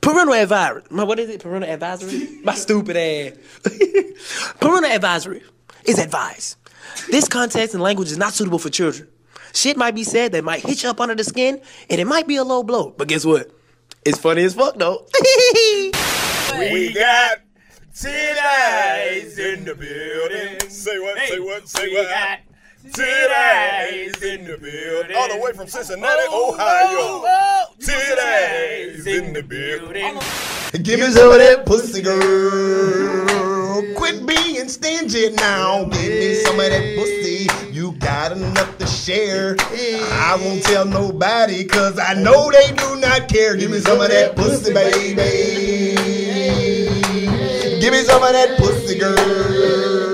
Parental advisory. My, what is it? Parental advisory? My stupid ass. Parental advisory is advice. This context and language is not suitable for children. Shit might be said that might hit you up under the skin, and it might be a low blow. But guess what? It's funny as fuck though. We got today's in the building. Say what? Hey, say what? Say we what? got Today's in the building. All the way from Cincinnati, Ohio. Oh, oh, Today's in the building. Give me some of that pussy, girl. Quit being stingy now. Give me some of that pussy. You got enough to share. I won't tell nobody, cause I know they do not care. Give me some of that pussy, baby. Give me some of that pussy, girl.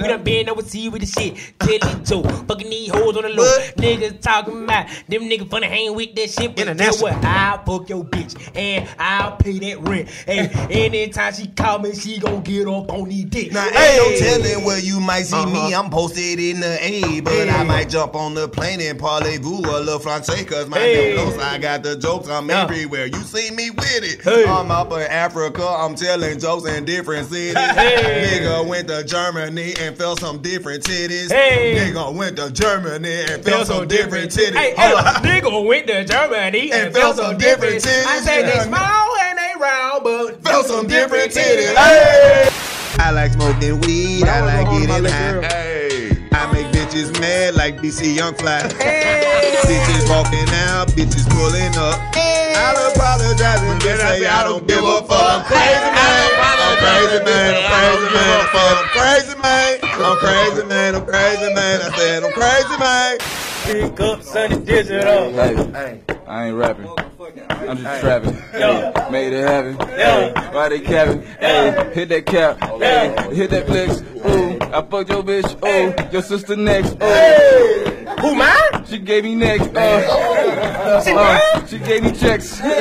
We done been overseas with the shit. Jelly Joe, fucking these hoes on the low. What? Niggas talking about them niggas funna hang with that shit. But guess International. what? I'll fuck your bitch and I'll pay that rent. And anytime she call me, she gon' get up on these dick. Now, Hey. Uh-huh. ain't no telling where you might see me. I'm posted in the A, but I might jump on the plane and parlez-vous a little francais, cause my Hey. hey. knows I got the jokes. I'm everywhere. You see me with it. Hey. I'm up in Africa. I'm telling jokes in different cities. Hey. Nigga went to Germany and felt some different titties. Hey. Nigga went to Germany and Feel felt some different titties. Hey, hey, Hold on. nigga went to Germany and, And felt felt some some different different titties. I titties. say they Yeah. small and they round, but Felt some different titties. Hey. I like smoking weed. I like getting high. I make bitches mad like DC Young Fly. bitches walking out, bitches pulling up. I'll apologize and just say I don't give a fuck. I'm crazy man. I'm crazy man. I'm crazy man. I said I'm crazy man. I'm crazy man. I'm crazy man. I said I'm crazy man. Pick up Sunny Digital. I ain't rapping. I'm just trapping. Hey, made it happen. Hey, why they capping? Hey, hit that cap. Hey, hit that flex. Ooh, I fucked your bitch. Ooh, your sister next. Ooh, Who mine? she gave me next. Uh, Oh. uh, she gave me checks. Copy.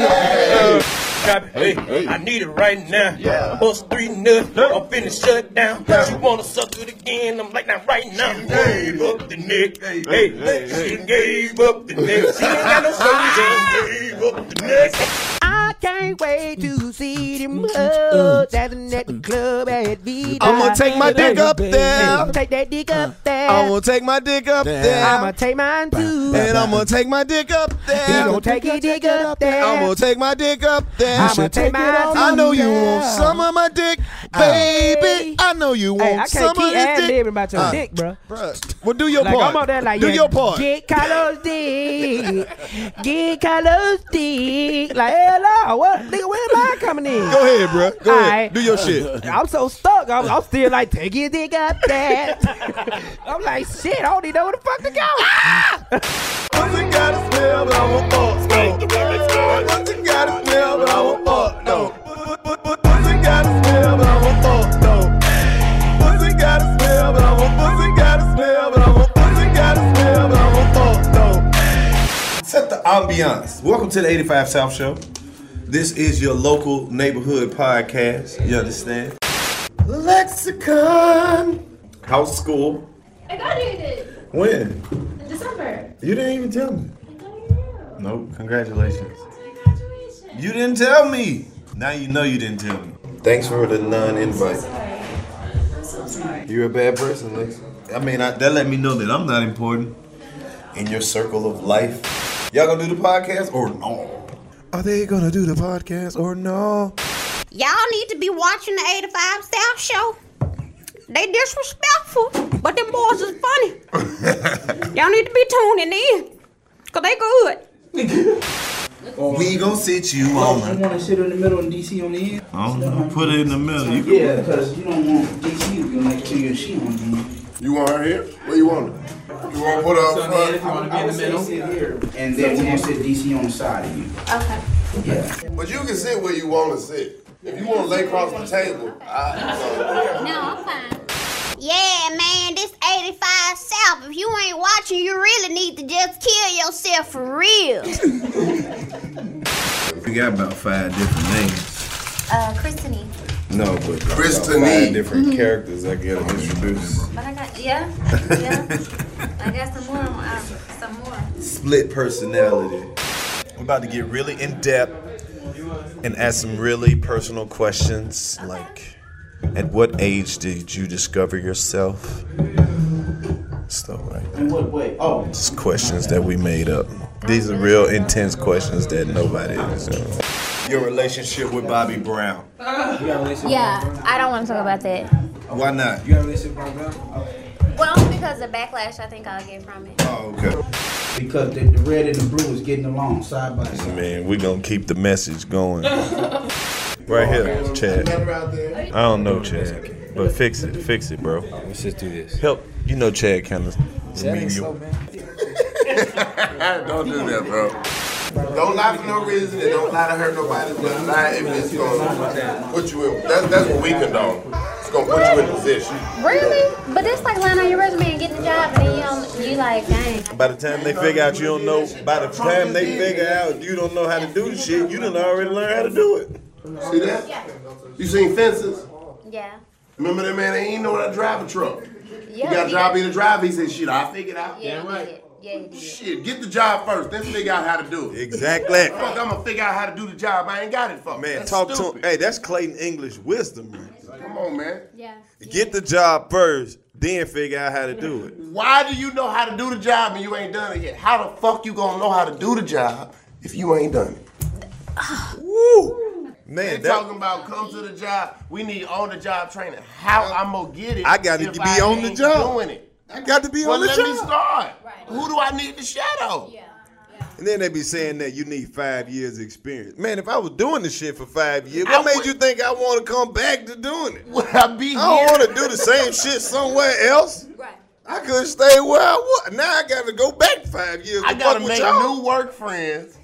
Hey, I need it right now. Yeah. Bust three nuts. I'm finna shut down. She wanna suck it again. I'm like, not right now. She gave up the neck. Hey, hey, she gave up the neck. She ain't got no shoulders. She gave up the neck. Ah. I can't wait to see them hoes dancing at the club at V. Mm, I'm gonna take my dick up there. Uh. Take that dick up there. I'm gonna take my dick up there. I'ma take mine too. And I'm gonna take my dick up You there. gon' take your dick up there. I'm gonna take my dick up there. I'ma take take my it all I know you up there. want some of my dick, Oh. Hey. baby. I know you want Hey, I some can't of keep this ad dick. libbing about your Uh, dick, bro. Bruh, well, do your Like part. I'm out there like do yeah, your part. Get Carlos dick. Get Carlos dick. Like hello, what nigga? Where am I coming in? Go ahead, bro. Go All ahead. right. Do your shit. I'm so stuck. I'm, I'm still like, take your dick up there. I'm like, shit, I don't even know where the fuck to go. Pussy gotta smell, but I won't fuck, no. Pussy gotta smell, but I won't fuck, Oh, no. Pussy gotta smell, but oh, I won't fuck, no. Pussy gotta smell, but oh. I won't. Pussy gotta smell, but I won't. Pussy gotta smell, ambiance. Welcome to the 85 South Show. This is your local neighborhood podcast. You understand? Lexicon. House school. I graduated When? in December. You didn't even tell me. Nope. Congratulations. You didn't tell me. Now you know you didn't tell me. Thanks for the non-invite. I'm so sorry. You're a bad person, Lex. I mean, I, that let me know that I'm not important in your circle of life. Y'all gonna do the podcast or no? Are they gonna do the podcast or no? Y'all need to be watching the 85 South Show. They disrespectful, but them boys is funny. Y'all need to be tuning in, because they good. We gonna sit you on. want to sit in the middle and DC on the end? I'm gonna put it in the middle. You can Yeah, because you don't want DC to be like to your sheet on you. You want her here? Where you want her? You want put her up front? if you want to be in the middle. Sit here, and then we're going to sit DC on the side of you. Okay. But you can sit where you want to sit. If you want to lay across the table, I, No, I'm fine. Yeah, man, this 85 South. If you ain't watching, you really need to just kill yourself for real. We got about five different names. Uh, Christine. No, but Kristen five Lee. different characters that get introduced. But I got yeah, yeah. I got some more. Um, some more. Split personality. We're about to get really in depth and ask some really personal questions, like, at what age did you discover yourself? Stuff like that. In what way? Oh, Just questions that we made up. These are real intense questions that nobody is. Your relationship with Bobby Brown. Yeah, I don't want to talk about that. Why not? You got a relationship with Bobby Brown? Well, only because the backlash I think I'll get from it. Oh, Okay. Because the, the red and the blue is getting along side by side. Man, we're gonna keep the message going. Right here, Chad. I don't know Chad, but fix it, fix it, bro. Let's just do this. Help, you know Chad kind of. don't do that, bro. Don't lie for no reason and don't lie to hurt nobody. But lie if it's gonna put you in. That's that's what we condone. It's gonna put you in position. Really? But that's like lying on your resume and getting the job, and then you don't, you like, dang. By the time they figure out, you don't know. By the time they figure out, you don't know how to do the shit. You done already learned how to do it. See that? You seen fences? Yeah. Remember that man? They ain't know how to drive a truck. Yeah. you got a he- job, be the driver. He said, "Shit, I figured out." Yeah, Damn he right. did. Yeah, he did. Shit, get the job first, then figure out how to do it. Exactly. Fuck, I'm gonna figure out how to do the job. I ain't got it for Man, talk to him. Hey, that's Clayton English wisdom. Man. Come on, man. Yeah. Get the job first, then figure out how to do it. Why do you know how to do the job and you ain't done it yet? How the fuck you gonna know how to do the job if you ain't done it? Woo! Man, they that, talking about come to the job. We need on the job training. How I'm gonna get it? I gotta if be I on the ain't job. Doing it. I got to be well, on the let Let me job. start. Who do I need to shadow? and then they be saying that you need five years experience. Man, if I was doing this shit for five years, I what made would- you think I want to come back to doing it? Would I be? I don't want to do the same shit somewhere else. Right. I could stay where I want. Now I got to go back five years. I to gotta fuck with make y'all. new work friends.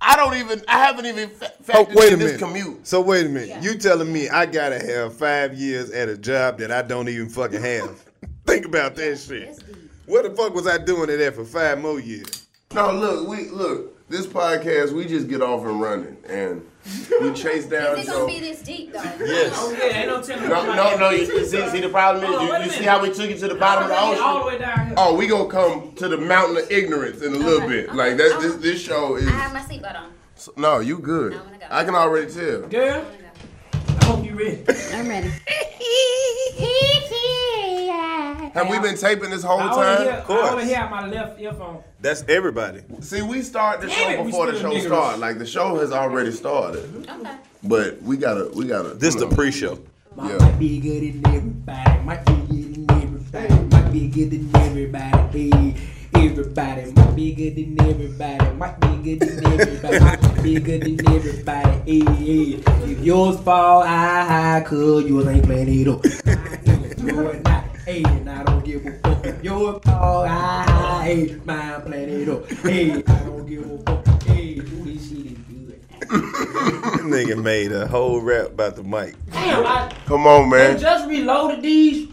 I don't even. I haven't even fa- Oh, factored wait a in this minute. commute. So wait a minute. You telling me I gotta have five years at a job that I don't even fucking have? Think about that shit. What the fuck was I doing it at for five more years? No, look, we look. This podcast, we just get off and running, and we chase down. Is it your- gonna be this deep though? Yes. Okay, Oh, ain't no telling. No, no, no. You, you see, see, the problem Oh, is, you, you see how we took it to the bottom of the ocean. All the way down here. Oh, we gonna come to the mountain of ignorance in a little bit. Like that, this this show Uh-huh. I is. have my seatbelt on. No, you good. I can already tell. Girl, I hope you ready. I'm ready. Have we been taping this whole I time? only hear, I only hear my left earphone. That's everybody. See, we start the Damn it, show we before the still show niggers. starts. Like the show has already started, but we gotta, we gotta. This the pre-show. Yeah. Be good in everybody. Might be good in everybody. Might be good in everybody. Be everybody. Might be good in everybody. Might be good in everybody. Might be good in everybody. Ay, ay. If yours fall high, high, cause yours ain't playing it up. Yours not. Hey, and I don't give a fuck. If yours fall high, high, ay, mine playing it up. Hey, I don't give a fuck. Hey, do this shit is good. That nigga made a whole rap about the mic. Damn, I, Come on, I just reloaded these,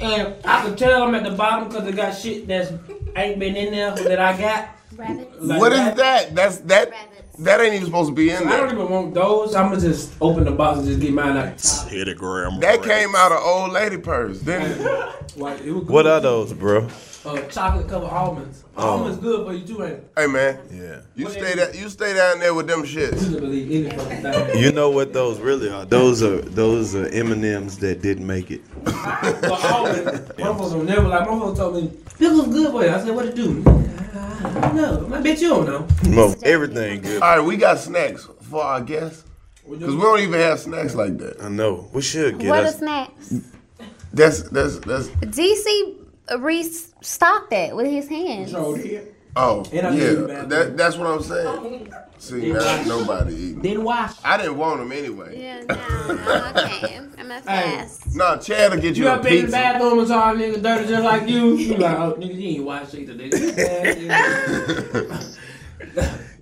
and I could tell them at the bottom because they got shit that's ain't been in there that I got. Like What is that? That's that. That ain't even supposed to be in I there. don't even want those. I'm gonna just open the box and just get mine out. Hit it, grandma. That came out of old lady purse, didn't it? Like, it was What are those, bro? uh, chocolate covered almonds. Oh. Almonds good for you too, ain't it? Hey man. Yeah. You stay that. You stay down there with them shits. You know what those really are? Those are those are M and M's that didn't make it. But almonds, my folks were never like. My folks told me this was good for you. I said, what it do? I don't know. My bitch, you don't know. Mo, everything good. All right, we got snacks for our guests because we don't even have snacks like that. I know. We should get what a us. snack. That's that's that's. DC Reese stopped that with his hands. Oh And I need yeah, that, that's what I'm Oh, saying. See, now nobody eating. Didn't wash. I didn't want them anyway. Yeah, no, okay. I'm a fast. No, Chad will get you, You a ever been in the pizza. bathroom and saw a nigga dirty just like you? You like, oh, nigga, you ain't washed either, nigga.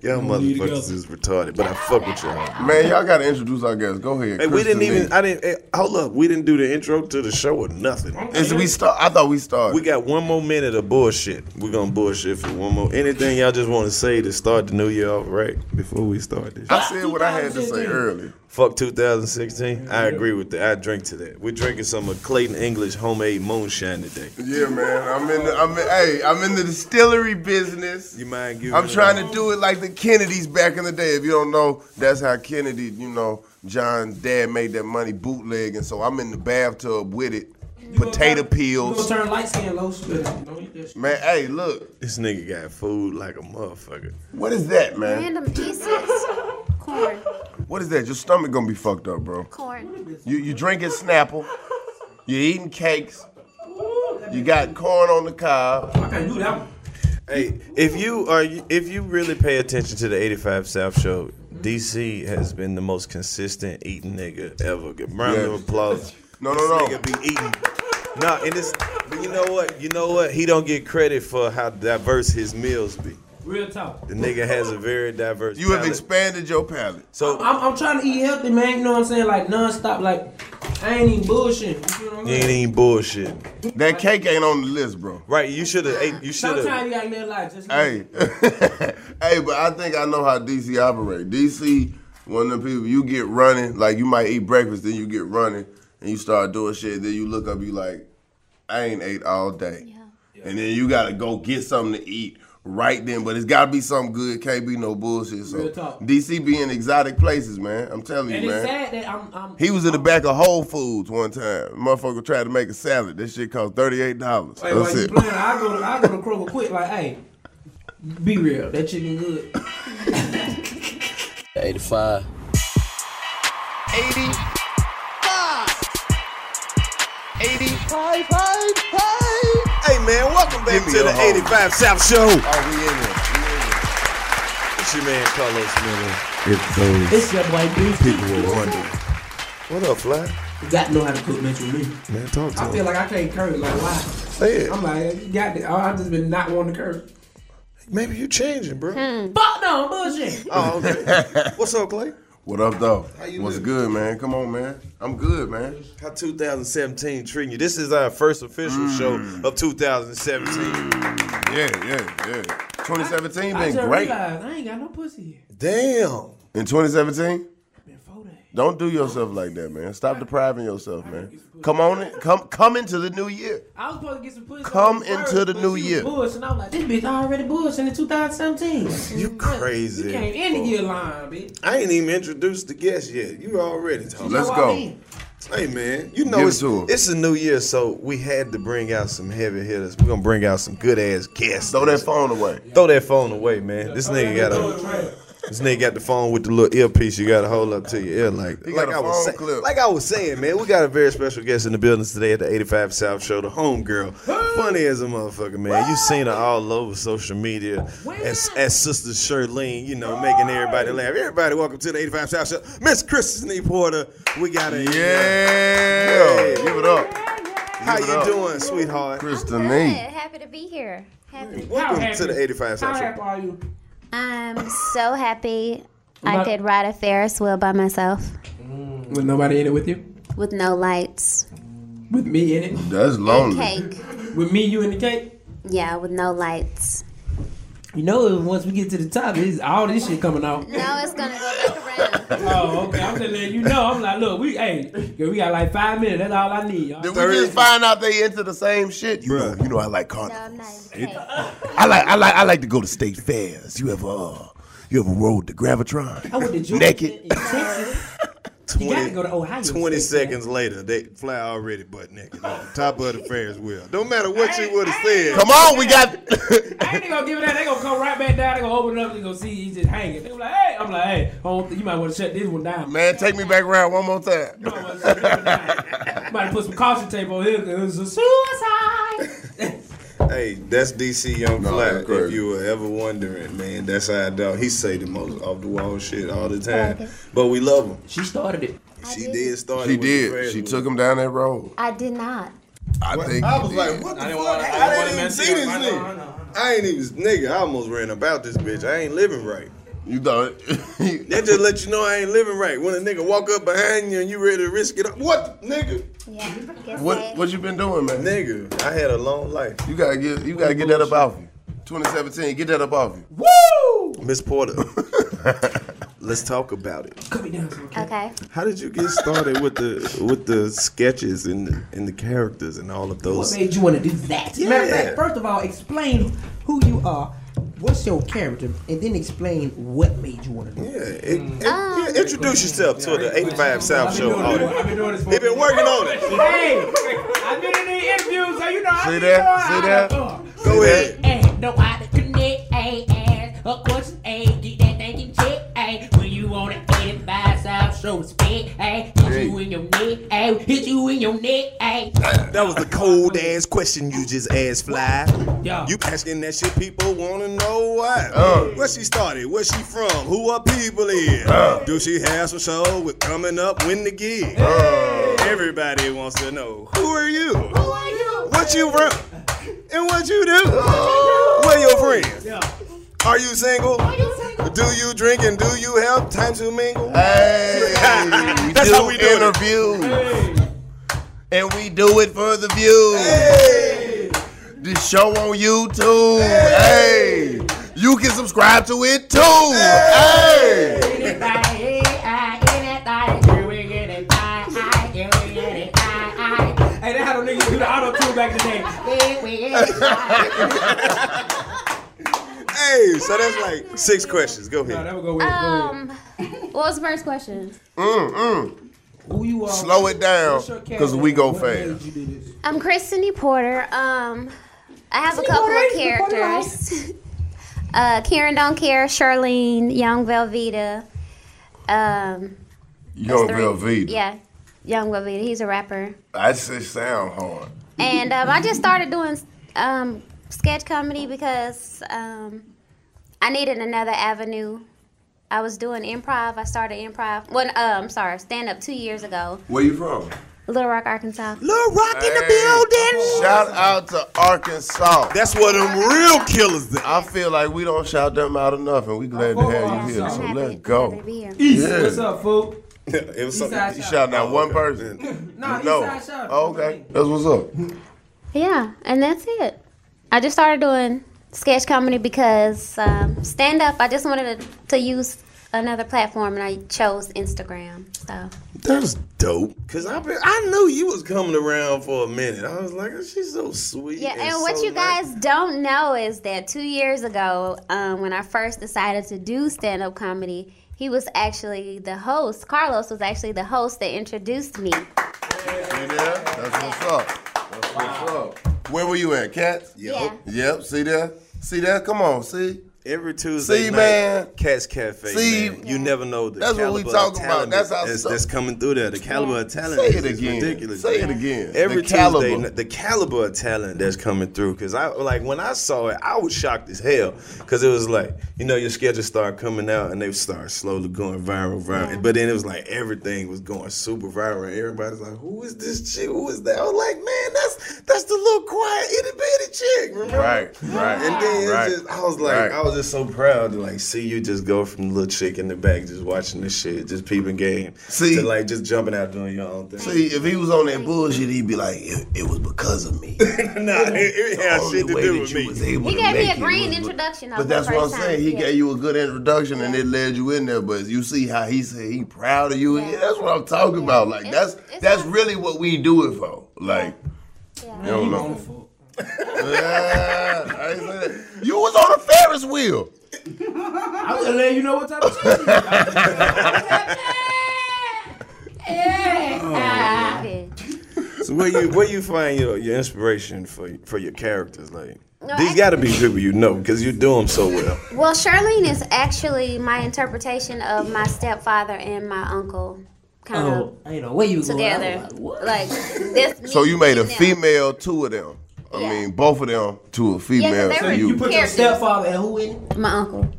Y'all motherfuckers is retarded, but I fuck with y'all. Man, y'all gotta introduce our guests. Go ahead. Hey, we didn't Kristen Lee. even. I didn't. Hey, hold up. We didn't do the intro to the show or nothing. Is we start? I thought we started. We got one more minute of bullshit. We're gonna bullshit for one more. Anything y'all just want to say to start the new year off right before we start this? I said what I had to say earlier. Fuck 2016. I agree with that. I drink to that. We're drinking some of Clayton English homemade moonshine today. Yeah, man. I'm in. The, I'm in, hey. I'm in the distillery business. You mind giving? I'm it trying up? to do it like the Kennedys back in the day. If you don't know, that's how Kennedy, you know, John's dad made that money bootleg, and so I'm in the bathtub with it. Potato You gonna peels. turn light skin low? shit. Don't eat that shit. Man, hey, look. This nigga got food like a motherfucker. What is that, man? Random pieces. Corn. What is that? Your stomach gonna be fucked up, bro. Corn. You you drinking Snapple. You eating cakes. You got corn on the cob. Hey, if you are, if you really pay attention to the 85 South Show, DC has been the most consistent eating nigga ever. Give him a round of Yes. applause. No, no, This no. nigga be eating. Nah, and it's, but you know what? You know what? He don't get credit for how diverse his meals be. Real talk. The nigga has a very diverse. You have palate. expanded your palate. So I'm, I'm trying to eat healthy, man. You know what I'm saying? Like nonstop. Like I ain't even bullshitting. You know what I'm you ain't even bullshit. That cake ain't on the list, bro. Right? You should have ate. You should have. Sometimes you gotta live life. Just Hey, hey, but I think I know how DC operate. DC, one of the people you get running, like you might eat breakfast, then you get running, and you start doing shit. Then you look up, you like, I ain't ate all day, and then you gotta go get something to eat right then. But it's gotta be something good. Can't be no bullshit. So Real talk. DC be in exotic places, man. I'm telling you, and man. it's sad that I'm. I'm He was in the back of Whole Foods one time. Motherfucker tried to make a salad. That shit cost thirty eight dollars. like, while That's you it. playing, I go to I go to Kroger quick. Like, hey, be real. That chicken good. 85. 85, hey, hey. Hey man, welcome back Give me to your the home. 85 South Oh, Show. we in there. It's your man Carlos Miller. If those It's your white dude. people were wondering, what up, fly? You got to know how to cook mental me. Man, talk to I me. feel like I can't curse. Like, why? Say it. I'm like, you got it. I've just been not wanting to curse. Maybe you changing, bro. Fuck no, I'm bullshit. Oh, okay. What's up, Clay? What up, though? you What's living? good, man? Come on, man. I'm good, man. How 2017 treating you? This is our first official show of 2017. Mm. Yeah, yeah, yeah. 2017 I been just great. realized I ain't got no pussy here. Damn. In 2017, don't do yourself like that, man. Stop depriving yourself, man. Come on, in, come come into the new year. I was supposed to get some pussy. Come on first, into the but new she was year. Bush, and I was like, this bitch already bush in 2017. You crazy. You came in the year lying, bitch. I ain't even introduced the guest yet. You already talking. Let's So I go. mean, Hey man, you know Give it it's, to 'em. it's a new year, so we had to bring out some heavy hitters. We're gonna bring out some good ass guests. Throw that phone away. Throw that phone away, man. This nigga got a this nigga got the phone with the little earpiece. You gotta hold up to your ear like He like got a I was phone saying. clip. Like I was saying, man, we got a very special guest in the building today at the 85 South Show, the homegirl. Funny as a motherfucker, man. You seen her all over social media as, as Sister Shirlene, you know, making everybody laugh. Everybody, welcome to the 85 South Show. Miss Christine Porter, we got her. Yeah, here. give it up, How it you up. doing, sweetheart? Kristen Good. Lee. Happy to be here. Happy. Welcome happy- to the 85 How South Show. happy are you? I'm so happy I Not- could ride a Ferris wheel by myself With nobody in it with you? with no lights. With me in it? That's And lonely. cake. With me, you in the cake? Yeah, with no lights. You know, once we get to the top, it's all this shit coming out. No, it's gonna go back around. oh, okay. I'm just letting you know. I'm like, look, we, hey, girl, we got like five minutes. That's all I need. Did we just find out they into the same shit? You, know, you know I like carnivals. I like I like I like to go to state fairs. You ever uh, you ever rode the Gravitron? I went to Georgia Naked. in Texas. You gotta go to Ohio. 20 seconds later, they fly already butt naked. On top of the Ferris wheel. Don't matter what you would have said. Come on, we got. I ain't gonna give it that. They gonna come right back down. They gonna open it up. They gonna see you just hanging. They gonna be like, hey, I'm like, hey, I don't think- you might want to shut this one down. Man, take me back around one more time. You might put some caution tape on here because it's a suicide. Hey, that's DC Young Fly. If you were ever wondering, man, that's how I dog. He say the most off the wall shit all the time. But we love him. She started it. She did start She it. with the did. Ferris She wheel. took him down that road. I did not. I think. I he was did. like, what the I fuck? didn't I, didn't even see this nigga. I ain't even nigga. I almost ran about this bitch. I ain't living right. You thought that just let you know I ain't living right. When a nigga walk up behind you and you ready to risk it, what the- nigga? What what you been doing, man? Nigga, I had a long life. You gotta get you gotta get that up off you. 2017, get that up off you. Woo! Miss Porter, let's talk about it. Okay. How did you get started with the with the sketches and the, and the characters and all of those? What made you want to do that? Yeah. Matter of fact, first of all, explain who you are, what's your character, and then explain what made you want to do Yeah, it, it- yeah, introduce yourself to the 85 South Show audience. Mm. been doing this for They've been working on it. Hey, I've been in the interviews, so you know I See be that? knowing See how that? to uh, talk. Go ahead. Ain't no how to connect, ain't ass. Of course, ain't get that thing in check, ain't. When you on an 85 South, show respect, ain't. Hit you in your neck, ain't. Hit you in your neck, ain't. That was the cold ass question you just asked, Fly. You asking that shit, people wanna know why. Uh. Where she started, where she from, who her people is. Uh. Do she have some show with coming up when the gig? Uh. Everybody wants to know who are you? Who are you? What you from? And what you do? Uh. Where your friends? Are you single? Do you drink and do you have time to mingle? Hey, That's do how we do interviews. And we do it for the views. The show on YouTube. Hey. You can subscribe to it too. Hey. Hey, they had a nigga do the auto tune back in the day. Hey, so that's like six questions. Go ahead. Um, what was the first question? Mm, mm. Who you are? Slow it down, What's your cause we go character? fast. I'm Kristine Porter. Um, I have a Kristine couple Porter, of you Porter characters. Uh, Karen Don't Care, Charlene, Young Velveeta. Um, Young that's three. Velveeta. Yeah, Young Velveeta. He's a rapper. I just sound hard. And um, I just started doing um, sketch comedy because um, I needed another avenue. I was doing improv. I started improv. Well, uh, I'm sorry, stand up two years ago. Where you from? Little Rock, Arkansas. Little Rock in the building. Shout out to Arkansas. That's what them real killers do. I feel like we don't shout them out enough, and we glad to have you here. So let's go. East, what's up, fool? It was Eastside something. You shout. shouting out one person. Nah, No. Eastside Shout. Oh, okay. That's what's up. Yeah, and that's it. I just started doing sketch comedy because um, stand up. I just wanted to, to use another platform, and I chose Instagram. So That's dope. Cause I been, I knew you was coming around for a minute. I was like, oh, she's so sweet. yeah, and, and what so you nice. guys don't know is that two years ago, um, when I first decided to do stand up comedy, he was actually the host. Carlos was actually the host that introduced me. That's what's up. That's what's up. Where were you at, Cats? Yeah. Yep. See there? See there? Come on. See. Every See, Tuesday night, man. Cat's Cafe. See? man. you never know the That's what we caliber of talking about. talent That's our that's, stuff. that's coming through there. The caliber of talent. Say it is again. Ridiculous. Say man. it again. Every The Tuesday, caliber. night- the caliber of talent that's coming through. Cause I like when I saw it, I was shocked as hell. Cause it was like you know your schedule started coming out and they started slowly going viral, viral. But then it was like everything was going super viral. And everybody's like, who is this chick? Who is that? I was like, man, that's that's the little quiet itty bitty chick, remember? Right, right, And then it's right, just, I was like, right. I was just so proud to like see you just go from little chick in the back just watching this shit, just peeping game. See to like just jumping out doing your own thing. See, if he was on that bullshit, he'd be like, it, it was because of me. nah, it, it had shit to do with me. He gave me a green introduction. But that's what I'm saying. He gave gave you a good introduction and it led you in there. But you see how he said he proud of you. Yeah, that's what I'm talking about. Like that's that's really what we do it for. Like I don't know. Yeah, I ain't say that. You was on a Ferris wheel. I'm gonna let you know what type of chick. Oh, So where you where you find your, your inspiration for for your characters? Like No, these I- got to be people you know because you do them so well. Well, Charlene is actually my interpretation of my stepfather and my uncle. Kind Oh, of I didn't know where you was going. I was together. Like this. So you made a and them. female two of them. I mean, both of them to a female they were to you. You put your characters. stepfather and who in My uncle.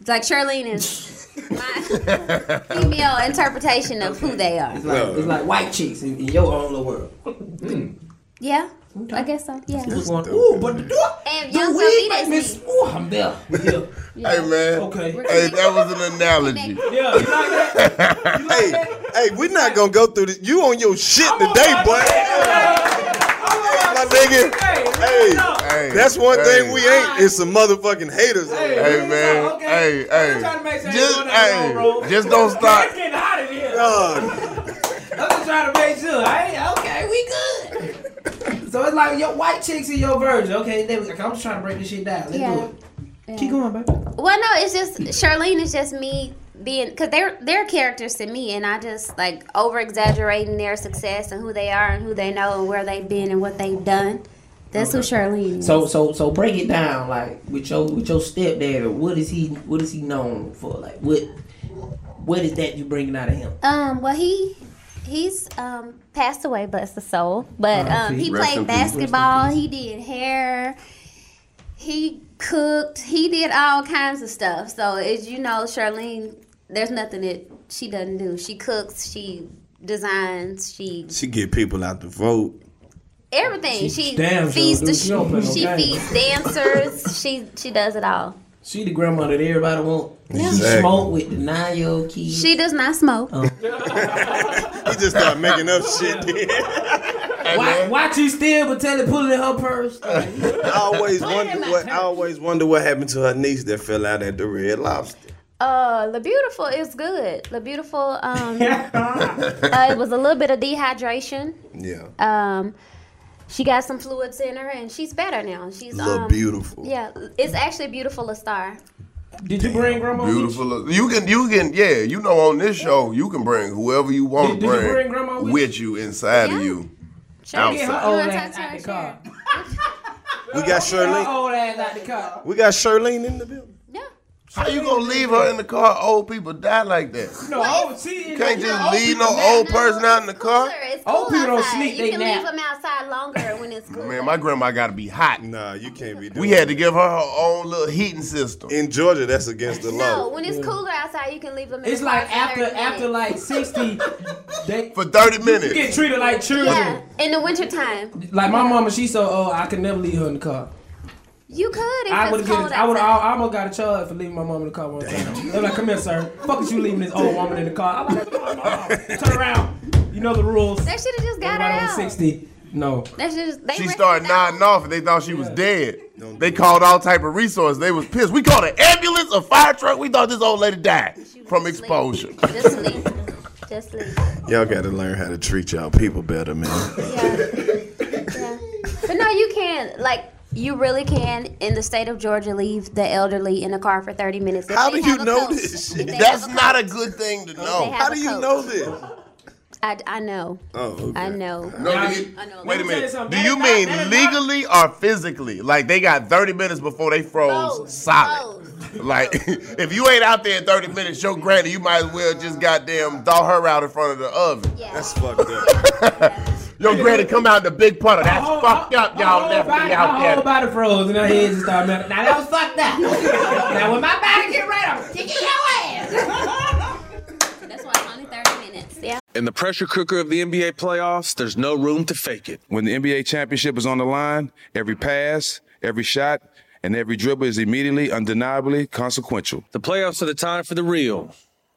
It's like Charlene is my female interpretation of who they are. It's like, it's like white chicks in, in your own little world. Mm. Yeah, I guess so. Yeah. What's going Ooh, but the door. And The young wig Salidas make me. s- Ooh, I'm there. Yeah. Hey man. Okay. Hey, that was an analogy. Yeah, you like hey, hey, we're not gonna go through this. You on your shit today, boy. My nigga. Hey, that's one thing we ain't. It's some motherfucking haters. Hey, man. Hey, hey. Just, hey, just don't stop. Let's get out of here. God. I'm just trying to make sure. I okay, we good. So it's like your white chicks and your virgin. Okay, they was like, I'm just trying to break this shit down. Let's Yeah. do it. Keep going, baby. Well, no, it's just Charlene is just me being because they're they're characters to me, and I just like over exaggerating their success and who they are and who they know and where they've been and what they've done. That's who Charlene is. So so so break it down like with your with your stepdad. What is he what is he known for? Like what what is that you bringing out of him? Um, well, he he's um passed away, bless the soul. But Oh, um, he geez. Rest in played peace. basketball. He did hair. He cooked. He did all kinds of stuff. So as you know, Charlene, there's nothing that she doesn't do. She cooks. She designs. She She get people out to vote. everything. She, damn, feeds Charlene, the she don't play no she, games. feeds dancers. she she does it all. She the grandmother that everybody want. Yeah. She Exactly. smoke with the nine year old kids. She does not smoke. Uh. He just start making up shit. Then. Why, why she still but tell it pull it in her purse? I always wonder what I always wonder what happened to her niece that fell out at the Red Lobster. Uh, La Beautiful is good. La Beautiful, um, uh, it was a little bit of dehydration. Yeah. Um, she got some fluids in her, and she's better now. She's La um, Beautiful. Yeah, it's actually beautiful a star. Did you bring grandma? Beautiful. You can, you can, yeah. You know, on this show, you can bring whoever you want to Did- did you bring, bring Grandma with with, you inside of you. She get her old Outside. ass out the car. We got Her Shirley. old ass out the car. We got Shirlene in the building. How you gonna leave her in the car? Old people die like that. No, old she You is- can't yeah, just old leave people no now- old person out in the car. It's Old cool people don't outside. sleep, You they can nap. leave them outside longer when it's cool. Man, my grandma gotta be hot. Nah, you can't be. We had to give her her own little heating system. In Georgia, that's against the No, when it's cooler outside, you can leave them. In It's the car like for after 30 minutes. after like sixty, they for thirty You minutes. get treated like children. Yeah, in the wintertime. Like my mama, she so old, I could never leave her in the car. You could. If I would it's cold get, I would, outside. I almost got a charge for leaving my mom in the car one time. They were like, "Come here, sir. Fuck is you leaving this old woman in the car?" I'm like, "Mom, mom, "Turn around. You know the rules." They should have just got Everybody her was out. sixty. No. They should've- they She were- started nodding off, and they thought she was dead. They called all type of resources. They was pissed. We called an ambulance, a fire truck. We thought this old lady died from exposure. Just leave. Just leave. Y'all got to learn how to treat y'all people better, man. But no, you can. Like, you really can, in the state of Georgia, leave the elderly in a car for 30 minutes. If How they do you have a know coach. this? If they That's have a not a coach. good thing to They know. have a coach. this? I, I know. Oh, I know. No, I, do you- I know. wait a Let me tell you minute. something. Do you mean legally or physically? Like they got 30 minutes before they froze solid. Like if you ain't out there in 30 minutes, your granny, you might as well just goddamn thaw her out in front of the oven. That's fucked up. Your granny come out in the big puddle. That's Uh-huh. fucked up, y'all left me out My whole there. body froze and her head just started melting. Now that was fucked up. now when my body get right, I'm kicking your ass. That's why it's only 30 minutes. Yeah. In the pressure cooker of the NBA playoffs, there's no room to fake it. When the NBA championship is on the line, every pass, every shot, and every dribble is immediately, undeniably consequential. The playoffs are the time for the real.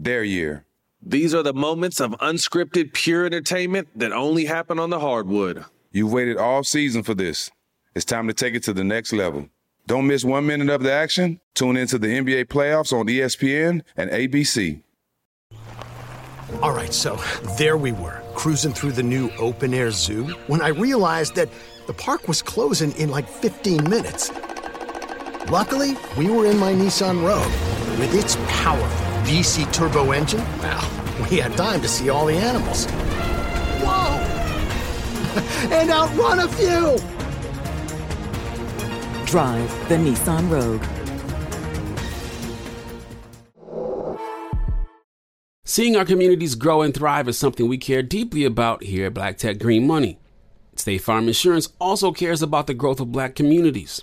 their year? These are the moments of unscripted, pure entertainment that only happen on the hardwood. You've waited all season for this. It's time to take it to the next level. Don't miss one minute of the action. Tune into the NBA playoffs on E ESPN and ABC. All right, so there we were, cruising through the new open air zoo when I realized that the park was closing in like 15 minutes. Luckily, we were in my Nissan Rogue. With its powerful VC turbo engine, well, we had time to see all the animals. Whoa! and outrun a few! Drive the Nissan Rogue. Seeing our communities grow and thrive is something we care deeply about here at Black Tech Green Money. State Farm Insurance also cares about the growth of black communities.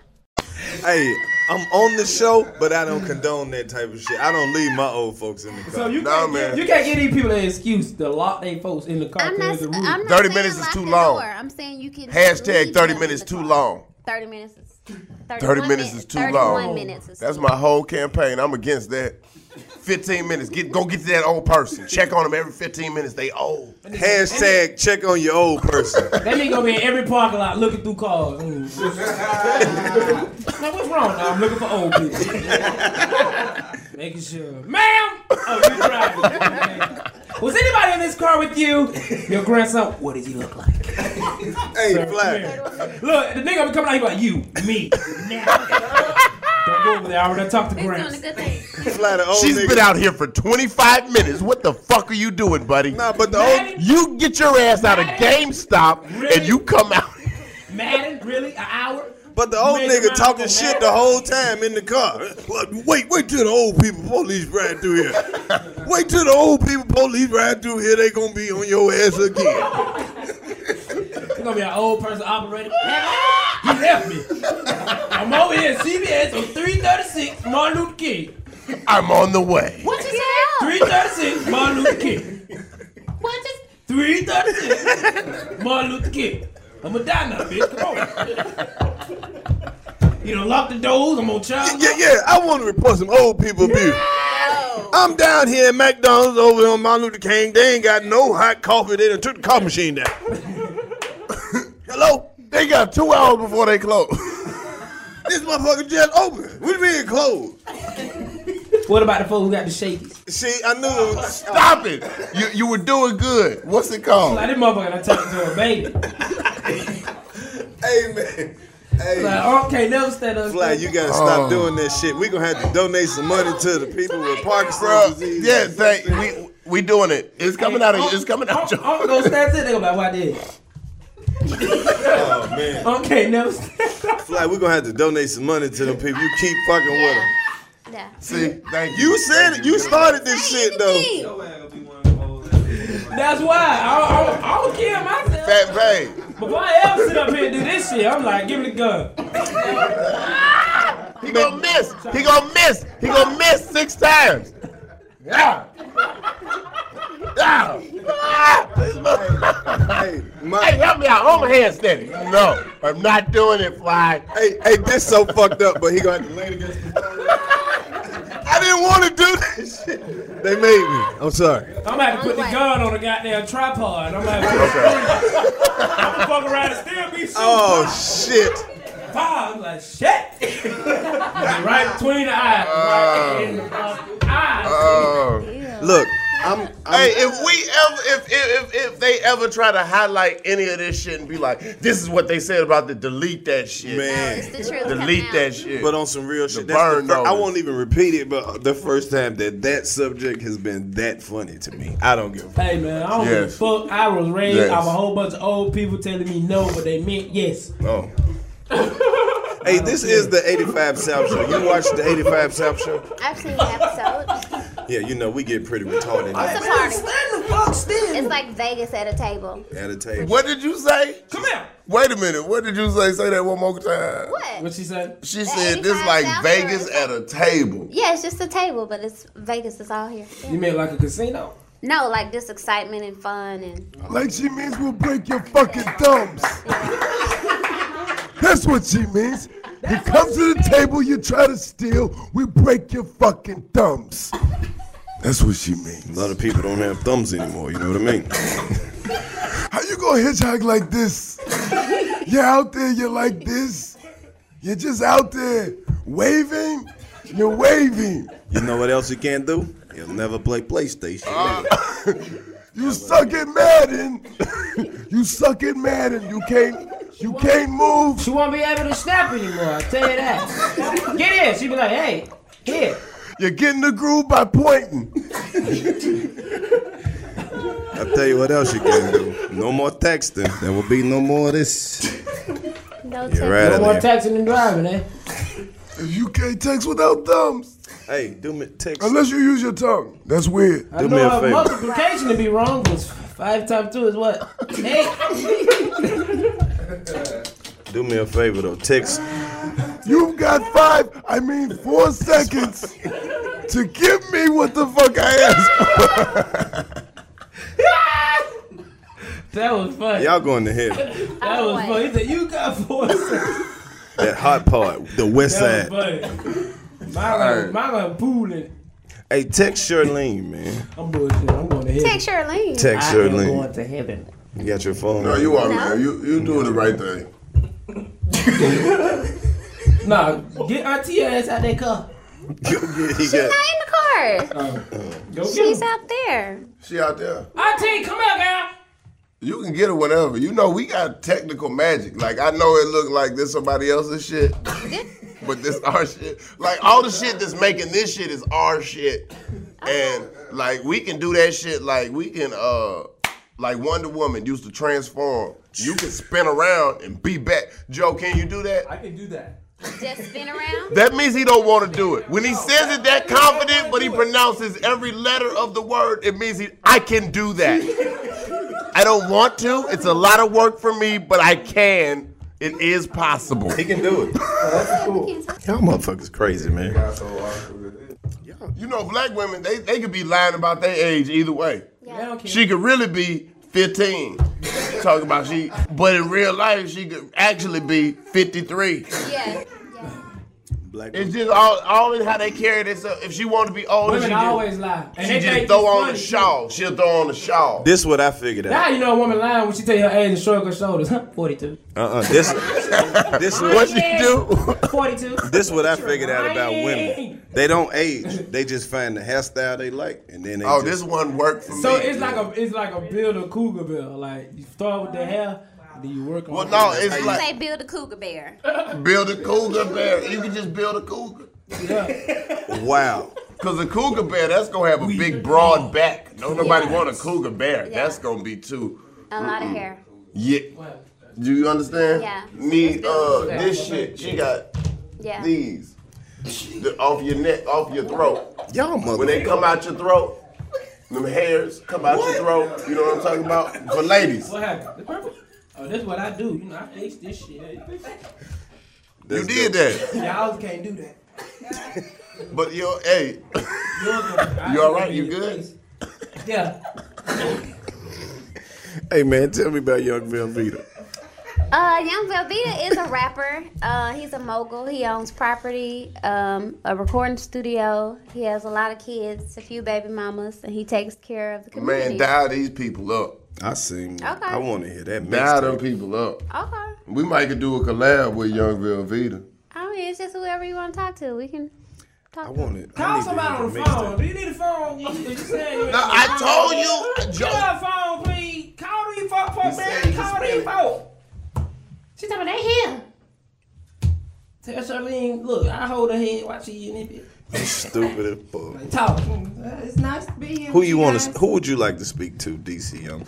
Hey, I'm on the show, but I don't condone that type of shit. I don't leave my old folks in the car. So you Nah, can't, get, you can't get any people an excuse to lock their folks in the car. I'm through not, the I'm roof. not 30 saying minutes is lock too the long. door. I'm saying you can Hashtag leave 30 them minutes in the too car. long. 30 minutes is 30 31 minutes is too 31 long. minutes is That's my whole campaign. I'm against that. 15 minutes. Get go get to that old person. Check on them every 15 minutes. They old. Hashtag check on your old person. That nigga gonna be in every parking lot looking through cars. Mm. now what's wrong? Now, I'm looking for old people. Making sure, ma'am. Oh, you driving? Okay. Was anybody in this car with you? Your grandson. What does he look like? hey, Black. Look, the nigga be coming out. He be like you, me, now. Don't go over there. I already talked to Gramps. She's been out here for 25 minutes. What the fuck are you doing, buddy? Nah, but the old you get your ass out of GameStop and you come out. Madden, really? An hour? But the old nigga talking shit the whole time in the car. Like, wait, wait till the old people police ride through here. wait till the old people police ride through here. They gonna be on your ass again. It's gonna be an old person operator. He left me. I'm over here at CBS on 336 Martin Luther King. I'm on the way. What you say? 336 Martin Luther King. What is 336 Martin Luther King. I'm gonna die now, bitch. Come on. You know, lock the doors. I'm gonna Yeah, child. yeah, yeah. I want to report some old people abuse. I'm down here at McDonald's over on Mount Luther King. They ain't got no hot coffee. They done took the coffee machine down. Hello? They got two hours before they close. this motherfucker just opened. What do you mean closed? What about the folks who got the shakies? See, I knew it was. Stop it. You, you were doing good. What's it called? Like this motherfucker done turned into a baby. Amen. Hey. Like, okay, never stand up. Fly, you gotta Oh. stop doing that shit. We gonna have to donate some money to the people with Parkinson's disease. Yeah, thank we we doing it. It's coming out of it's coming out. I'm gonna go stand there. They gonna be like, why did? Oh man. Okay, never. Fly, we gonna have to donate some money to them people. You keep fucking with them. Yeah. See, thank you. You said it. You started this shit though. That's why I, I, I don't kill myself. Fat babe. Before I ever sit up here and do this shit, I'm like, give me the gun. He gonna miss. He gonna miss. He gonna miss six times. Yeah. down. hey, hey, help me out. Hold my hand steady. No, I'm not doing it, Fly. Hey, hey, this so fucked up, but he gonna have to lay against the I didn't want to do this shit. They made me. I'm sorry. I'm gonna have to put the gun on a goddamn tripod. I'm gonna have to I'm gonna fuck around and still be shooting. Oh shit. Bob, I'm like, shit. right between the eyes. right in the fucking eyes. Uh. Look, I'm. hey, if we ever, if, if if if they ever try to highlight any of this shit and be like, this is what they said about the delete that shit, Man. delete that shit. But on some real shit, The that's the burn fir- I notice. won't even repeat it. But the first time that that subject has been that funny to me, I don't give. a Hey man, I don't Yes. give a fuck. I was raised Yes. by a whole bunch of old people telling me no, but they meant yes. Oh. hey, this is the 85 South Show. You watched the 85 South Show? I've seen the episode. Yeah, you know, we get pretty retarded It's a party. It's like Vegas at a table. at a table. What did you say? Come here. Wait a minute. What did you say? Say that one more time. What? What she said? She said this like Vegas at a table. Yeah, it's just a table, but it's Vegas is all here. Yeah. You meant like a casino. No, like just excitement and fun and Like she means we'll break your fucking thumbs. That's what she means. You come to the table, you try to steal, we break your fucking thumbs. That's what she means. A lot of people don't have thumbs anymore, you know what I mean? How you gonna hitchhike like this? You're out there, you're like this. You're just out there waving. You're waving. You know what else you can't do? You'll never play PlayStation. You suck at Madden. you suck at Madden. You can't. You can't move. She won't be able to snap anymore. I tell you that. Get here. She be like, hey, here. You're getting the groove by pointing. I'll tell you what else you can do. No more texting. There will be no more of this. no You're right no in more there. texting and driving, eh? You can't text without thumbs. Hey, do me text. Unless you use your tongue. That's weird. I know her multiplication to be wrong was five times two is what? Eight. Do me a favor though. Text. You've got five, I mean four seconds to give me what the fuck I asked for. That was funny. Y'all going to hell. That was funny. He said, you got four. That hot part, the west That was side. funny. My Alright. right. my gonna pool it. Hey, text Charlene, man. I'm bullshit. I'm going to hell. Text Charlene. Text I am Charlene. going to heaven. You got your phone. No, you are man. You you doing the right thing. Nah, get Auntie ass out that car. She's not in the car. She's out there. She out there. Auntie, come here, girl. You can get it whenever. You know, we got technical magic. Like I know it look like this somebody else's shit, but this our shit. Like all the shit that's making this shit is our shit, and like we can do that shit. Like we can, uh, like Wonder Woman used to transform. You can spin around and be back. Joe, can you do that? I can do that. Just spin around. That means he don't want to do it. When he says it that confident, but he pronounces every letter of the word, it means he I can do that. I don't want to. It's a lot of work for me, but I can. It is possible. He can do it. Oh, Y'all motherfuckers crazy, man. You know, black women, they, they could be lying about their age either way. She could really be 15. Talking about she, but in real life, she could actually be 53. Yeah. It's just all, all in how they carry this up. If she wanted to be older, Women she just- always lie. And she they just think throw it's on funny, the too. shawl. She'll throw on the shawl. This what I figured Now out. you know a woman lying when she tell you her age and shrug her shoulders. Huh? 42. Uh uh This this what you do. 42. This what I figured out about women. They don't age. They just find the hairstyle they like, and then they. Oh, just- this one worked for So me. it's like a it's like a build a cougar bill. Like you start with the hair, then you work on. Well, no, I it's like say build a cougar bear. build a cougar bear. You can just build a cougar. Wow. Cause a cougar bear, that's gonna have a big broad back. Don't nobody want a cougar bear. That's gonna be too. A lot of hair. Yeah. Do you understand? Yeah. Me, uh, cougar. this shit. She got Yeah. these. The- off your neck, off your throat. Y'all When they come out your throat, them hairs come out your throat. You know what I'm talking about? For ladies. What happened? Oh, that's what I do. You know, I fix this shit. You did that. Y'all can't do that. But yo, hey, Yours gonna- you all right? You good? Yeah. Hey man, tell me about Young Velveeta. Uh, Young Velveeta is a rapper. Uh, he's a mogul. He owns property, um, a recording studio. He has a lot of kids, a few baby mamas, and he takes care of the community. Man, dial these people up. I see. Okay. Okay. I wanna hear that mixtape. Dial them people up. Okay. We might could do a collab with Young Velveeta. I mean, it's just whoever you want to talk to. We can talk. I want it. Call somebody on the phone. Do you need a phone? You you said you No, I told you. Get on the phone, please. Call these folk, folk, man. Call these folk. She talking about they here. Tell Charlene, look, I hold her head while she in it. Stupid as fuck. Talk. it's nice to be here. Who you want to? Who would you like to speak to, DC Young?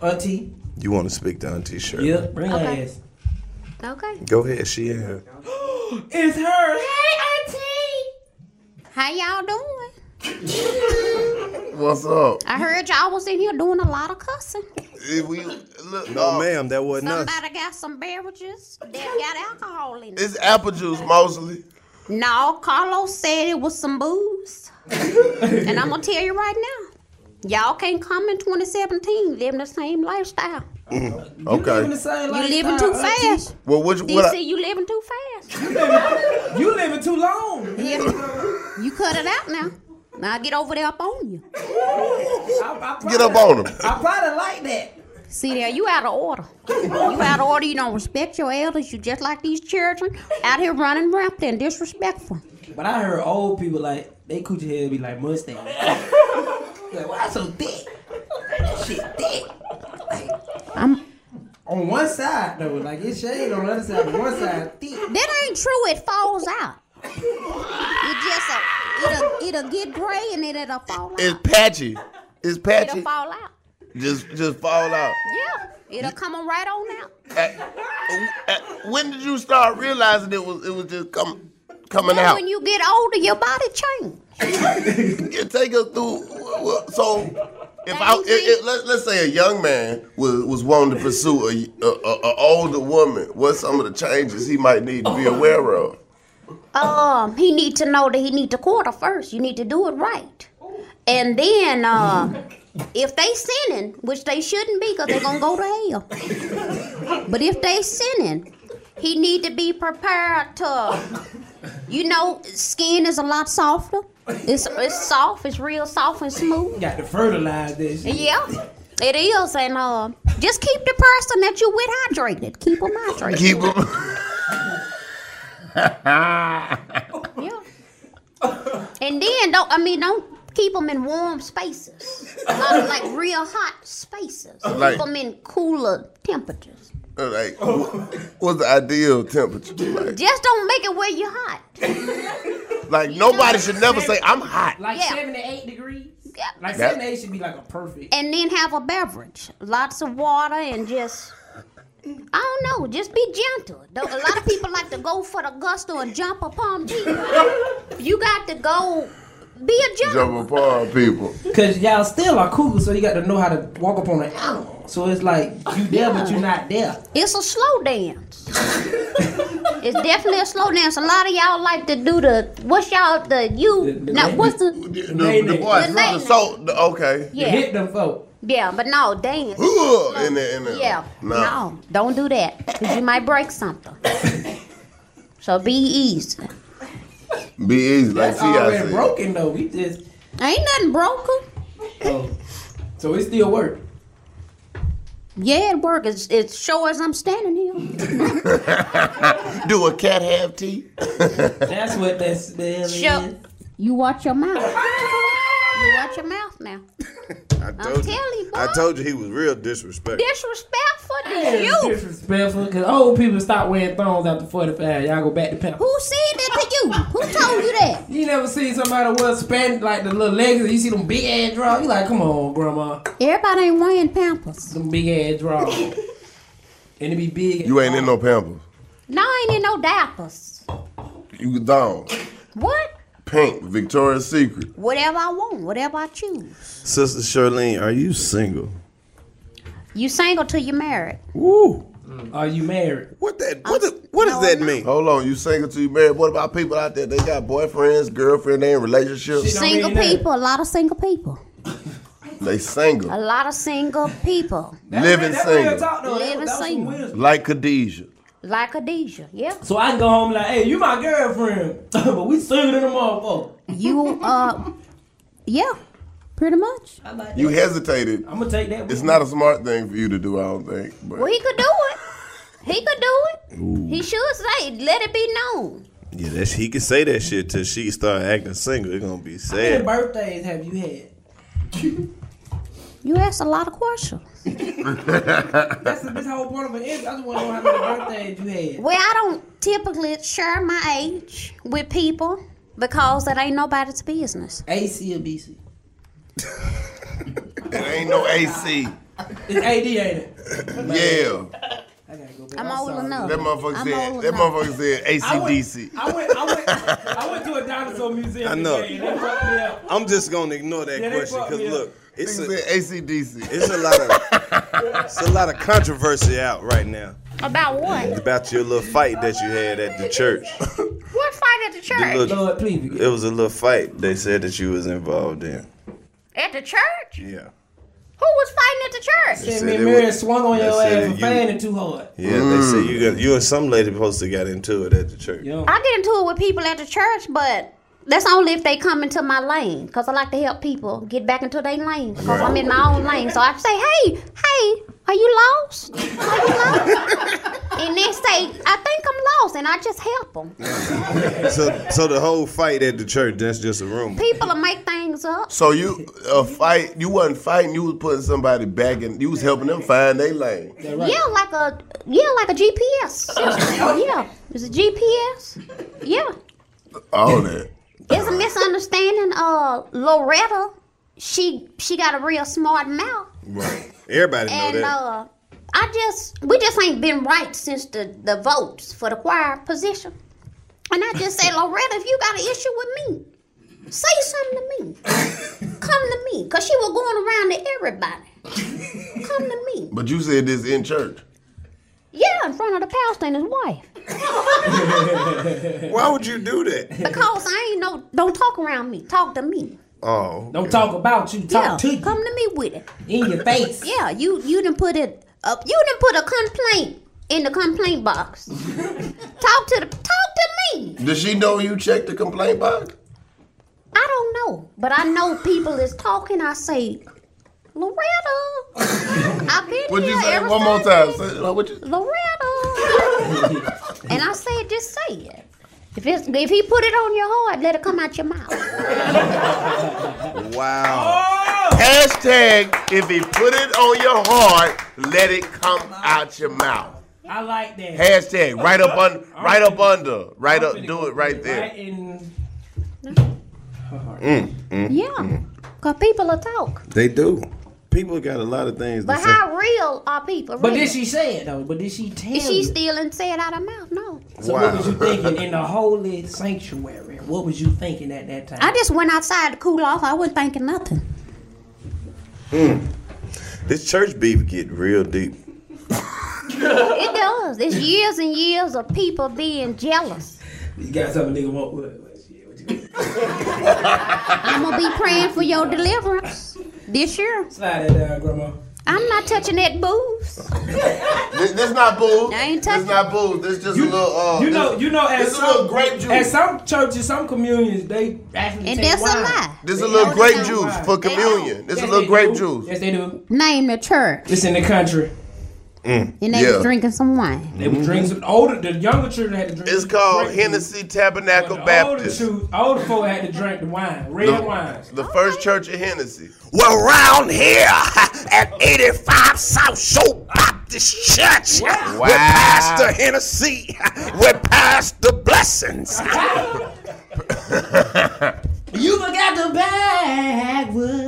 Auntie. You want to speak to Auntie Shirley? Yep, bring her ass. Okay. Go ahead. She in here. It's her. Hey, Auntie. How y'all doing? What's up? I heard y'all was in here doing a lot of cussing. If we look, no, ma'am, that wasn't us. Somebody got some beverages that got alcohol in it. It's apple juice mostly. No, Carlos said it was some booze. and I'm gonna tell you right now. Y'all can't come in 2017 living the same lifestyle. Mm, living the Okay. same you lifestyle, living too Auntie. fast. Well, which DC, what? I, you living too fast. You living too long. Yeah. you cut it out now. Now get over there up on you. Get up on him. I probably like that. See there, you out of order. You out of order. You don't respect your elders. You just like these children out here running rampant and disrespectful. But I heard old people like they coochie hair be like Mustang. like, why so thick? Shit thick. I'm on one side though, like it's shade on the other side. but One side That ain't true. It falls out. It just a, it'll it'll get gray and then it'll fall out. It's patchy. It's patchy. It'll fall out. Just just fall out. Yeah, it'll come on right on out. When did you start realizing it was it was just coming coming Then out? When you get older, your body changes. You take us through. well, So if I i i let, let's say a young man was was wanting to pursue a, a, a, a older woman, what's some of the changes he might need to be aware of? Um, he need to know that he need to quarter first. You need to do it right, and then uh, if they sinning, which they shouldn't be, cause they're gonna go to hell. But if they sinning, he need to be prepared to. You know, skin is a lot softer. It's it's soft. It's real soft and smooth. got to fertilize this. shit. Yeah, it is, and uh, just keep the person that you with hydrated. Keep them hydrated. Keep them. And then don't I mean don't keep them in warm spaces, Uh, like real hot spaces. Keep 'em Like- keep them in cooler temperatures. Like, wh- what's the ideal temperature? Like, Just don't make it where you're hot. like nobody should never say I'm hot. Like Yeah. seven to eight degrees. Yeah. Like That- seven to eight should be like a perfect. And then have a beverage, lots of water, and just I don't know. Just be gentle. Don't- A lot of people like to go for the gusto and jump upon people. You got to go. Be a Jump gentleman. apart, people. Cause y'all still are cool, so you got to know how to walk up on an animal. So it's like you there, but you're not there. It's a slow dance. it's definitely a slow dance. A lot of y'all like to do the what's y'all the you now what's the The, the boy, The the name. so the, okay. Yeah. Hit them folk. yeah, but no dance. in there, in there. Yeah, No. no, don't do that because you might break something. so be easy. Be easy, like That's T.I. already said. broken though. We just oh. ain't nothing broken. so it still work. Yeah, it work. It's it's sure as I'm standing here. Do a cat have teeth? That's what that smell is. Sure. You watch your mouth. You watch your mouth now. I I'm told you. telling you, I boy. told you he was real disrespectful. Disrespectful to That's you. disrespectful because old people stop wearing thongs after 45. Y'all go back to pimp. Who said that to you? Who told you that? You never seen somebody wear span like the little legs. and You see them big ass drawers. You like, come on, grandma. Everybody ain't wearing pampers. Them big ass drawers. and it be big. You ain't in no pampers. No, I ain't in no diapers. You down. What? Pink, Victoria's Secret. Whatever I want, whatever I choose. Sister Charlene, are you single? You single till you married. Woo. Mm. Are you married? What that? Um, What, what does that mean? Hold on, you single till you married. What about people out there? They got boyfriends, girlfriend, they in relationships. Single people, a lot of single people. They single. A lot of single people. Living single. Living single. Like Khadijah. Like Khadijah, yeah. So I can go home like, hey, you my girlfriend, but we single in the motherfucker. You uh, yeah, pretty much. You hesitated. I'm gonna take that. It's not a smart thing for you to do, I don't think. But Well, he could do it. He could do it. He should say, "Let it be known." Yeah, that's, he can say that shit till she start acting single. It's gonna be How many sad. birthdays have you had? You asked a lot of questions. That's the, this whole point of an interview. I just want to know how many birthdays you had. Well, I don't typically share my age with people because that ain't nobody's business. AC or BC? It ain't no AC. It's AD, ain't it? Yeah. I'm old enough. That motherfucker I'm said. old That enough. motherfucker said I went- ACDC. I went, I went, I went to a dinosaur museum. I know. today, and they fucked me up. I'm just gonna ignore that Yeah, they question fucked because me up. look, it's a, ACDC. It's a lot of it's a lot of controversy out right now About what? about your little fight that you had at the church. What fight at the The church? little- it was a little fight they said that you was involved in. At the church? Yeah. Who was fighting at the church? They Shit, said me and it Mary was- swung on they your said ass that for you- fanning too hard. Yeah, they said you got you and some lady supposed to got into it at the church. I get into it with people at the church, but that's only if they come into my lane. Cause I like to help people get back into their lane. Cause I'm in my own lane, so I say, "Hey, hey, are you lost? Are you lost?" and they say, "I think I'm lost," and I just help them. So so the whole fight at the church that's just a rumor. People will make things up. So you a fight? You wasn't fighting. You was putting somebody back, and you was helping them find their lane. Yeah, like a yeah, like a GPS. system. yeah, it's a GPS. Yeah. All that. It's a misunderstanding. Uh, Loretta, she she got a real smart mouth, Right. Everybody know and that. uh, I just we just ain't been right since the the votes for the choir position. And I just say, Loretta, if you got an issue with me, say something to me. Come to me, cause she was going around to everybody. Come to me. But you said this in church. Yeah, in front of the pastor and his wife. Mm. Why would you do that? Because I ain't no don't talk around me. Talk to me. Oh. Don't talk about you. Talk yeah, to you. come to me with it In your face. Yeah, you you didn't put it up. You didn't put a complaint in the complaint box. talk to the talk to me. Does she know you checked the complaint box? I don't know, but I know people is talking. I say, Loretta, I've been What'd here you say? ever One more since time. Say, like, what you, Loretta, and I say, just say it. If it's, if he put it on your heart, let it come out your mouth. Wow. Hashtag, if he put it on your heart, let it come out your mouth. I like that. Hashtag, Oh, right up under, right up under, right up, do it right Right there. in. Mm, mm, Yeah, mm. cause people are talk. They do. People got a lot of things But to say. how real are people? But really? did she say it though? But did she tell Is she you? stealing? Say it out of mouth. No. So what was you thinking in the holy sanctuary? What was you thinking at that time? I just went outside to cool off. I wasn't thinking nothing. Mm. This church beef get real deep. it does. It's years and years of people being jealous. You got something nigga want with. I'm gonna be praying for your deliverance this year. Slide that down, grandma. I'm not touching that booze. This, this not booze. I ain't This touching. not booze. This just a little, uh, You know, this- you know, at this a some little grape juice. at some churches, some communions, they actually And take that's a wine. lie. This a They little don't grape take juice wine. for They communion. don't. This a Yes, little they grape do. juice. Yes, they do. Name the church. It's in the country. And they was drinking some wine. They would drink some older. The younger children had to drink. Mm-hmm. It's called Hennessy Tabernacle Baptist. Older, two, older folk had to drink the wine, red The- wine. The first church of Hennessy. Well, round here at 85 South Shore Baptist Church Wow. with Ah. Pastor Hennessy, with Pastor Blessings. You forgot the backwoods.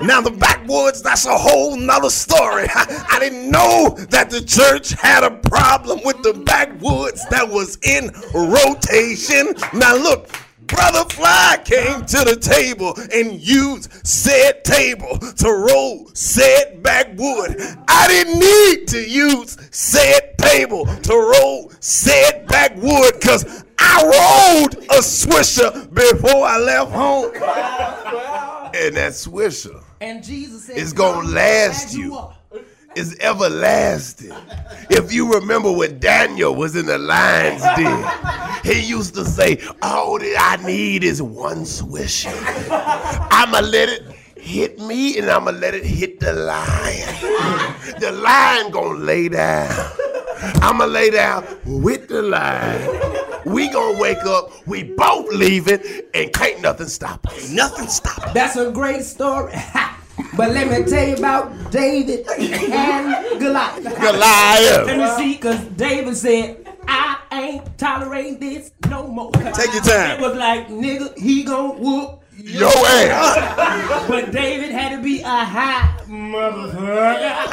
now, the backwoods, that's a whole nother story. I didn't know that the church had a problem with the backwoods that was in rotation. Now, look. Brother Fly came to the table and used said table to roll said backwood. I didn't need to use said table to roll said backwood because I rolled a swisher before I left home. and that swisher And Jesus said, is gonna last you. It's everlasting. If you remember when Daniel was in the lion's den, he used to say, All that I need is one swisher. I'ma let it hit me and I'ma let it hit the lion. The lion gonna lay down. I'ma lay down with the lion. We gonna wake up, we both leaving, and can't nothing stop us. Nothing stop us. That's a great story. But let me tell you about David and Goliath. Goliath. Let me see, because David said, I ain't tolerating this no more. Take your time. It was like, nigga, he gon' whoop Your ass. but David had to be a high motherfucker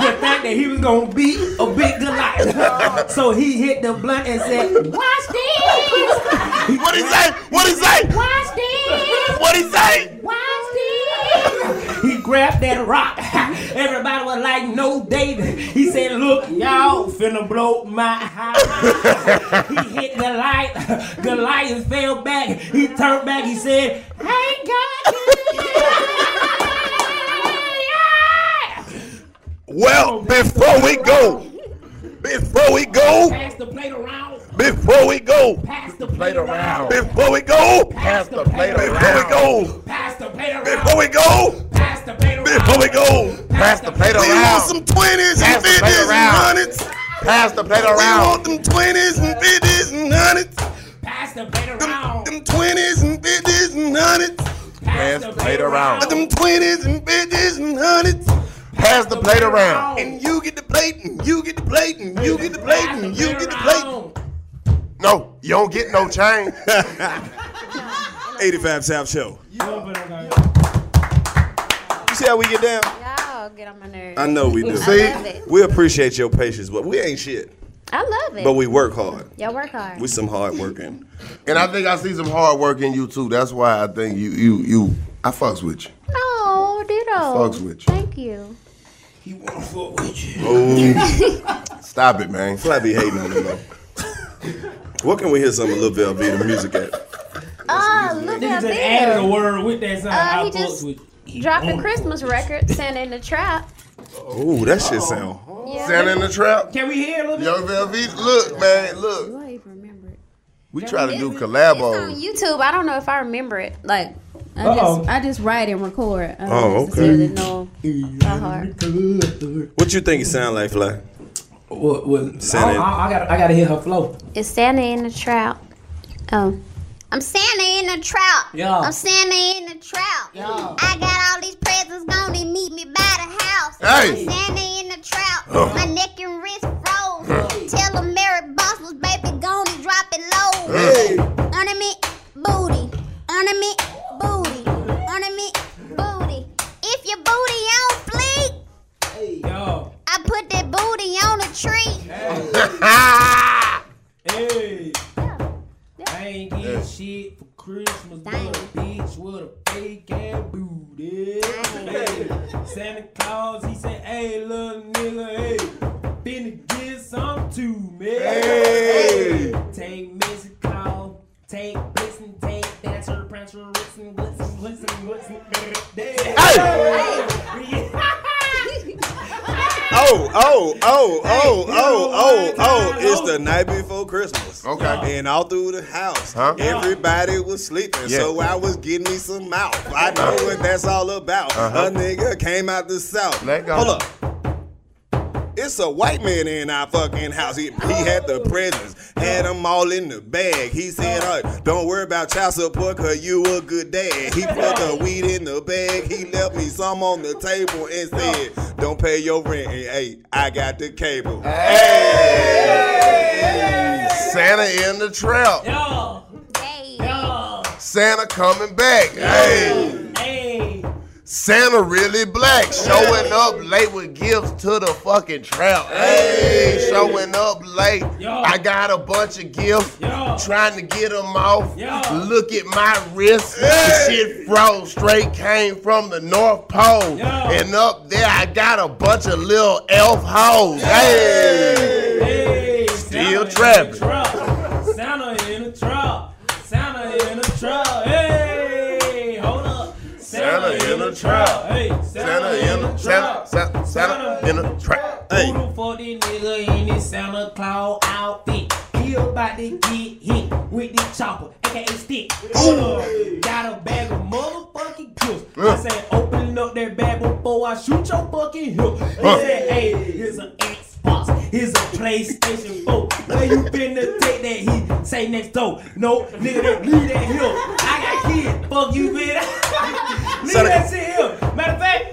to think that he was gonna be a big Goliath. so he hit the blunt and said, Watch this! what he say? What he say? Watch this! What he say? Watch this! He grabbed that rock. Everybody was like, no, David. He said, look, y'all finna blow my house. he hit Goliath. Goliath fell back. He turned back. He said, hey, God. Well, before we go, before we go, Pass the plate around. before we go, Pass the plate around. before we go, pass the plate around. Pass the plate around. Before we go, before we go, pass the plate around. We want some twenties and Pass the plate fifties and around. hundreds. Pass the plate We around. want them twenties and fifties and hundreds. Pass the plate around. Them twenties and fifties and hundreds. Pass the plate around. Them twenties and fifties and hundreds. Pass the plate around. And you get the plate, and you get the plate, and you get the plate, and you get the plate. No, you don't get no change. 85 South Show. You see how we get down? Y'all get on my nerves. I know we do. See? I love it. we appreciate your patience, but we ain't shit. I love it. But we work hard. Y'all work hard. We some hard working. And I think I see some hard work in you too. That's why I think you, you, you. I fucks with you. No, ditto. Fucks with Thank you. Oh, stop it, man. Fly be hating on them though. what can we hear some of Lil Velveeta music at? Oh, look Nigga at just added a there. word with that song. Uh, I he fucks just- with Dropped a Christmas record, Santa in the Trap. Oh, that shit sound. Yeah. Santa in the trap. Can we hear a little bit? Young Velveeta, look, man, look. Do I even remember it? We try to do collabos. On YouTube, I don't know if I remember it. Like, I Uh-oh. just I just write and record. I don't Oh, necessarily okay. know by heart. What you think it sound like, Fly? What? what Santa. I, I gotta, I gotta hear her flow. It's Santa in the Trap. Oh. I'm Santa in the Trap. Yeah. I'm Santa in the Trap. I got all these presents gonna meet me by the house. Hey. Oh. I'm Santa in the Trap. My neck and wrist froze. Tell them Mary Boss was baby gonna drop it low. Hey. Ornament booty. Ornament booty. Ornament booty. If your booty on fleek, I put that booty on a tree. Hey. I ain't getting shit for Christmas, but a bitch with a fake ass booty. Hey, Santa Claus, he said, hey, little nigga, hey, finna get some to me. Hey. Take Mexico, take Blitzen, take Dancer, Prancer, Ritzen, Blitzen, Blitzen, Blitzen, Hey! Oh, oh, oh, oh, oh, oh, oh. It's the night before Christmas. Okay. And all through the house, everybody was sleeping. Yeah. So I was getting me some mouth. I know what that's all about. Uh-huh. A nigga came out the south. Let go. Hold up. It's a white man in our fucking house. He, he had the presents, had them all in the bag. He said, oh, Don't worry about child support, cause you a good dad. He put the weed in the bag. He left me some on the table and said, Don't pay your rent. And hey, I got the cable. Santa in the trap. Santa coming back. Hey. Hey. Santa really black. Showing up late with gifts to the fucking trap. Hey. Showing up late. I got a bunch of gifts. Trying to get them off. Look at my wrist. The shit froze straight came from the North Pole. And up there I got a bunch of little elf hoes. Hey. Still trapping. Santa in a trap. Santa in a trap. Hey, hold up. Santa, the trap. Hey, Santa in the trap. Santa, Santa in the trap. Hey. for the nigga in his Santa Claus outfit. He about to get hit with the chopper, aka stick. Ooh. Got a bag of motherfucking pills. I said, open up that bag before I shoot your fucking hip. He said, hey, here's an Xbox, here's a PlayStation 4. Where you finna take that heat? Say next door. No, nigga, don't leave that hill. I got kids. Fuck you, bitch. leave that shit here. Matter of fact,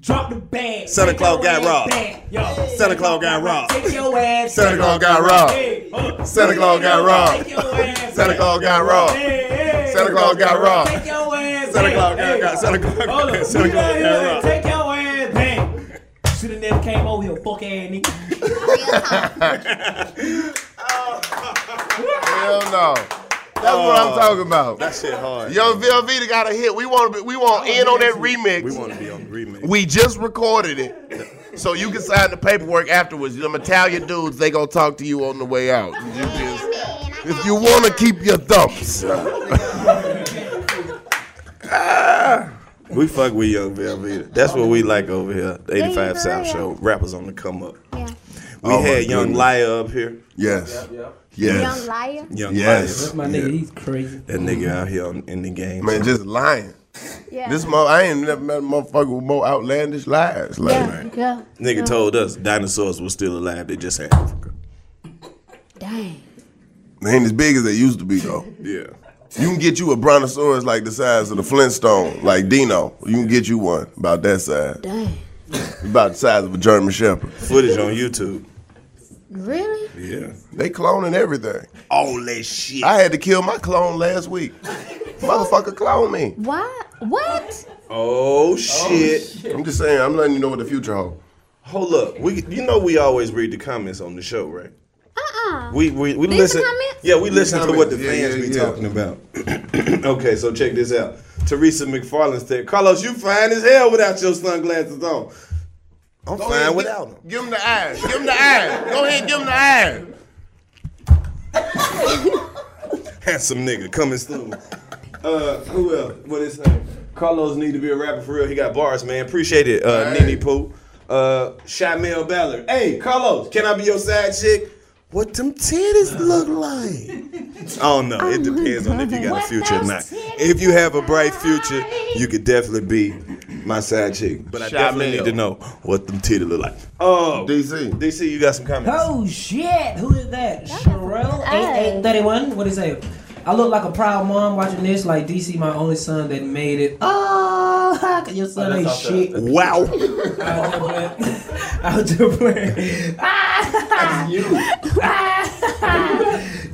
Drop the bag. Santa Take Claus your got ass robbed. back, yo. Santa Claus got robbed. Take your ass. Santa Claus got Hey, hold robbed. up. Santa Claus got robbed. Take your ass. Santa Claus got robbed. Santa Claus got robbed. Take your ass. Santa Claus got back. robbed. Santa Claus got Hold up. robbed. Santa Leave Claus that got here and robbed. Take your ass back. Shoulda never came over here, fuck ass nigga. Hell no. That's what Oh. I'm talking about. Oh. That shit hard. Yo, Velveeta got a hit. We want to we want in on that remix. We want to be on remix. We just recorded it. So you can sign the paperwork afterwards. Them Italian dudes, they gonna talk to you on the way out. You just- if you wanna keep your thumbs. We fuck with Young Velveeta. That's what we like over here. The 85 South Show. Rappers on the come up. Yeah. We Oh, my had Young goodness. Liar up here. Yes. Yes. Yes. Liar. Young Yes. Liar. That's my nigga. He's crazy. That nigga out here on, in the game. Man, just lying. Yeah. This mo I ain't never met a motherfucker with more outlandish lies. Like Yeah. Nigga yeah. told us dinosaurs were still alive. They just had Africa. Dang. they ain't as big as they used to be though. Yeah. You can get you a brontosaurus like the size of the Flintstone, like Dino. You can get you one about that size. Dang. About the size of a German Shepherd. Footage on YouTube. Really? Yeah. They cloning everything. All that shit. I had to kill my clone last week. Motherfucker clone me. What? What? Oh shit. I'm just saying, I'm letting you know what the future holds. Hold up. We you know we always read the comments on the show, right? Uh-uh. We we, we These listen. the comments? Yeah, we listen to what the Yeah, fans yeah, be yeah. talking about. okay, so check this out. Teresa McFarland said, "Carlos, you fine as hell without your sunglasses on. I'm Go fine ahead, without them. Give him the eyes. Give him the eyes. Go ahead, give him the eyes. Handsome nigga coming through. Uh, who else? What is his name? Carlos need to be a rapper for real. He got bars, man. Appreciate it, uh, Nene Poo. Uh, Shamel Ballard. Hey, Carlos, can I be your side chick? What them titties look like? I don't know. it depends on if you got a future or not. If you have a bright future, you could definitely be my side chick. But I definitely Shamel. need to know what them titties look like. Oh, DC, DC, you got some comments? Oh shit! Who is that? Sherelle eight eight thirty one. What is that? I look like a proud mom watching this. Like DC, my only son that made it. Oh, your son ain't shit. Wow. I was just playing. Ah, you.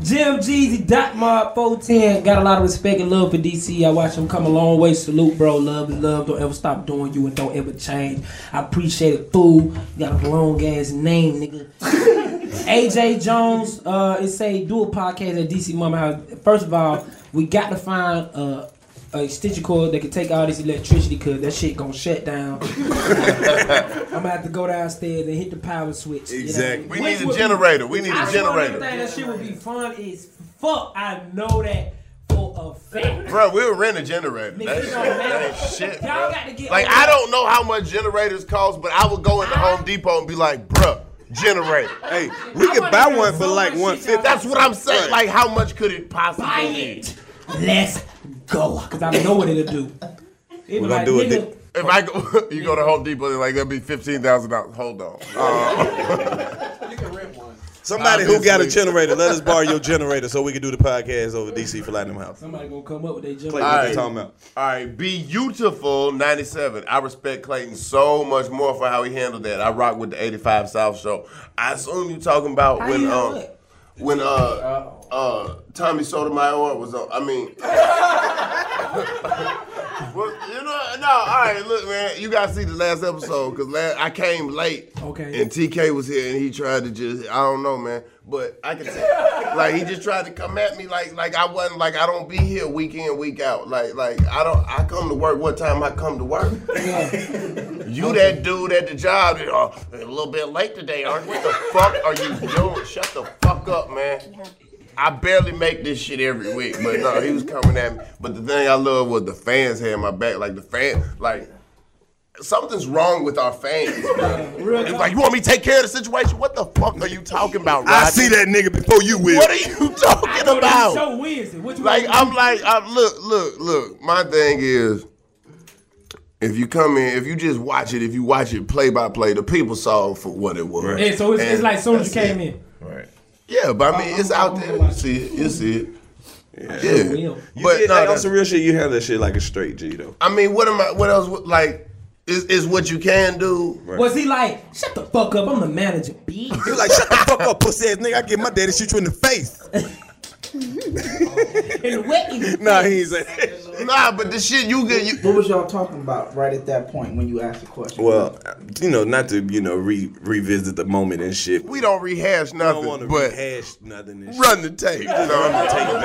Jim Jeezy, Dot Mob 410. Got a lot of respect and love for DC. I watch him come a long way. Salute, bro. Love is love. Don't ever stop doing you and don't ever change. I appreciate it, fool. You got a long ass name, nigga. AJ Jones, uh, it say do a podcast at DC Mama House. First of all, we got to find uh, a extension cord that can take all this electricity, cause that shit gonna shut down. I'm gonna have to go downstairs and hit the power switch. you know? Exactly. We Which need a would be- generator. We need a I swear generator. to God, That shit would be fun as fuck. I know that for a fact. Bro, we'll rent a generator. Nigga, That you shit, know, man. that shit, Y'all bro. got to get Like, I over that. don't know how much generators cost, but I would go into Home Depot and be like, bruh, generator. hey, we could buy one for like one fifty. That's what I'm saying. Like, how much could it possibly Buy be? it. Let's go, cause I know what it'll do. It'll We're like, gonna do nigga, it. If I go, you go to Home Depot, they're like that'd be fifteen thousand dollars. Hold on. Somebody who got a Obviously. generator, let us borrow your generator so we can do the podcast over DC for Platinum House. Somebody gonna come up with their Clay, what you talking about? All right, beautiful ninety seven. I respect Clayton so much more for how he handled that. I rock with the eighty five South show. I assume you talking about How when you know um it? when uh uh Tommy Sotomayor was on. I mean. Well, you know, no, all right, look, man, you gotta see the last episode because last, I came late. Okay. And TK was here, and he tried to just—I don't know, man. But I can tell, like, he just tried to come at me, like, like I wasn't, like, I don't be here week in, week out, like, like I don't, I come to work. What time I come to work? you that dude at the job? that, "Oh, a little bit late today, aren't you? What the fuck are you doing? Shut the fuck up, man. I barely make this shit every week, but no, he was coming at me. But the thing I love was the fans had my back. Like the fan, like something's wrong with our fans. bro. It's like you want me to take care of the situation? What the fuck are you talking about? Rodney? I see that nigga before you will. What are you talking about? So Wednesday, what you Like I'm like I look look look. My thing is, if you come in, if you just watch it, if you watch it play by play, the people saw for what it was. Yeah, so it's, it's And- like soon as you came in. yeah, but I mean it's out there. You see it, you see it. Yeah, but but did, no, like, on that's- some real shit, you handle that shit like a straight G though. I mean, what am I? What else? would- Like, is is what you can do? Was he like, shut the fuck up, I'm the manager, bitch. You like shut the fuck up, pussy ass nigga. I get my daddy shoot you in the face. In the wet in the Nah, he ain't say. Nah, but the shit you get. You... What was y'all talking about right at that point when you asked the question? Well, you know, not to you know re- revisit the moment and shit. We don't rehash nothing. wanna but rehash nothing. And Run the tape. You know what I'm Take saying? it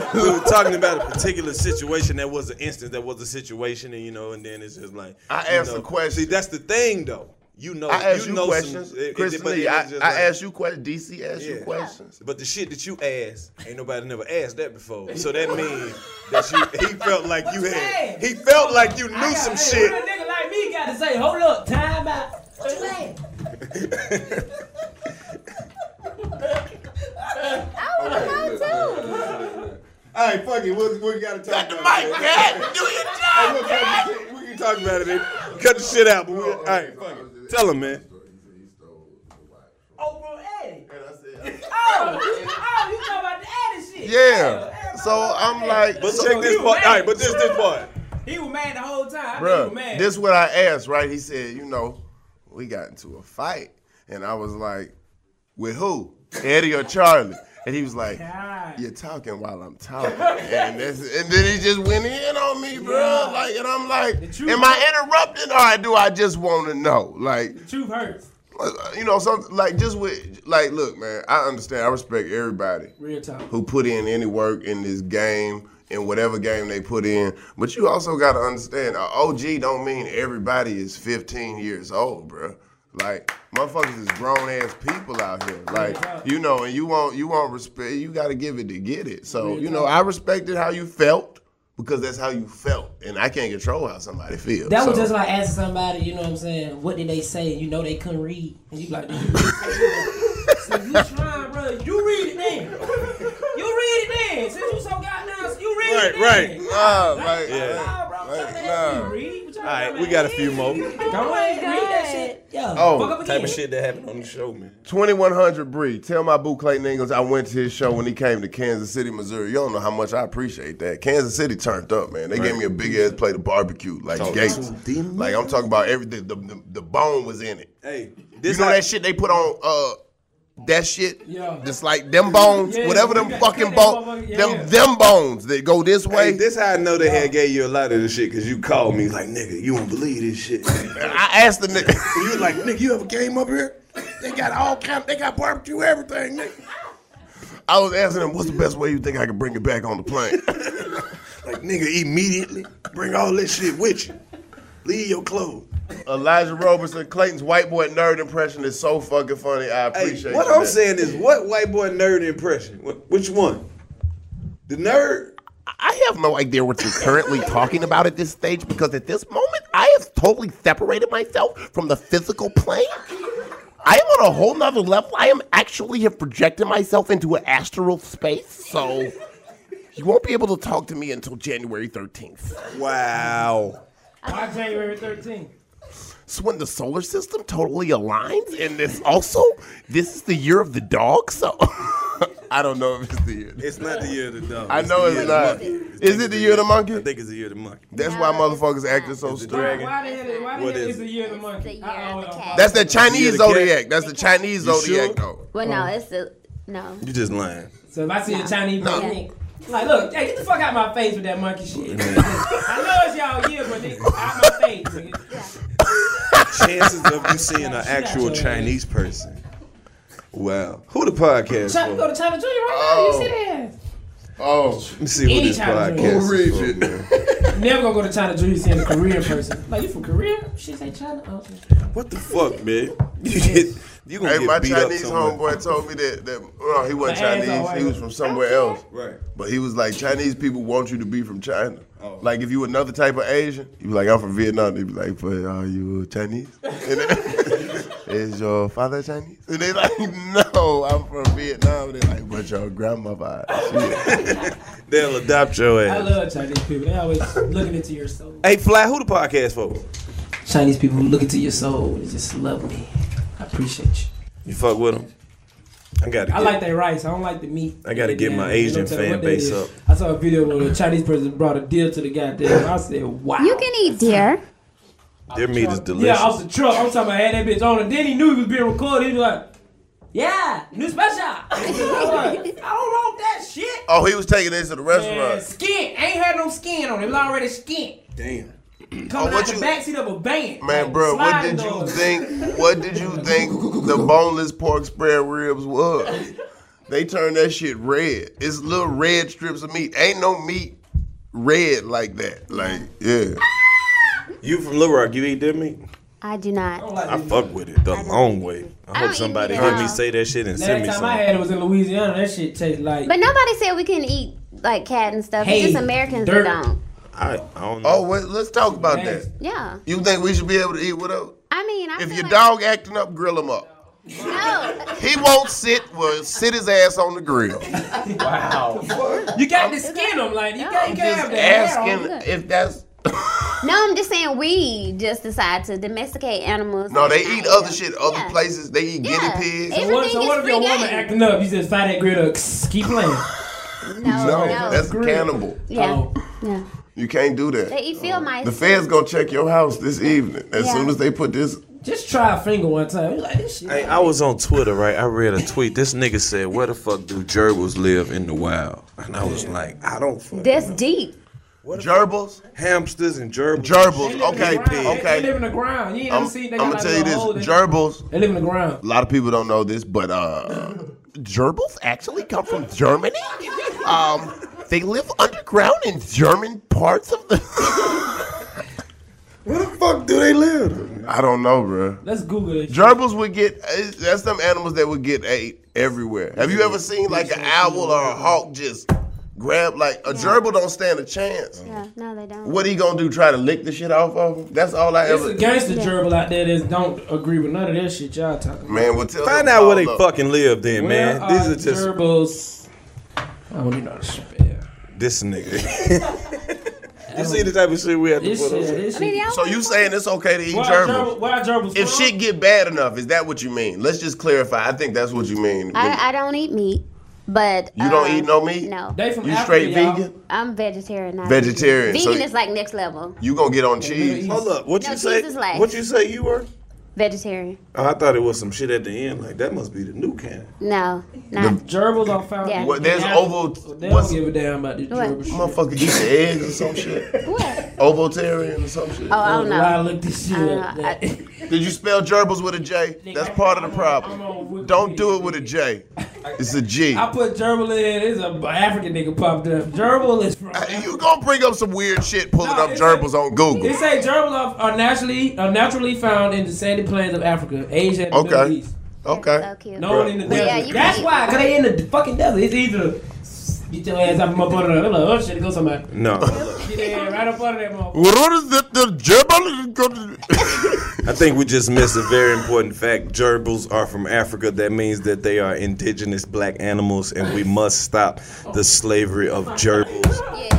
back. we were talking about a particular situation that was an instance that was a situation, and you know, and then it's just like I you asked know. a question. See, that's the thing though. You know, I asked you, know some- questions, it- it- Chris but Lee. it I, was just I like- asked you questions. DC asked you Yeah. questions. But the shit that you asked, ain't nobody never asked that before. So that means that you he felt like you had he felt like you knew some shit. Real nigga like me got to say, hold up, time out. Oh, What you saying? All right, fuck it. What what we gotta talk about? the mic, Cat. Do your job, We can talk about it. Cut the shit out. But we, all right, fuck it. Tell him, man. Oh, bro, Eddie. Oh, you, oh, you talking about the Eddie shit. Yeah. So I'm like, But so check this you part. mad. All right, but this this part. He was mad the whole time. he was Bruh, mad. this what I asked, right? He said, you know, we got into a fight. And I was like, with who? Eddie or Charlie? And he was like, you're talking while I'm talking. and, that's, and then he just went in on me, bro. Yeah. Like, and I'm like, truth am I interrupting or do I just want to know? Like, uh, truth hurts. You know, something like just with like, look, man, I understand. I respect everybody Real talk. who put in any work in this game, in whatever game they put in. But you also got to understand, a OG don't mean everybody is 15 years old, bro. Like motherfuckers is grown ass people out here. Like you know, and you want you want respect. You got to give it to get it. So you know, I respected how you felt because that's how you felt, and I can't control how somebody feels. That was So- just like asking somebody, you know what I'm saying? What did they say? You know they couldn't read, and you like, So you trying, bro. You read it then. You read it then. Since you so goddamn, you read it Right, then. right. Nah, like, yeah. Read. All right, we got a few more. Oh. Go ahead, read that shit. Yeah. Fuck Oh, up type again. of shit that happened on the show, man. 2100 Bree, tell my boo Clayton Ingles I went to his show when he came to Kansas City, Missouri. You don't know how much I appreciate that. Kansas City turned up, man. They gave me a big ass plate of barbecue, like Talk Gates. to them. Like I'm talking about everything. The, the, the bone was in it. Hey, you know that shit they put on uh that shit? Yeah. Just like them bones, Yeah, whatever you them gotta fucking cut that bones, motherfucker- yeah, them yeah. them bones that go this way. Hey, this how I know they had gave you a lot of this shit because you called me like, nigga, you won't believe this shit. I asked the nigga. you was like, nigga, you have a game up here? They got all kind. They got barbecue everything, nigga. I was asking him, what's the best way you think I could bring it back on the plane? Like, nigga, immediately bring all this shit with you. Leave your clothes. Elijah Robertson, Clayton's white boy nerd impression is so fucking funny. I appreciate What you, I'm man. saying is, what white boy nerd impression? Wh- Which one? The nerd? I have no idea what you're currently talking about at this stage because at this moment I have totally separated myself from the physical plane. I am on a whole nother level. I am actually have projected myself into an astral space, so you won't be able to talk to me until January 13th. Wow. Why January 13th? So when the solar system totally aligns, and this also, this is the year of the dog, so I don't know if it's the year. Oh, It's not the year of the dog. I know the it's year of not. the monkey. Is it the year of the monkey? I think it's the year of the monkey. That's why motherfuckers acting so Why, stupid. why the hell? Why the What hell is is the year of the monkey? I always don't That's the fuck Chinese The year of the cat. zodiac. That's Oh. the Chinese You sure? zodiac, though. Well, no, it's the no. You just lying. So if I see a Chinese No. monkey, I'm like, look, hey, get the fuck out of my face with that monkey shit. I know it's y'all year, but nigga, out my face. nigga. Chances of you seeing an actual Chinese person. Wow. Who the podcast China, for? go to China Junior right now. You see that? Oh. Let me see who Any this China podcast Who is for, man. Never gonna go to China Junior seeing a Korean person. Like you from Korea? She say China. Oh, Okay. What the fuck, man? You get You gonna hey, get my beat up Chinese somewhere. homeboy told me that that no, he wasn't My ass all Chinese. white. He was from somewhere else. Right. But he was like, Chinese people want you to be from China. Oh. Like if you another type of Asian, you be like, I'm from Vietnam. They be like, but are you Chinese? And then- Is your father Chinese? And they like, no, I'm from Vietnam. They like, but your grandmother. They'll adopt your I ass. love Chinese people. They always looking into your soul. Hey, Fly, who the podcast for? Chinese people look into your soul and just love me. I appreciate you. You fuck with them. I gotta. Get, I like their rice. I don't like the meat. I gotta get my Goddamn, you Asian don't tell me fan what that base is. up. I saw a video where a Chinese person brought a deer to the goddamn. I said, wow. You can eat deer. Their meat is Yeah, delicious. off the truck. I'm talking about had that bitch on, and then he knew he was being recorded. He was like, "Yeah, new special." I was like, I don't want that shit. Oh, he was taking this to the Man, restaurant. skin ain't had no skin on it. It was already skin Damn. Oh, coming out the backseat of a van. Man, bro, what sliding did you doors. think? What did you think the boneless pork spread ribs was? They turned that shit red. It's little red strips of meat. Ain't no meat red like that. Like, yeah. You from Little Rock? You eat their meat? I do not. I fuck with it the long way. I hope somebody hear me say that shit and send Last me time some. I had it was in Louisiana. That shit tastes like. But nobody said we couldn't eat like cat and stuff. Hey, it's just Americans dirt. that don't. I, I don't know. Oh, wait, let's talk about that. Yeah. You think we should be able to eat without? I mean, I If feel your like- dog acting up, grill him up. No. He won't sit. Well, sit his ass on the grill. Wow. you got to skin them like you can't you can't have Just that. hair on asking it. if that's No, I'm just saying we just decide to domesticate animals. no. and They not eat them. other shit. Other places they eat Yeah. guinea pigs. So what- so Everything what is if your free woman game. acting up? You just find that grill up. Keep playing. No, No, no. that's cannibal. Yeah. Oh. Yeah. You can't do that. They eat field mice. The feds gonna check your house this evening as Yeah. soon as they put this. Just try a finger one time. You're like this shit. Hey, I was on Twitter, right? I read a tweet. This nigga said, "Where the fuck do gerbils live in the wild?" And I was like, "I don't fuck." That's deep. Gerbils, hamsters, and gerbils. Gerbils, They okay, live in the ground. They live okay. in the ground. You ain't I'm, ever seen. I'm They got gonna like tell you little this: hole that- gerbils. They live in the ground. A lot of people don't know this, but uh, gerbils actually come from Germany. Um, they live underground in German parts of the. Where the fuck do they live? I don't know, bro. Let's Google it. Gerbils would get. uh, That's them animals that would get ate everywhere. Have you ever seen like an owl or a hawk just grab like a gerbil? Don't stand a chance. Yeah. No, they don't. What he gonna do? Try to lick the shit off of him? That's all I There's ever. a gangster gerbil out there that don't agree with none of that shit y'all talking about. Man, well, tell Find them out where all they up. fucking live, then, Where man. These are are just gerbils. I don't even know this shit. this nigga. you see the type of shit we have to This put shit- up. with? this shit- So you saying it's okay to eat Why gerbils? gerbil- why gerbils If from? shit get bad enough, is that what you mean? Let's just clarify. I think that's what you mean. I, I don't eat meat, but You don't um, eat no meat? No. They from You Africa, straight y'all. vegan? I'm vegetarian. Not Vegetarian, Vegan so- is like next level. you gonna get on cheese? Hold up, what No, you cheese say? is last. What you say you were? Vegetarian. Oh, I thought it was some shit at the end. Like that must be the new can. No, not. Gerbils are found. Yeah. What, there's Yeah. oval. They don't give a damn about this What? gerbil shit. Motherfucker eat the eggs or some shit. Ovotarian or some shit. Oh, I don't know. I looked this shit Uh, up. I- Did you spell gerbils with a J? That's part of the problem. Don't do it with a J. It's a G. I put gerbil in. It's a African nigga popped up. Gerbil is from. You gonna bring up some weird shit pulling No, up it's gerbils on They Google? say gerbils are, are naturally are naturally found in the sandy plains of Africa, Asia, and the Middle Okay. East. Okay. No one in the Bruh. desert. Yeah, you That's can- why, cause they in the fucking desert. It's either get your ass out from up under there. They're like, oh shit, it goes somewhere. No, Get your ass right up under that motherfucker. What is it? The gerbil? I think we just missed a very important fact. Gerbils are from Africa. That means that they are indigenous black animals, and we must stop the slavery of gerbils.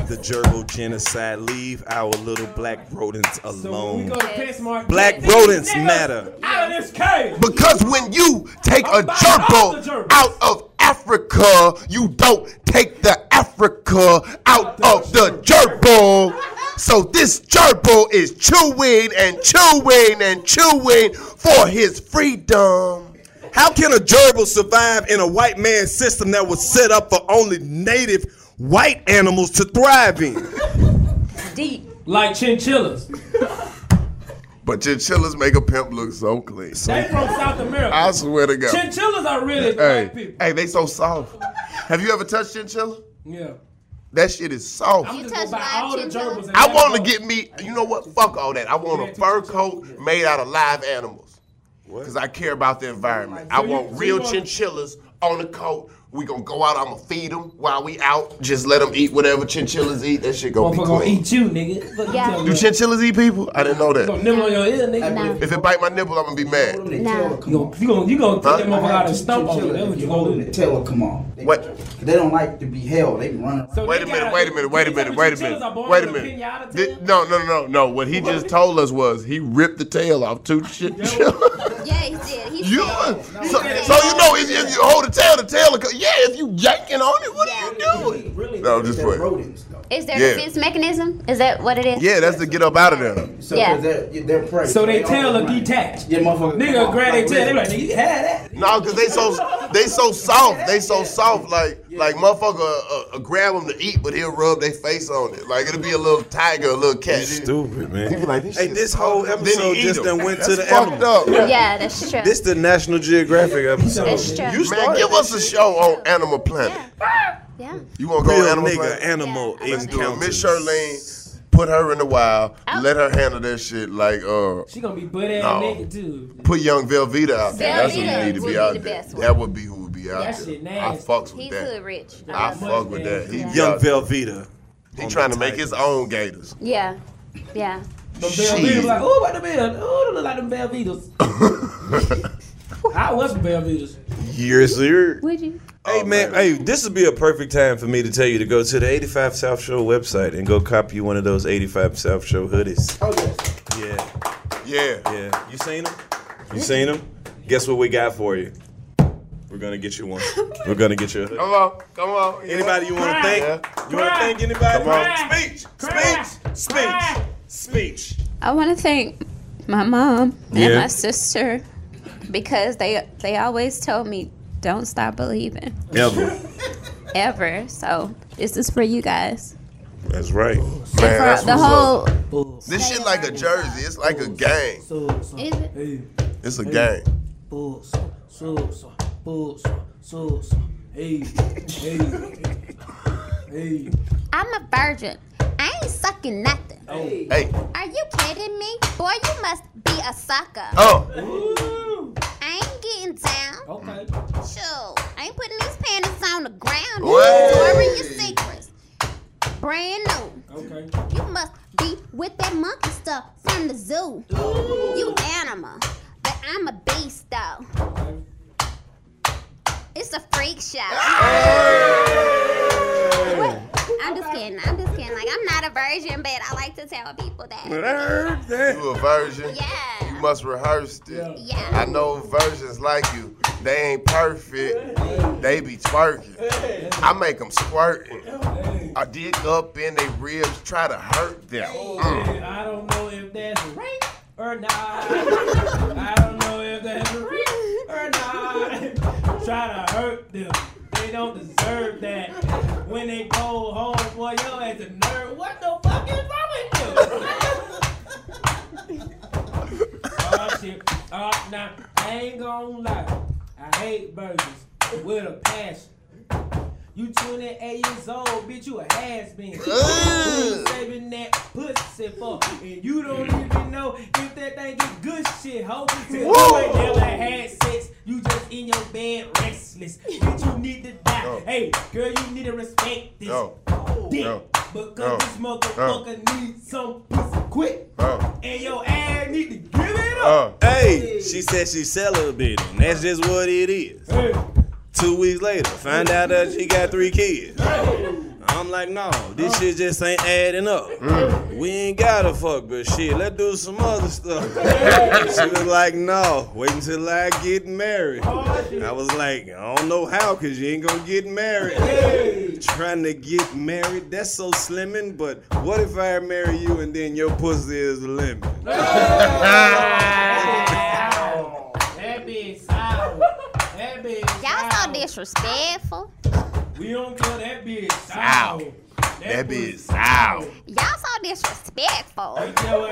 The gerbil genocide. Leave our little black rodents We alone. go to Petsmart. Black Get these rodents niggas matter. Out of this cave. Because when you take a gerbil out of Africa, you don't take the Africa out of the gerbil. So this gerbil is chewing and chewing and chewing for his freedom. How can a gerbil survive in a white man's system that was set up for only native white animals to thrive in? Deep. Like chinchillas. But chinchillas make a pimp look so clean. They from South America. I swear to God. Chinchillas are really black Hey, people. hey, they so soft. Have you ever touched chinchilla? Yeah. That shit is soft. I'm just gonna buy all the gerbils. and I let want them to get me, you know what? Fuck all that. I want a fur coat made out of live animals. Because I care about the environment. I So you- want so real you want- chinchillas on the coat. We gonna go out. I'ma feed them while we out. Just let them eat whatever chinchillas eat. That shit gonna be Motherfucker gonna clean. eat you, nigga. Fuck you Yeah. talking Do about. chinchillas eat people? I didn't know that. Gonna nibble on your ear, nigga. If it bite my nipple, I'm gonna be mad. You gonna you gonna you gonna take that motherfucker out and stump on you. That's what you gonna do. The tail will come off. They, what? They don't like to be held. They run around. Wait a minute, wait a minute, wait a minute, wait a minute, wait a minute. Thi- No, no, no, no, no. What he just told us was he ripped the tail off two chinchillas. Yeah, he did. He You, said- so, so you know, if, if you hold the tail, the tail will co- Yeah, if you yanking on it, what are you doing? No, I'm just playing. Is there Yeah. a defense mechanism? Is that what it is? Yeah, that's to get up out of there. So Yeah. they're, they're prey. So they tail are detached. Yeah, motherfucker. Nigga, grab their tail. They like, nigga, you had that. No, cause they so they so soft. They so soft. Like like motherfucker, uh, uh, grab them to eat, but he'll rub their face on it. Like it'll be a little tiger, a little cat. Stupid man. hey, this whole episode just done went to the fucked animals. up. Yeah, that's true. This the National Geographic episode. That's true. You Man, started give us a show on Animal Planet. Yeah. You want to go Real Animal nigga Planet? animal Let's do it. Miss Charlene, put her in the wild. Oh. Let her handle that shit. Like uh, She gonna be butt ass No. naked too. put young Velveeta out there. That's who Velveeta you need to would be be out the there. best one. That would be who would be out That there. shit I nasty. fucks with He's that. hood rich. I fuck with that. He Yeah. Young Velveeta. He trying to make his own gators. Yeah. Yeah. The Velveeta's like, ooh, what the Bell? Ooh, they look like them Velveeta's. I was from Velveeta's. Years later. Would you? Oh, Hey man, hey, this would be a perfect time for me to tell you to go to the 85 South Show website and go cop you one of those 85 South Show hoodies. Oh, Yeah. Yeah. Yeah. You seen them? You seen them? Guess what we got for you? We're gonna get you one. We're gonna get you a hoodie. Come on, come on. Anybody you wanna thank? You wanna thank anybody? Speech, speech, speech, speech. I want to thank my mom and Yeah. my sister because they they always told me don't stop believing Ever. ever. So this is for you guys. That's right. And for the whole This shit like a jersey. It's like a gang. is it? It's a gang. Bulls, souls, bulls, souls. Hey, hey, hey. I'm a virgin. I ain't sucking nothing. Hey. Are you kidding me? Boy, you must be a sucker. Oh. I ain't getting down. Okay. Sure. I ain't putting these panties on the ground. Way. Story your secrets. Brand new. Okay. You must be with that monkey stuff from the zoo. You animal. But I'm a beast though. It's a freak show. What? I'm just kidding. I'm just kidding. Like I'm not a virgin, but I like to tell people that. You a virgin? Yeah. You must rehearse it. Yeah. I know virgins like you. They ain't perfect. They be twerking. I make them squirting. I dig up in their ribs, try to hurt them. Mm. I don't know if that's right or not. I don't know if that's right or not. Try to hurt them. They don't deserve that. When they go home, boy, yo, as a nerd, what the fuck is wrong with you? oh, shit. Oh, now, I ain't gonna lie. I hate burgers with a passion. You 28 years old, bitch, you a has been. saving that pussy for? And you don't even know if that thing is good shit, ho. Since you ain't never had sex, you just in your bed restless. Bitch, you need to die. Hey, girl, you need to respect this No. dick. No. Because No. this motherfucker needs some pussy quick. Oh. And your ass need to give it up. Hey, she said she celebrated, and that's just what it is. Two weeks later, find out that she got three kids. I'm like, no, this shit just ain't adding up. We ain't gotta fuck, but shit, let's do some other stuff. she was like, no, wait until I get married. I was like, I don't know how, cause you ain't gonna get married. Trying to get married, that's so slimming, but what if I marry you and then your pussy is a lemon? That bitch sour. That bitch Y'all so disrespectful. We don't care that bitch sour. That bitch sour. Y'all so disrespectful.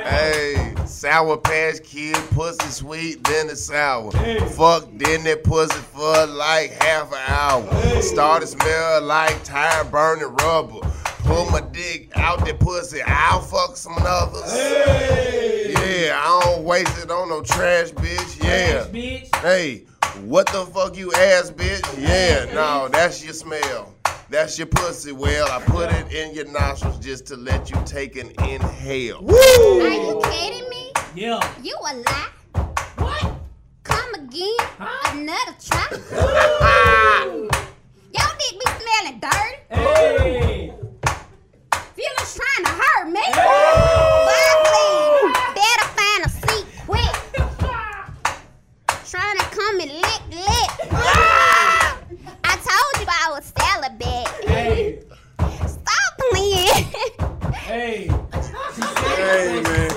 Hey, sour patch kid, pussy sweet, then it's sour. Fuck, then that pussy for like half an hour. Started smell like tire burning rubber. Pull my dick out the pussy. I'll fuck some others. Yeah, I don't waste it on no trash bitch. Yeah. Hey, what the fuck you ass bitch? Yeah, no, that's your smell. That's your pussy. Well, I put it in your nostrils just to let you take an inhale. Woo! Are you kidding me? Yeah. You a lie? What? Come again? Another try? Y'all need me smelling dirty. Hey. Feelings trying to hurt me. Buckley, better find a seat quick. trying to come and lick, lick. I told you I was celibate. Stop playing. Hey. Hey, man.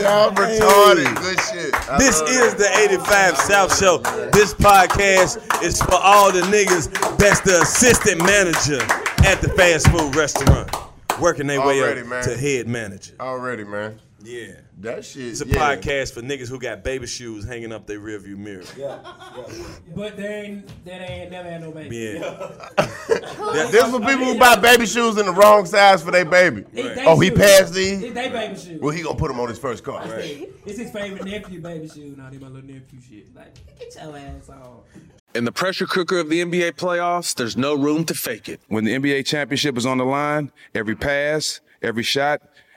Y'all retarded. Good shit. I This love is the 85 South Show. This podcast is for all the niggas that's the assistant manager at the fast food restaurant, working their way Already, up man. to head manager. Already, man. Yeah. That shit. It's a yeah. podcast for niggas who got baby shoes hanging up their rearview mirror. But they ain't, that ain't never had no baby. Yeah. this for people who buy baby shoes in the wrong size for their baby. they Oh, he shoes. passed these. They- they baby shoes. Well, he gonna put them on his first car. It's his favorite nephew baby shoes. Now they my little nephew shit. Like, get your ass on. In the pressure cooker of the NBA playoffs, there's no room to fake it. When the NBA championship is on the line, every pass, every shot,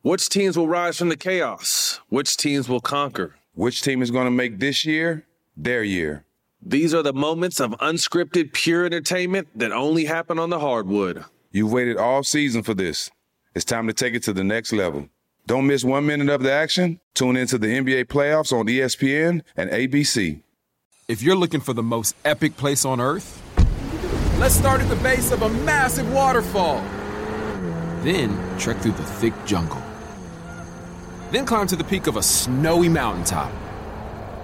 Which teams will rise from the chaos? Which teams will conquer? Which team is going to make this year their year? These are the moments of unscripted, pure entertainment that only happen on the hardwood. You've waited all season for this. It's time to take it to the next level. Don't miss one minute of the action. Tune into the NBA playoffs on E ESPN and ABC. If you're looking for the most epic place on earth, let's start at the base of a massive waterfall. Then trek through the thick jungle. Then climb to the peak of a snowy mountaintop.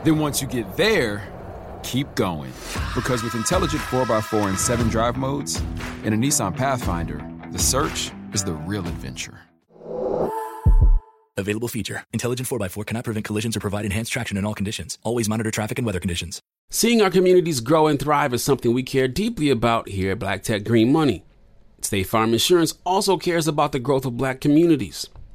Then once you get there, keep going. Because with intelligent 4x4 and 7 drive modes and a Nissan Pathfinder, the search is the real adventure. Available feature. Intelligent 4x4 cannot prevent collisions or provide enhanced traction in all conditions. Always monitor traffic and weather conditions. Seeing our communities grow and thrive is something we care deeply about here at Black Tech Green Money. State Farm Insurance also cares about the growth of black communities.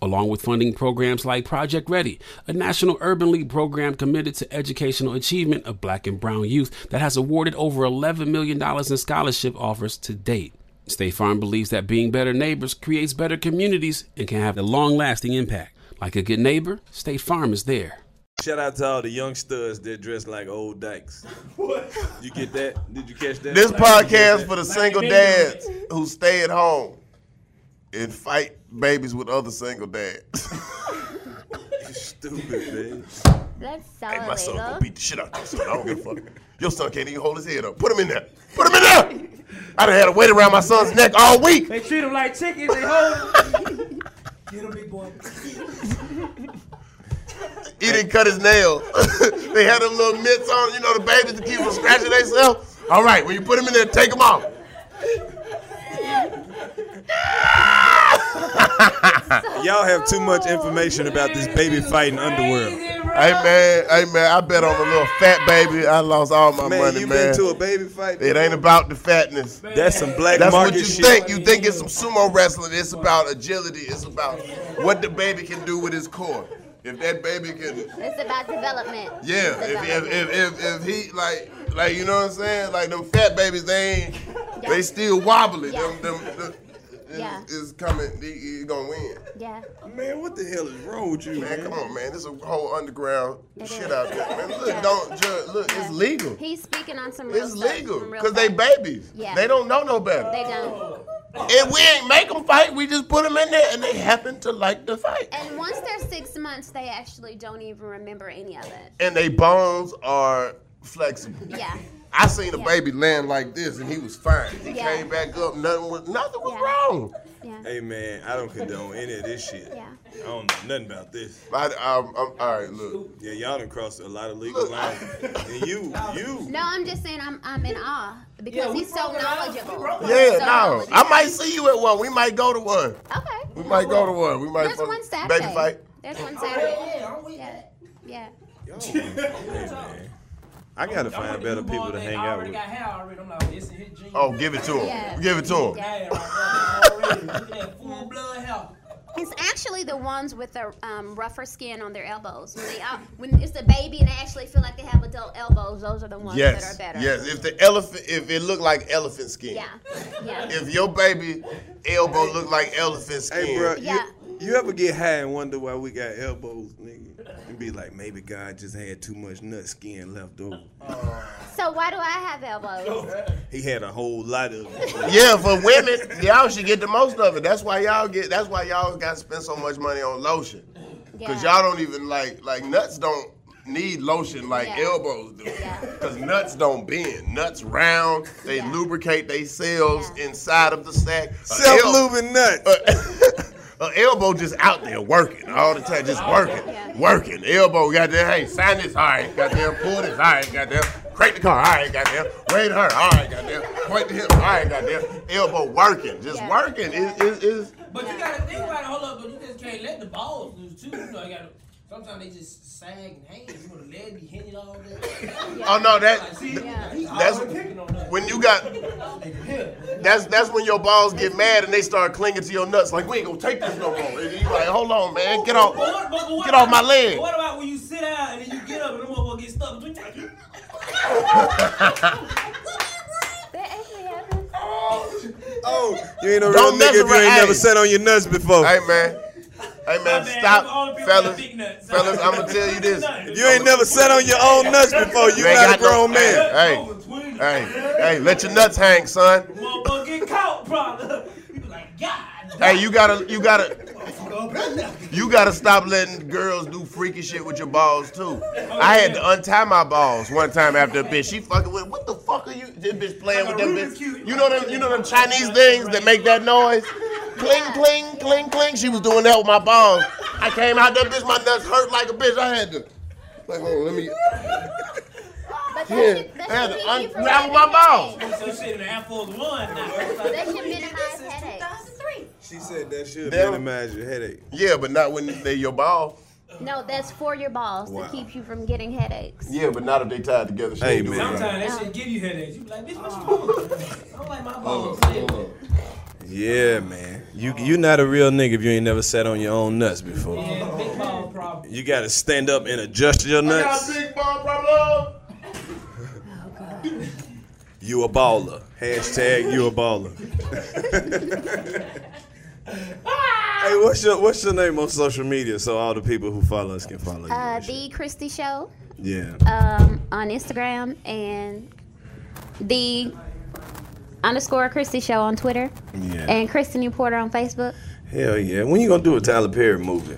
along with funding programs like Project Ready, a national urban league program committed to educational achievement of black and brown youth that has awarded over $11 million in scholarship offers to date. State Farm believes that being better neighbors creates better communities and can have a long lasting impact. Like a good neighbor, State Farm is there. Shout out to all the young studs that dress like old dykes. You get that? Did you catch that? This podcast You for the get that? single dads who stay at home and fight babies with other single dads. Stupid, man. That's so Hey, my son illegal. gonna beat the shit out your son. I don't give a fuck. Your son can't even hold his head up. Put him in there. Put him in there. I done had a weight around my son's neck all week. They treat him like chickens. They hold him. Get him, big boy. He didn't cut his nail. they had them little mitts on, you know, the babies to keep from scratching themselves. All right, when you put them in there, take them off. Y'all have too much information about this baby fighting underworld. Hey man, hey man, I bet on a little fat baby. I lost all my Man, money, you man. been to a baby fight? It ain't about the fatness. That's some black That's market what you shit. think. You think it's some sumo wrestling. It's about agility. It's about what the baby can do with his core. If that baby can, It's about development. yeah. If if, if if if he like like you know what I'm saying? Like them fat babies, they ain't, they still wobbly. Them them. them- Yeah. is coming. He, he gonna win. Yeah. Man, what the hell is wrong with you, man? Come on, man. This is a whole underground shit out there, man. Look, don't judge. Look, it's legal. He's speaking on some real It's stuff, legal some real because they stuff. babies. Yeah. They don't know no better. They don't. And we ain't make them fight. We just put them in there, and they happen to like to fight. And once they're six months, they actually don't even remember any of it. And they bones are flexible. Yeah. I seen a baby land like this, and he was fine. He Yeah. came back up. Nothing was nothing was Yeah. wrong. Hey man, I don't condone any of this shit. Yeah. I don't know nothing about this. I, I'm, I'm, all right, look. Yeah, y'all done crossed a lot of legal lines. And you, you. No, I'm just saying I'm I'm in awe because he's so knowledgeable. Yeah, So no. knowledgeable. I might see you at one. We might go to one. Okay. We might go to one. We might There's fuck- one Saturday. baby fight. There's one Oh, Saturday. Yeah. Yeah. I gotta find better people to hang out with. got hair already. I'm like, this is his jeans. Oh, give it to him. Give it to him. It's actually the ones with the um, rougher skin on their elbows. When, they, uh, when it's a baby and they actually feel like they have adult elbows, those are the ones Yes, that are better. yes. If the elephant, if it looked like elephant skin. Yeah. Yeah. If your baby elbow looked like elephant skin. Hey, bro, Yeah. you, you ever get high and wonder why we got elbows, nigga? And be like, maybe God just had too much nut skin left over. So why do I have elbows? He had a whole lot of it. Yeah, for women, y'all should get the most of it. That's why y'all get. That's why y'all got to spend so much money on lotion, because y'all don't even like like nuts don't need lotion like Yeah. elbows do, because nuts don't bend. Nuts round. They lubricate they cells inside of the sack. Self-lubing nuts. An elbow just out there working all the time, just working, working. Elbow, goddamn, hey, sign this, all right, goddamn, pull this, all right, goddamn, crank the car, all right, goddamn, rate her, all right, goddamn, point to him, all right, goddamn, elbow working, just working. It, it, it's, But you gotta think about it. Hold up, but you just can't let the balls loose too. You know, you gotta. Sometimes they just sag and hang. You want to leg be hanging all day. Oh, no, that- Like, see, Yeah. he's that's- always picking on us. when you got- that's that's when your balls get mad and they start clinging to your nuts, like we ain't gonna take this no more. And you like, hold on, man, get off, But what- but- but what get off my about- leg. What about when you sit down and then you get up and the motherfucker get stuck between you? Oh, you ain't no Don't real mess nigga if you around- ain't hey. never sat on your nuts before. Hey man, hey man, stop, fellas, fellas. I'm gonna tell you this. You ain't never sat on your own nuts before. You ain't not got a no- grown man. Hey, hey, hey, let your nuts hang, son. Motherfucker get caught, brother. You be like, God. Hey, you gotta, you gotta, gotta. you gotta stop letting girls do freaky shit with your balls too. I had to untie my balls one time after a bitch. She fucking with, what the fuck are you? This bitch playing with them bitch. You know them, you know them Chinese things that make that noise. Cling, cling, cling, cling. She was doing that with my balls. I came out that bitch, my nuts hurt like a bitch. I had to, like, hold on, let me. But that Yeah, should, I had that should to keep you from unravel having my balls. headaches. So shit in the Apple one. That should minimize headaches. She said that should Them- minimize your headache. Yeah, but not when they your ball. No, that's for your balls Wow. to keep you from getting headaches. Yeah, but not if they tied together. She Hey, ain't doing it Sometimes right. that shit give you headaches. You be like, bitch, what's wrong? I don't like my balls. Yeah, man. You you not a real nigga if you ain't never sat on your own nuts before. Yeah, big ball problem. You gotta stand up and adjust your nuts. big ball problem. You a baller. Hashtag you a baller. Ah! hey, what's your what's your name on social media so all the people who follow us can follow you? Uh, the Christie Show Yeah. um, on Instagram and the underscore Christie Show on Twitter Yeah. and Kristen New Porter on Facebook. Hell yeah. When you gonna do a Tyler Perry movie?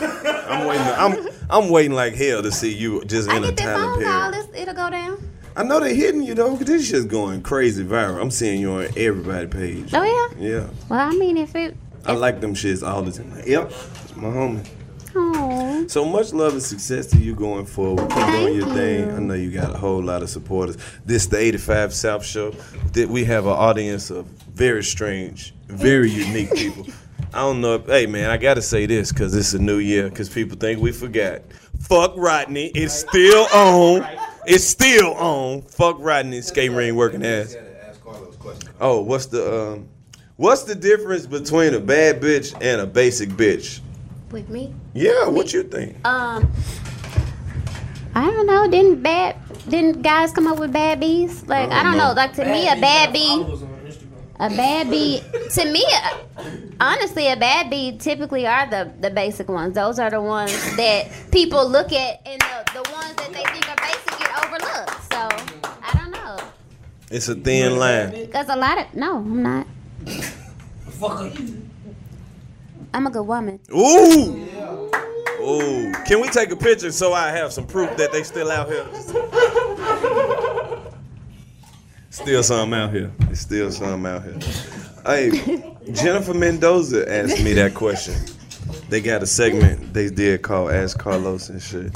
I'm waiting. I'm I'm waiting like hell to see you just in a Tyler Phone call, Perry. this, it'll go down. I know they hitting you though. 'cause This shit's going crazy viral. I'm seeing you on everybody page. Oh yeah. Yeah. Well, I mean, if it. I like them shits all the time. Like, Yep, it's my homie. Oh. So much love and success to you going forward. Keep doing your thing. I know you got a whole lot of supporters. This the 85 South Show. That we have an audience of very strange, very unique people. I don't know. If, hey man, I gotta say this because it's a new year. Because people think we forgot. Fuck Rodney. It's still on. It's still on. Fuck Rodney. Skate ring working ass. Oh, what's the um, what's the difference between a bad bitch and a basic bitch? With me. Yeah, what you think? Um. I don't know. Didn't bad didn't guys come up with bad bees? Like I don't know. Like to me, a bad bee. A bad beat, to me, uh, honestly, a bad beat typically are the, the basic ones. Those are the ones that people look at, and the, the ones that they think are basic get overlooked. So I don't know, It's a thin line. because a lot of no, I'm not. Fuck you. I'm a good woman. Ooh. Ooh. Can we take a picture so I have some proof that they still out here? Still some out here. There's still some out here. Hey, Jennifer Mendoza asked me that question. They got a segment they did called Ask Carlos and shit.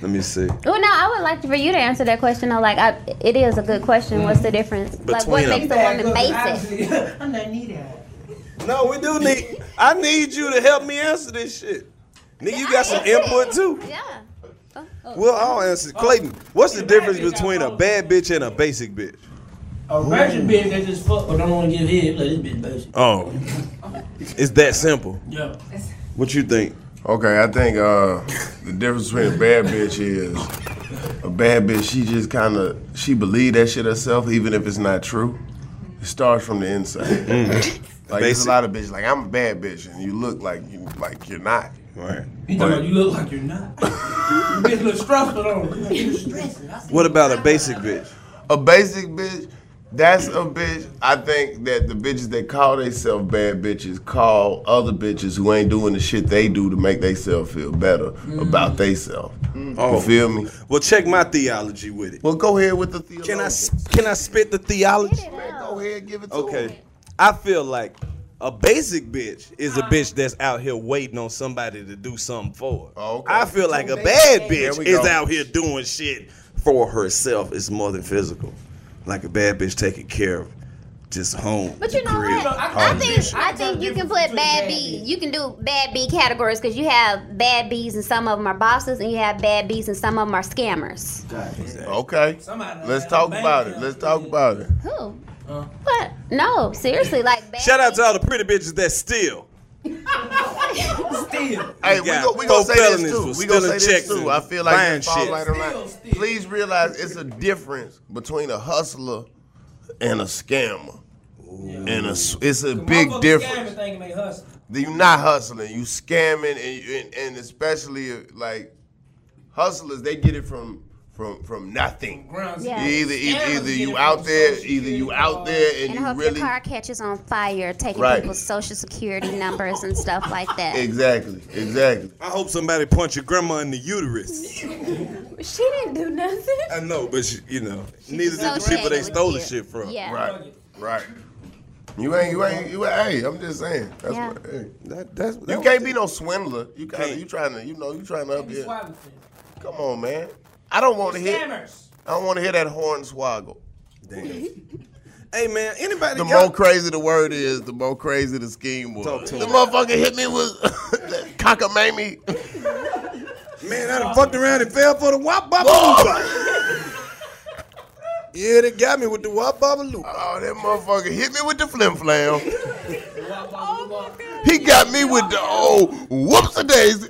Let me see. Well, no, I would like for you to answer that question. Though, like, I, it is a good question. What's the difference? like, what Between makes them. a woman basic? I'm not needed. No, we do need. I need you to help me answer this shit. Nigga, you got some input too. Yeah. Oh. We'll all answer. Clayton, what's the difference between a bad bitch and a basic bitch? A virgin bitch that just fuck but don't want to give head. Like this bitch basic. Oh, it's that simple. Yeah. What you think? Okay, I think uh, the difference between a bad bitch is a bad bitch. She just kind of she believe that shit herself, even if it's not true. It starts from the inside. Mm-hmm. Like there's a lot of bitches like I'm a bad bitch, and you look like you like you're not. Right. You talking about you look like you're not. you bitch look stressful on. You stressing. What about a basic bitch? A basic bitch. That's a bitch. I think that the bitches that call themselves bad bitches call other bitches who ain't doing the shit they do to make themselves feel better about themselves. Oh. You feel me? Well, check my theology with it. Well, go ahead with the theology. Can I s- can I spit the theology? Go ahead, give it to Okay. I feel like a basic bitch is a bitch that's out here waiting on somebody to do something for her. I feel like a bad Oh, There bitch we is go. out here doing shit for herself. It's more than physical. Like a bad bitch taking care of just home. But you know crib, what? I, all I of think that shit. I think you can put bad B. You can do bad B categories because you have bad Bs and some of them are bosses, and you have bad Bs and some of them are scammers. Okay. Let's talk about it. Let's talk about it. Who? What? No, seriously, like Shout out to all the pretty bitches that steal. Still. Hey, You we got go, we gonna say four this felonies too. for We gonna say stealing this checks too. and I feel like buying that falls shit. right around. Please realize it's a difference between a hustler and a scammer. And a, s- it's a big difference. Thinking they hustle. You're not hustling. You scamming, and, you- and and especially uh, like hustlers, they get it from from from nothing. Ground Yeah. You either e- Scammers either get you it out from there, Social either you out there, and And I you hope really your car catches on fire, taking Right. people's social security numbers and stuff like that. exactly exactly. I hope somebody punch your grandma in the uterus. She didn't do nothing. I know, but she, you know, neither just did the people they associated with stole the you. shit from. Yeah. Right. Right. You ain't, you ain't, you ain't, hey, I'm just saying. That's Yeah. what, hey. That, that's, you can't be no swindler. You can't, you trying to, you know, you trying to up here. Come on, man. I don't want to hear, I don't want to hear that horn swoggle. Hey man, anybody The got- more crazy the word is, the more crazy the scheme was. the motherfucker hit me with that cockamamie. Man, I done fucked around and fell for the wop bop. Yeah, they got me with the wop bop loop. Oh, that motherfucker hit me with the flim flam. Oh, he got me with the oh, old whoops a daisy.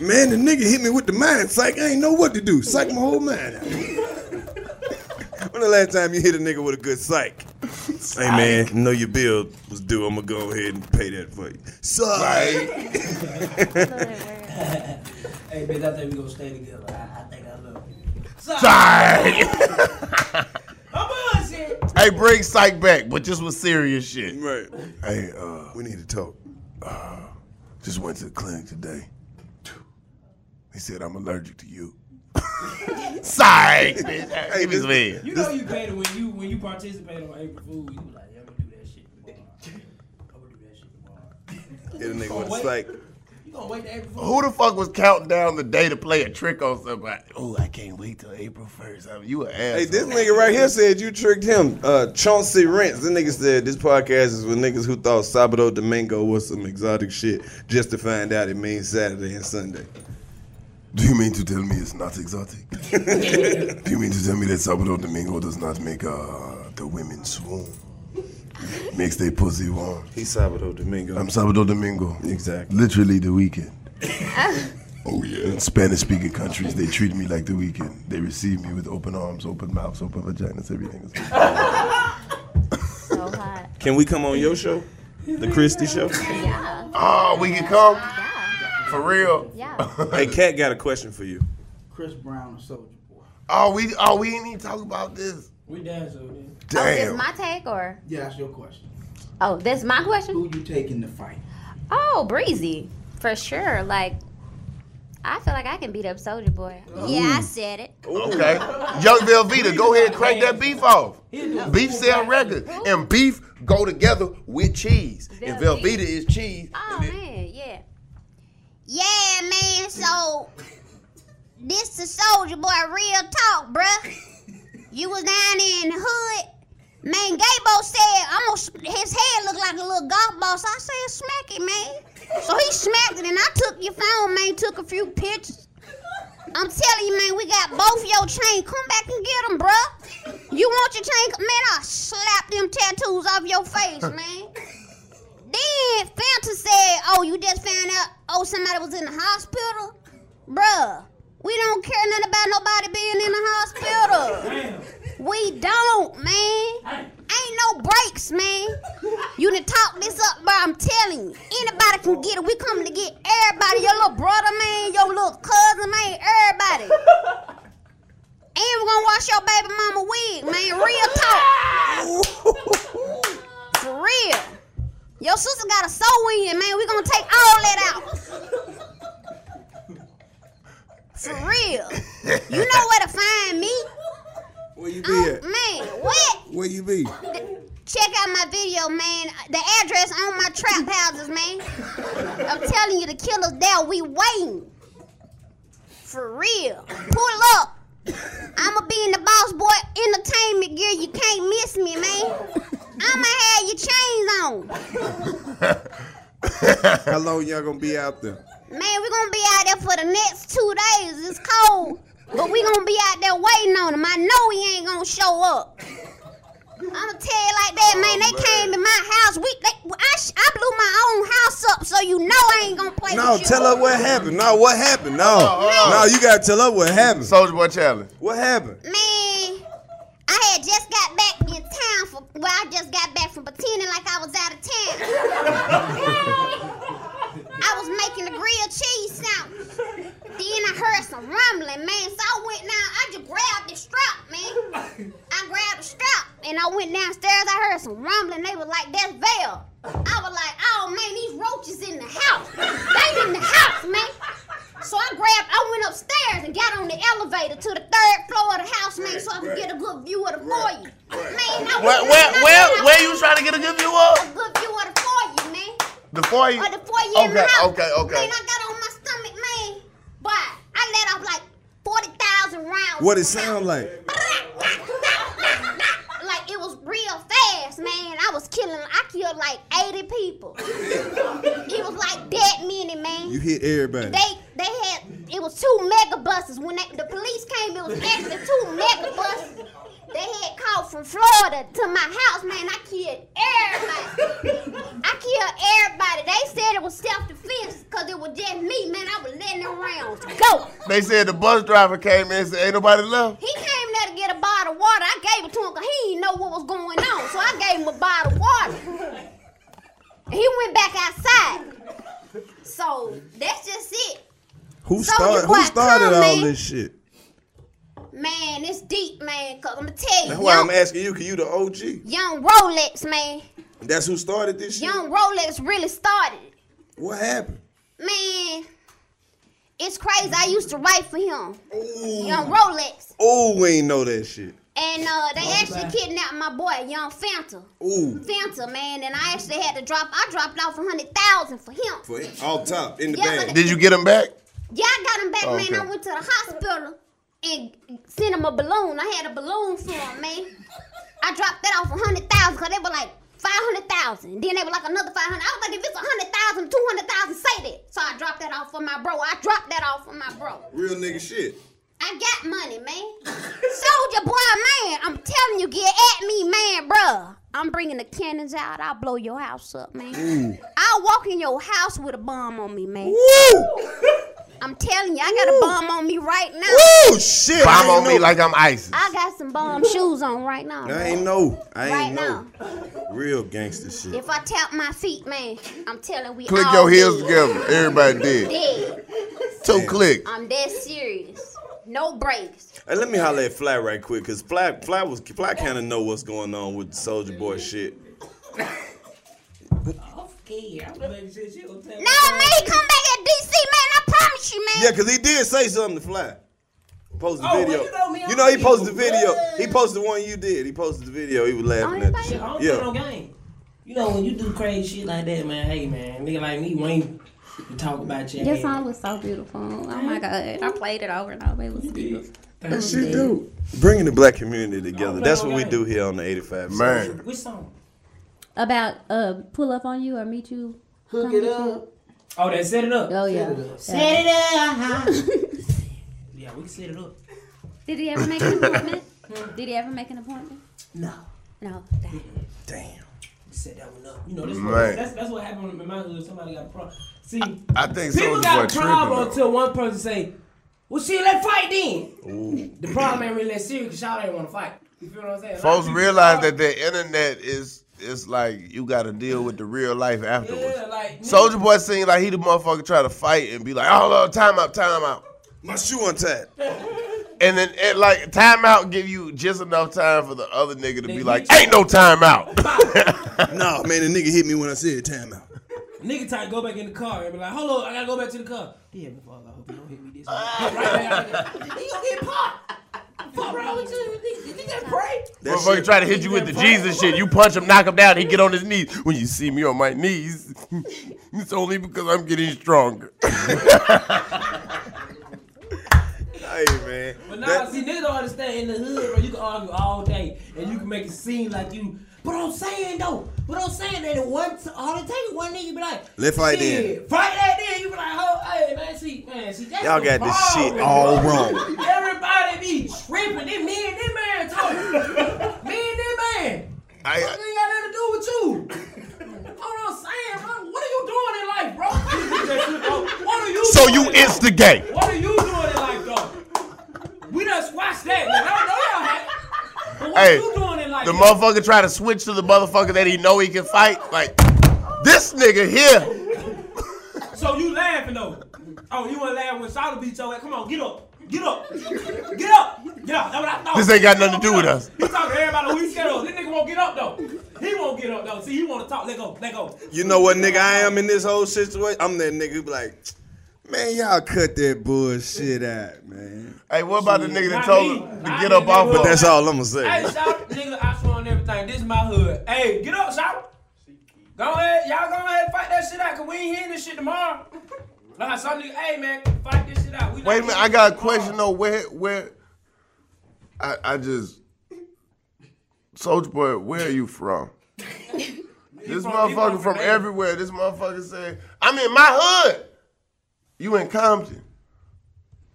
Man, the nigga hit me with the mind psych. I ain't know what to do. Psych my whole mind out. when the last time you hit a nigga with a good psych? Hey man, know your bill was due. I'ma go ahead and pay that for you. Psych. Hey, bitch, I think we gonna stay together. I, I think I love you. Psych. My bullshit. hey, bring psych back, but just with serious shit. Right. Hey, uh, we need to talk. Uh, just went to the clinic today. They said I'm allergic to you. Psych, bitch. Hey, this man. You know you paid it when you when you participated on April Fool. You was like, yeah, I'm gonna do that shit tomorrow. I'm gonna do that shit tomorrow. Hit a You nigga gonna with a wait- psych. You gonna wait to April Fool? Who the fuck was counting down the day to play a trick on somebody? Oh, I can't wait till April first. I mean, you an asshole. Hey, this nigga right here said you tricked him. Uh, Chauncey Rents. This nigga said this podcast is with niggas who thought Sabado Domingo was some exotic shit just to find out it means Saturday and Sunday. Do you mean to tell me it's not exotic? Do you mean to tell me that Sabado Domingo does not make uh, the women swoon? Makes they pussy warm. He's Sabado Domingo. I'm Sabado Domingo. Exactly. Literally the weekend. Oh yeah. Spanish speaking countries, they treated me like the weekend. They received me with open arms, open mouths, open vaginas, everything. Is Can we come on your show? The Christie show? Oh, we can come? For real? hey, Kat got a question for you. Chris Brown or Soldier. Oh, we oh we ain't even talk about this. We dance over there. Is my take or? Yeah, that's your question. Oh, that's my question. Who you taking to fight? Oh, breezy for sure. Like, I feel like I can beat up Soldier Boy. Yeah, I said it. Okay. Young Velveeta, go ahead and crank that beef off. Beef sell record. And beef go together with cheese. And Velveeta is cheese. Oh man, yeah. Yeah, man. So This the soldier boy real talk, bruh. You was down there in the hood. Man, Gabo said, I'm gonna, sm- his head looked like a little golf ball, so I said, smack it, man. So he smacked it, and I took your phone, man, took a few pictures. I'm telling you, man, we got both your chain. Come back and get them, bruh. You want your chain? Man, I'll slap them tattoos off your face, man. Then Fanta said, oh, you just found out, oh, somebody was in the hospital? Bruh, we don't care nothing about nobody being in the hospital. We don't, man. Ain't no breaks, man. You done talk this up, bro. I'm telling you. Anybody can get it. We coming to get everybody. Your little brother, man. Your little cousin, man. Everybody. And we're gonna wash your baby mama wig, man. Real talk. For real. Your sister got a soul in, man. we gonna take all that out. For real. You know where to find me. Where you Oh, be at? man, what? Where you be? Check out my video, man. The address on my trap houses, man. I'm telling you, the killers there, we waiting. For real. Pull up. I'ma be in the boss boy entertainment gear. You can't miss me, man. I'ma have your chains on. How long y'all gonna be out there? Man, we gonna be out there for the next two days. It's cold. But we gonna be out there waiting on him. I know he ain't gonna show up. I'ma tell you like that, Oh, Oh, man. They came to my house. We, they, I, sh- I blew my own house up, so you know I ain't gonna play No, with you. tell her what happened. No, what happened? No, no, you gotta tell her what happened. Soldier Boy Challenge. What happened? Man, I had just got back in town from well, I just got back from pretending like I was out of town. I was making a grilled cheese sandwich. Then I heard some rumbling, man. So I went down. I just grabbed the strap, man. I grabbed the strap and I went downstairs. I heard some rumbling. They was like, "That's Val." I was like, "Oh man, these roaches in the house. They in the house, man." So I grabbed, I went upstairs and got on the elevator to the third floor of the house, man, so I could get a good view of the foyer. Man, I Where was where where, I- where you trying to get a good view a of? good view of the foyer, man. The foyer. Or Oh, the foyer in the Okay, house. okay, okay. Man, I got on my stomach, man. But I let off like 40,000 rounds. What it sound like? Like it was real fast, man. I was killing, I killed like 80 people. it was like that many, man. You hit everybody. They they had it was two mega buses when they, the police came. It was actually two mega buses. They had called from Florida to my house, man. I killed everybody. I killed everybody. They said it was self defense because it was just me, man. I was letting them rounds go. They said the bus driver came in and said, Ain't nobody left. He came there to get a bottle of water. I gave it to him because he didn't know what was going on. So I gave him a bottle of water. And he went back outside. So that's just it. Who Soldier started? Boy, Who started come, all man. this shit? Man, it's deep, man. Cause I'ma tell you, That's why I'm young, asking you, cause you the OG. young Rolex, man. That's who started this shit. Young Rolex really started. it. What happened? Man, it's crazy. I used to write for him. Young Rolex. Oh, we ain't know that shit. And uh, they actually kidnapped my boy, Young Fanta. Ooh, Fanta, man, and I actually had to drop. I dropped off a hundred thousand for him. for it, off top in the Yeah, bag. but- Did you get him back? Yeah, I got him back, Oh, man. okay. I went to the hospital and sent him a balloon. I had a balloon for him, man. I dropped that off a hundred thousand because they were like five hundred thousand. Then they were like another five hundred. I was like, if it's a hundred thousand, two hundred thousand, say that. So I dropped that off for my bro. I dropped that off for my bro. Real nigga shit. I got money, man. Soldier boy, man. I'm telling you, get at me, man, bruh. I'm bringing the cannons out. I'll blow your house up, man. I'll walk in your house with a bomb on me, man. Woo! I'm telling you, I got a bomb on me right now. Woo, shit. Bomb on me like I'm ice. I got some bomb shoes on right now. I ain't know. I right ain't know. Real gangster shit. If I tap my feet, man, I'm telling we Click all your heels dead. together. Everybody did. Dead. Two click. I'm dead serious. No breaks. Hey, let me holler at Fly right quick, cause Fly, Fly was, Fly kind of know what's going on with Soldier Boy shit. No, man, come back at DC, man. I promise you, man. Yeah, cause he did say something to Fly. Post the Oh, well, video. you know me, I'm You know he evil. posted the video. He posted the one you did. He posted the video. He was Oh, laughing at the shit. I don't play no Yeah. game. You know when you do crazy shit like that, man. Hey, man, nigga like me, Wayne, you talk about your Your head. song was so beautiful. Oh my god. I played it over and over. It was beautiful. That shit do. Bringing the black community together. That's what we do here on the 85. Man. Which song? About uh pull up on you or meet you. Hook come it meet up. you. Oh, that set it up. Oh yeah. Set it up. Yeah, we can set it up. Did he ever make an appointment? Did he ever make an appointment? No. No. Damn. Set that one up. You know, that's, Man. what, that's, that's what happened in my hood. Somebody got a problem. See, I think Soulja people Boy got a tripping, problem though. until one person say, well, shit, let's fight then. The problem ain't really that serious because y'all ain't want to fight. You feel what I'm saying? A lot of Folks people- realize that the internet is it's like you got to deal with the real life afterwards. Yeah, like, Soldier Boy seemed like he the motherfucker try to fight and be like, "Hold on, time out, time out." My shoe untied. And then it like timeout give you just enough time for the other nigga to be like, "Ain't no timeout." no, man, the nigga hit me when I said timeout. Nigga try to go back in the car and be like, hold on, I gotta go back to the car. Yeah, before I hope you don't hit me this way. right back out there. You gonna get popped. Fuck wrong with you? You think- You think that's pray? Motherfucker try to hit you with the Jesus shit. You punch him, knock him down, he get on his knees. When you see me on my knees, it's only because I'm getting stronger. Hey, man. But now, see, niggas don't understand in the hood, bro. You can argue all day and you can make it seem like you. But I'm saying though, but I'm saying that it once all it takes is one nigga be like, Let's fight then. "Shit, Fight that then. You be like, oh, hey man, see, man, see, that's Y'all the got this shit problem, all bro. wrong. Everybody be tripping. They me and them man talking. me and them man. I, Fuck ain't got nothing to do with you. Hold on, saying, bro, what are you doing in life, bro? what are you? So doing oh, you in life? instigate. What are you doing in life, though? We done squashed that. Like, I don't know y'all had. But what hey, you doing in life? the motherfucker try to switch to the motherfucker that he know he can fight. Like this nigga here. So you laughing though? Oh, you want to laugh when Sauter beat your ass? Come on, get up, get up, get up, get up. That's what I thought. This ain't got nothing to do with us. He talking to everybody. We scared of. This nigga won't get up though. He won't get up though. See, he want to talk. Let go, let go. You know what, nigga, I am in this whole situation. I'm that nigga who be like, man, y'all cut that bullshit out, man. Hey, what about the nigga that told him to Not get me, up nigga. off? But that's all I'm gonna Hey, say. shout nigga, I sworn everything. This is my hood. Hey, get up, shout. Go ahead, y'all go ahead and fight that shit out, cause we ain't hearing this shit tomorrow. Nah, some nigga, hey man, fight this shit out. We not Wait a minute, hearing I this got a shit question though. Where where? I I just. Soldier boy, where are you from? This motherfucker from everywhere. This motherfucker said, "I'm in my hood." You in Compton?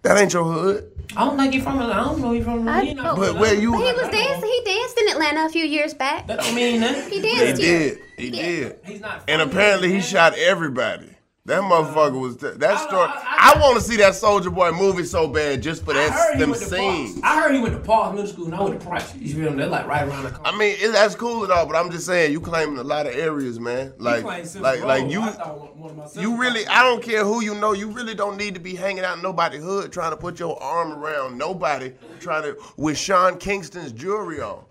That ain't your hood. I don't think you from. I don't know you from. I- you know. But where you- He was dancing. He danced in Atlanta a few years back. That don't mean nothing. He He danced here. did. He did. and apparently he shot everybody. That motherfucker was t- that story. I, want to see that Soldier Boy movie so bad just for that heard he them went to scenes. I heard he went to Paul's Middle School and I went to Price. You feel me? They're like right around the corner. I mean, it, that's cool and all, but I'm just saying you claiming a lot of areas, man. Like, claimed Central like, like Road. you, I thought one of my you really. I don't care who you know. You really don't need to be hanging out in nobody's hood trying to put your arm around nobody trying to with Sean Kingston's jewelry on.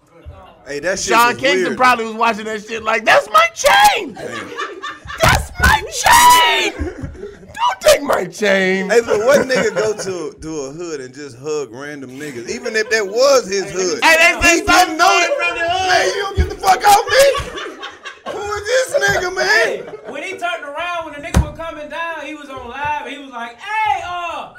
Hey, that shit Sean was Kingston weird. probably was watching that shit like, "That's my chain. That's my chain. Don't take my chain." Hey, but what nigga go to to a hood and just hug random niggas, even if that was his hood? Hey, they say didn't know that. from the hood. Man, you don't get the fuck off me. Who is this nigga, man? When he turned around, when the nigga was coming down, he was on live and he was like, hey, uh,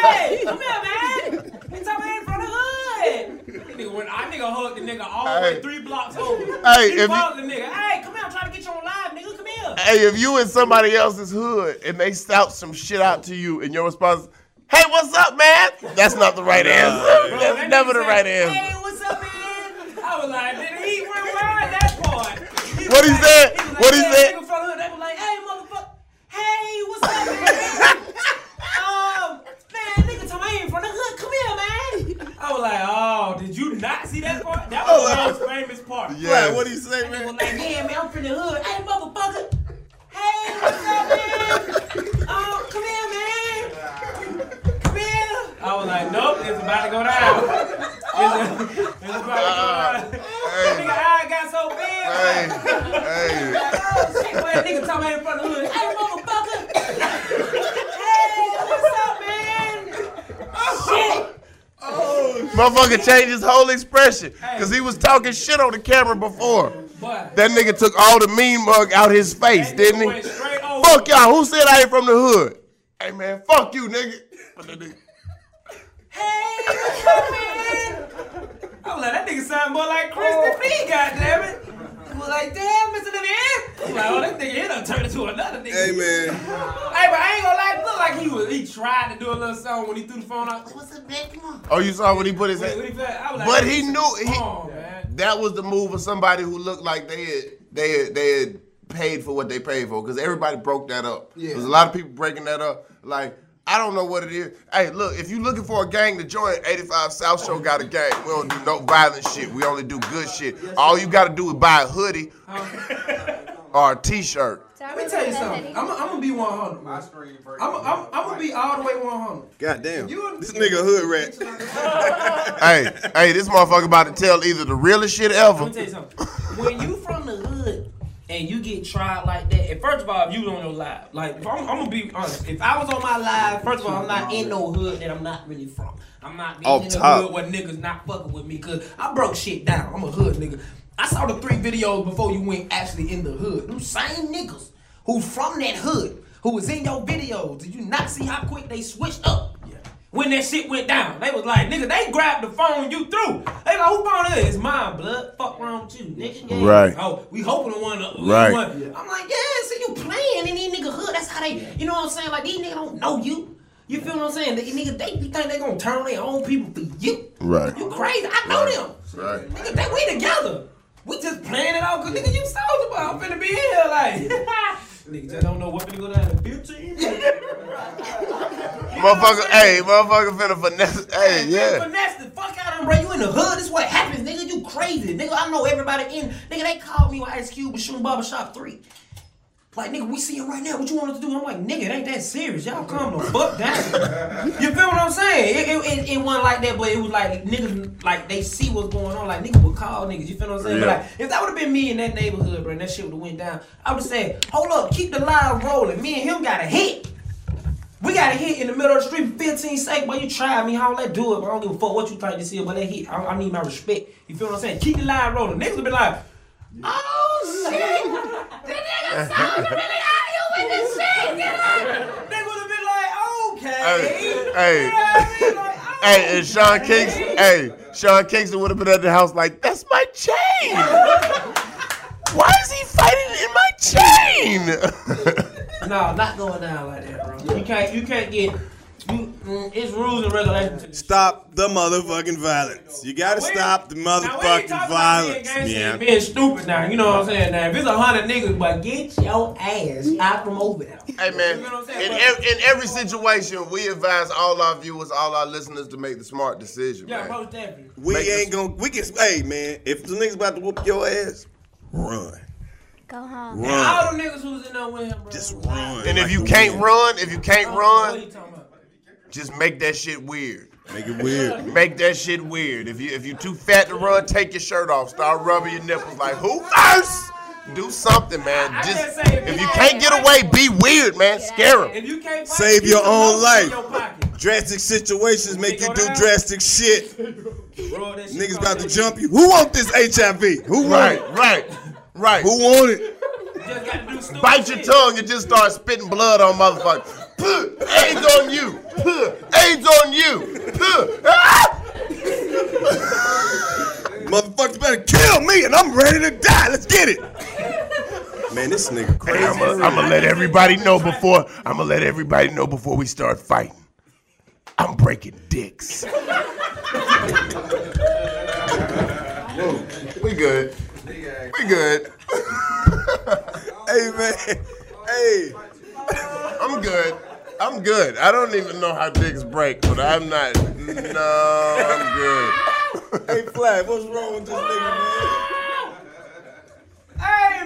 hey, come here, man. He talking in front of the hood. Nigga, when I nigga hugged the nigga all the Hey. way three blocks over. Hey, he if you- followed the nigga. Hey, come here, I'm trying to get you on live, nigga. Come here. Hey, if you in somebody else's hood and they shout some shit out to you, and your response, "Hey, what's up, man?" That's not the right answer. Bro, That's that never nigga the said, right answer. Hey, what's up, man? I was like, did he went around that part? He What he was like- said? was like, What he yeah, said? nigga from the hood. They was like, hey, motherfucker. Hey, what's up, man? I Um, "Oh, Oh, was like, yeah, man, I'm from the hood. Hey, motherfucker. Hey, what's up, man? Oh, come here, man. Come here. I was like, nope, it's about to go down. It's, it's about to go down. Nigga, I got so big. Hey, hey. oh, shit, boy, that nigga talking about in front of the hood. Hey, motherfucker. hey, what's up, man? Oh, shit. Oh. Motherfucker changed his whole expression because he was talking shit on the camera before. That nigga took all the mean mug out his face, didn't he? Fuck y'all. Who said I ain't from the hood? Hey man, fuck you, nigga. But that nigga- I was like, that nigga sound more like Chris than me, goddammit. I was like, damn, Mr. Levine. I was like, oh, that nigga, he done turned into another nigga. Hey, man. Hey, but I ain't gonna lie, it looked like he was, he tried to do a little song when he threw the phone out. What's up, man? Come on. Oh, you saw when he put his Wait, what hand. he played? I was like, But he knew he. man. That was the move of somebody who looked like they had they had, they had paid for what they paid for because everybody broke that up. Yeah. There's a lot of people breaking that up. Like I don't know what it is. Hey, look, if you looking for a gang to join, 85 South Show got a gang. We don't do no violent shit. We only do good shit. All you got to do is buy a hoodie Oh, or a T-shirt. Let me tell you something. I'm gonna be 100. My screen I'm gonna be all the way 100. Goddamn. This nigga hood rat. hey, hey, this motherfucker about to tell either the realest shit Let ever. me tell you something. When you from the hood and you get tried like that, and first of all, if you on your live, like if I'm, I'm gonna be honest, if I was on my live, first of all, I'm not in no hood that I'm not really from. I'm not being Off in top. the hood where niggas not fucking with me because I broke shit down. I'm a hood nigga. I saw the three videos before you went actually in the hood. Them same niggas who from that hood who was in your videos. Did you not see how quick they switched up? When that shit went down, they was like, nigga, they grabbed the phone you threw. They like, who phone is? It's mine, blood. Fuck wrong with you, nigga. Yeah. Right. Oh, we hoping on one. uh, Right. one. I'm like, yeah, see you playing in these nigga hood. That's how they, you know what I'm saying? Like, these niggas don't know you. You feel what I'm saying? These niggas, they, you think they gonna turn on their own people for you? Right. You crazy. I know them. Right. Nigga, they, we together. We just playing it out. Cause nigga, you sold about. I'm finna be here. Like, nigga just don't know what finna go down in the future. Motherfucker, hey, motherfucker finna finesse. Hey, yeah. Finesse the fuck out of him, bro. You in the hood. This what happens, nigga. You crazy, nigga. I know everybody in. Nigga, they called me when Ice Cube was shooting Barbershop Three. Like, nigga, we see him right now. What you want us to do? I'm like, nigga, it ain't that serious. Y'all calm the fuck down. you feel what I'm saying? It, it, it, it wasn't like that, but it was like niggas, like they see what's going on. Like niggas would call niggas. You feel what I'm saying? But Yeah. like, if that would have been me in that neighborhood, bro, and that shit would have went down, I would have said, hold up, keep the line rolling. Me and him got a hit. We got a hit in the middle of the street, 15 seconds, boy. You try me, how let do it, but I don't give a fuck what you think this is, but that hit, I, I need my respect. You feel what I'm saying? Keep the line rolling. Niggas would be like, oh shit, that nigga sounds really out here with this shit. Get up. They would have been like, okay. Hey, hey, hey, and Sean Kingston, hey, Sean Kingston would have been at the house like, that's my chain. Why is he fighting in my chain? No, not going down like that, bro. You can't, you can't get. You, mm, it's rules and regulations. Stop the motherfucking violence. You gotta stop the motherfucking violence. Yeah. Being stupid now, you know what I'm saying? Now, if it's a hundred niggas, but get your ass out from over there. Hey man, in, ev- in every situation, we advise all our viewers, all our listeners to make the smart decision, Yeah, man. most definitely. We ain't gonna. We can. Hey, man. If the niggas about to whoop your ass, run. Go home. Run. Now, all the niggas who's in there with him, bro. Just run. And if you can't run, if Oh, you can't run, just make that shit weird. Make it weird. Make that shit weird. If you if you too fat to run, take your shirt off. Start rubbing your nipples like who first? Do something, man. Just if you can't get away, be weird, man. Scare him. If you can't Save your own life. Drastic situations make you do drastic shit. Niggas about to jump you. Who want this HIV? Who want Right, it? right, right. Who want it? Bite your tongue and just start spitting blood on motherfuckers. Puh, AIDS on you. Puh, AIDS on you. Puh. Ah! Motherfuckers better kill me and I'm ready to die. Let's get it. Man, this nigga crazy. I'm gonna let everybody know before I'm gonna let everybody know before we start fighting. I'm breaking dicks. we good. We good. hey man. Hey. I'm good. I'm good. I don't even know how dicks break, but I'm not. No, I'm good. hey, Flag, what's wrong with this nigga,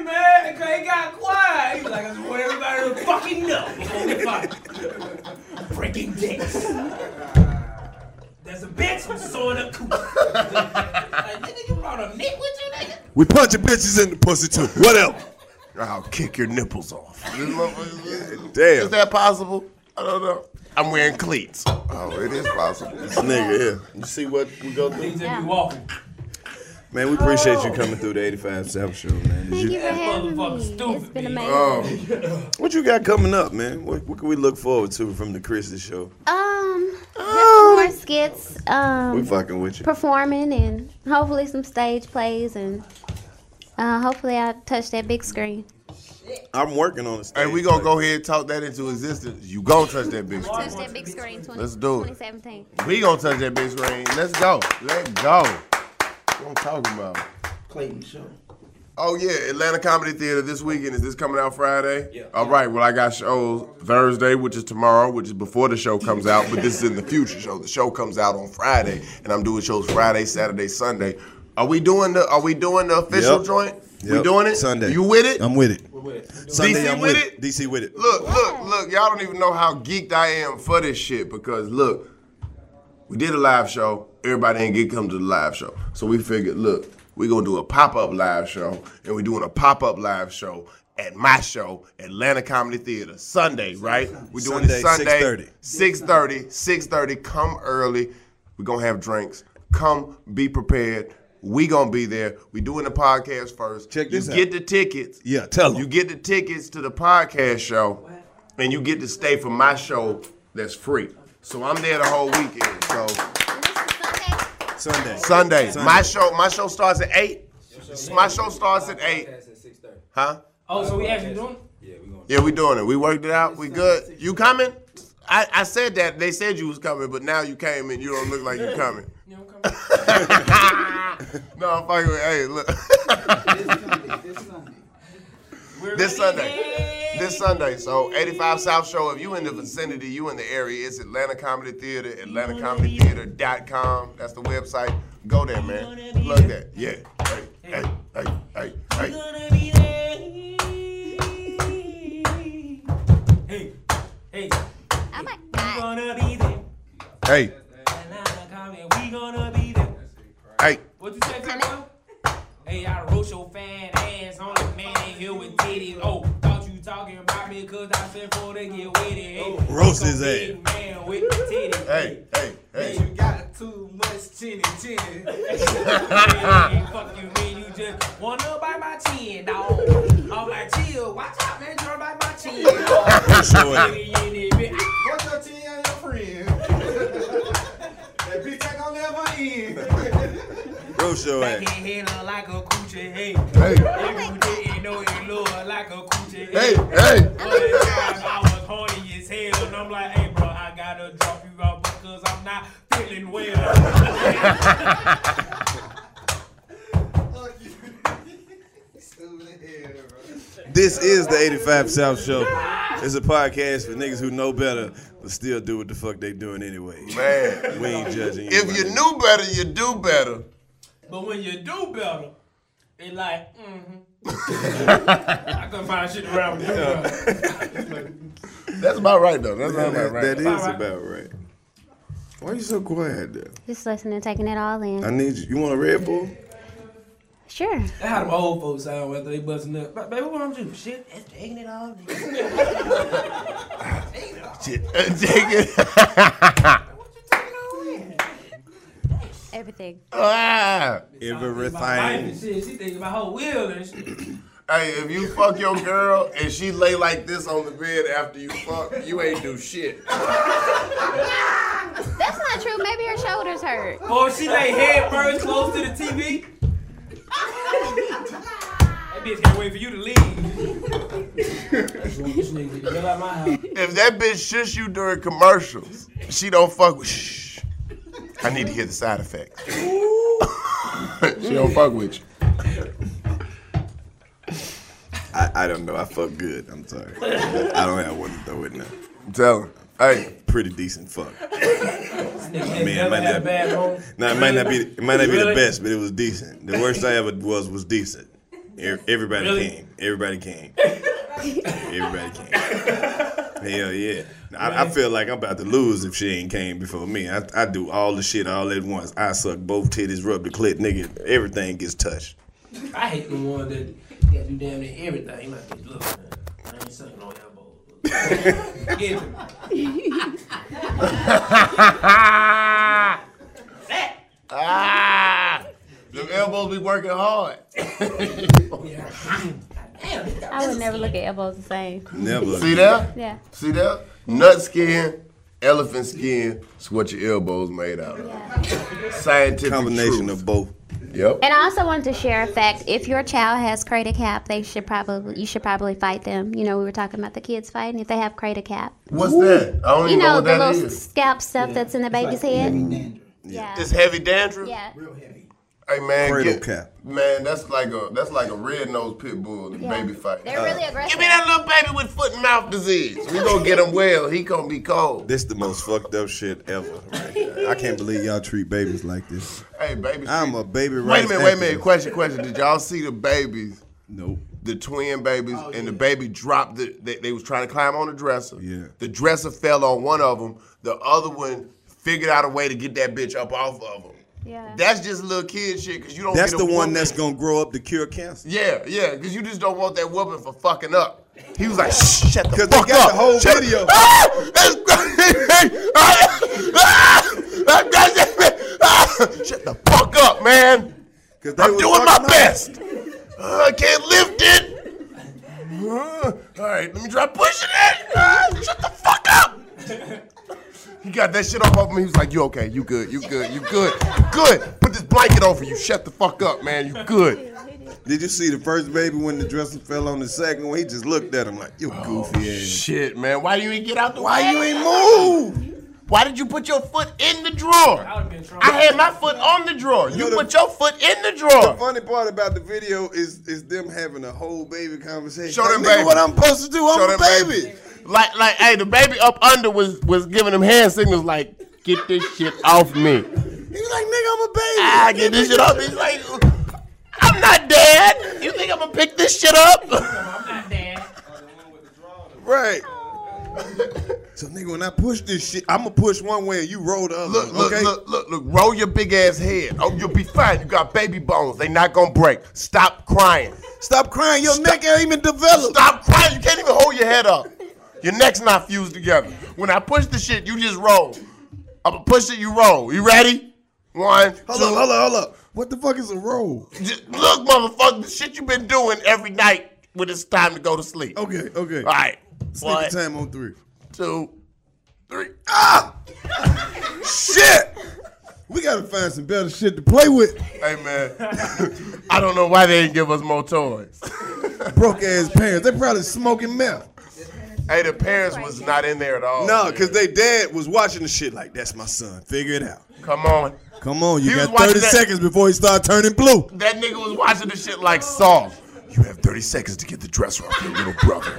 man? it got quiet. He's like, I just want everybody to fucking know before we fight. Breaking dicks. There's a bitch who's sawing up coochie. like, nigga, you brought a mitt with you, nigga? We punching bitches in the pussy too. What else? I'll kick your nipples off. Damn. Is that possible? I don't know. I'm wearing cleats. Oh, it is possible. Nigga, yeah. You see what we go through? Man, we appreciate you coming through the 85 South Show, man. Did you- It's been amazing. Oh. Um, what you got coming up, man? What, what can we look forward to from the Christie show? Um, oh. more skits. Um, We fucking with you. Performing and hopefully some stage plays and uh, hopefully I touch that big screen. I'm working on it. Hey, we gonna go ahead and talk that into existence. You gonna touch that big screen. Touch that big screen. 20, Let's do it. 2017. We gonna touch that big screen. Let's go. Let's go. What I'm talking about. Clayton show. Oh yeah, Atlanta Comedy Theater this weekend. Is this coming out Friday? Yeah. All right. Well, I got shows Thursday, which is tomorrow, which is before the show comes out, but this is in the future show. The show comes out on Friday, and I'm doing shows Friday, Saturday, Sunday. Are we doing the Are we doing the official Yep. joint? We Yep. doing it Sunday. You with it? I'm with it. DC Sunday, I'm with with it. DC with it. Look, look, look. Y'all don't even know how geeked I am for this shit because look, we did a live show. Everybody ain't get come to the live show, so we figured, look, we gonna do a pop up live show, and we're doing a pop up live show at my show, Atlanta Comedy Theater, Sunday, right? We're doing it Sunday, Sunday, 6:30, 6:30. Come early. We're gonna have drinks. Come, be prepared. We gonna be there. We doing the podcast first. Check this you out. Get the tickets. Yeah, tell 'em. You get the tickets to the podcast show, and you get to stay for my show that's free. So I'm there the whole weekend. So Sunday. Sunday. Sunday. My show. My show starts at eight. My show starts at eight. Huh? Oh, so we actually doing Yeah, we doing it. We worked it out. We good. You coming? I, I said that they said you was coming, but now you came and you don't look like you coming. no, I'm fucking with. Hey, look. this Sunday. This Sunday. So 85 South Show. If you in the vicinity, you in the area, it's Atlanta Comedy Theater, AtlantaComedyTheater.com. That's the website. Go there, man. Plug that. Yeah. Hey, hey, hey, hey, hey. Hey, I might. we gonna be there. Hey, Atlanta coming. We gonna be there. hey. What you say, Tito? Hey, I wrote your fat ass on the man in here with titties. Oh, thought you talking about me cause I said for to get with it. Hey, Roast his ass. big man with the titties. Hey, hey, hey. You got too much chinny chin. Hey, fuck you, man. You just wanna bite my chin, dog. I'm like, chill. Watch out, man. Try to bite my chin. dawg. Sure. Yeah, yeah, yeah, yeah. What's your team and your friend? that bitch ain't gonna never end. Roast your Back ass. in here look like a coochie, hey. Hey. If you didn't know it look like a coochie, hey. Hey, But I was horny as hell, and I'm like, hey, bro, I gotta drop you off because I'm not feeling well. This is the 85 South Show. It's a podcast for niggas who know better, but still do what the fuck they doing anyway. Man. We ain't judging you. If you knew better, you do better. but when you do better, it's like, mm-hmm. I couldn't find shit around me. That's about right though. That's Yeah, about that- right. that is Alright. about right. Why are you so quiet there? Just listening, taking it all in. I need you. You want a Red Bull? Sure. That how them old folks sound whether they busting up. Ba- Baby, what I'm doing? Shit, it's taking it all. Everything. Ah. Life and shit. She thinking about her will and shit. Hey, if you fuck your girl and she lay like this on the bed after you fuck, you ain't do shit. That's not true. Maybe her shoulders hurt. Boy, Oh, she lay head first close to the TV. That bitch can't wait for you to leave. If that bitch shush you during commercials, she don't fuck with shh. I need to hear the side effects. she don't fuck with you. I, I don't know. I fuck good. I'm sorry. I don't have one to throw in there. Tell her. Hey. Pretty decent fuck. I mean, it never might had not, bad be, home. nah, it might not be. It might not be the Really? best, but it was decent. The worst I ever was was decent. Ev- Everybody Really? came. Everybody came. Everybody came. Hell yeah. I, I feel like I'm about to lose if she ain't came before me. I, I do all the shit all at once. I suck both titties, rub the clit, nigga. Everything gets touched. I hate the one that got you damn near everything. Like, look, man, I ain't sucking on elbows. Get ah! Them elbows be working hard. I would never look at elbows the same. Never. See that? Yeah. See that? Nut skin, elephant skin is what your elbows made out of. Scientific Combination of both. Yep. And I also wanted to share a fact. If your child has crater cap, they should probably you should probably fight them. You know, we were talking about the kids fighting. If they have crater cap, What's that? I don't you even know, know, what the that little is. scalp stuff that's in the baby's head. It's heavy dandruff. Yeah. Hey man, Cradle get, cap. man, that's like a that's like a red nosed pit bull in the Yeah. baby fight. They're Uh. really aggressive. Give me that little baby with foot and mouth disease. We gonna get him well. He gonna be cold. This the most fucked up shit ever. right there. I can't believe y'all treat babies like this. Hey, baby. I'm a baby Wait a rights minute, wait a minute. activist. Question, question. Did y'all see the babies? Nope. The twin babies, and the baby dropped the. They, they was trying to climb on the dresser. Yeah. The dresser fell on one of them. The other one figured out a way to get that bitch up off of him. Yeah. That's just little kid shit because you don't. That's get a the one whooping. that's gonna grow up to cure cancer. Yeah, yeah, because you just don't want that whooping for fucking up. He was like, "Shh, shut the fuck up. got the whole Shut- video. Ah! That's- Ah! Ah! That's- Ah! Shut the fuck up, man. I'm doing my best. Uh, I can't lift it. Uh, all right, let me try pushing it. Ah, shut the fuck up. He got that shit off of him. He was like, "You okay? You good? You good? You good? Good. Put this blanket over you. Shut the fuck up, man. You good." Did you see the first baby when the dresser fell on the second one? He just looked at him like, you goofy ass. Oh, Shit, man. Why you ain't get out the Why way? you ain't move? Why did you put your foot in the drawer? I had my foot on the drawer. You put your foot in the The drawer. funny part about the video is is them having a whole baby conversation. Show them Like, nigga, baby. what I'm supposed to do. I'm Show a them baby. Like, like, hey, the baby up under was was giving him hand signals like, get this shit off me. He was like, nigga, I'm a baby. Ah, get this shit off me. He's like, I'm not dead. You think I'm gonna pick this shit up? Right. so nigga, when I push this shit, I'ma push one way and you roll the other. Look, one, look, okay? look, look, look, roll your big ass head. Oh, you'll be fine. You got baby bones. They not gonna break. Stop crying. Stop crying. Your neck ain't even developed. Stop crying. You can't even hold your head up. Your neck's not fused together. When I push the shit, you just roll. I'ma push it, you roll. You ready? One. Hold two. up, hold up, hold up. What the fuck is a roll? Just- look, motherfucker, the shit you been doing every night when it's time to go to sleep. Okay, okay. All right. Sleep One, time on three. two, three. Ah! shit! We gotta find some better shit to play with. Hey man, I don't know why they didn't give us more toys. Broke ass parents. They probably smoking meth. Hey, the parents was not in there at all. No, man. because they dad was watching the shit like, that's my son. Figure it out. come on. Come on, He you was got watching 30 that- seconds before he start turning blue. That nigga was watching the shit like Saw. You have 30 seconds to get the dresser off your little brother.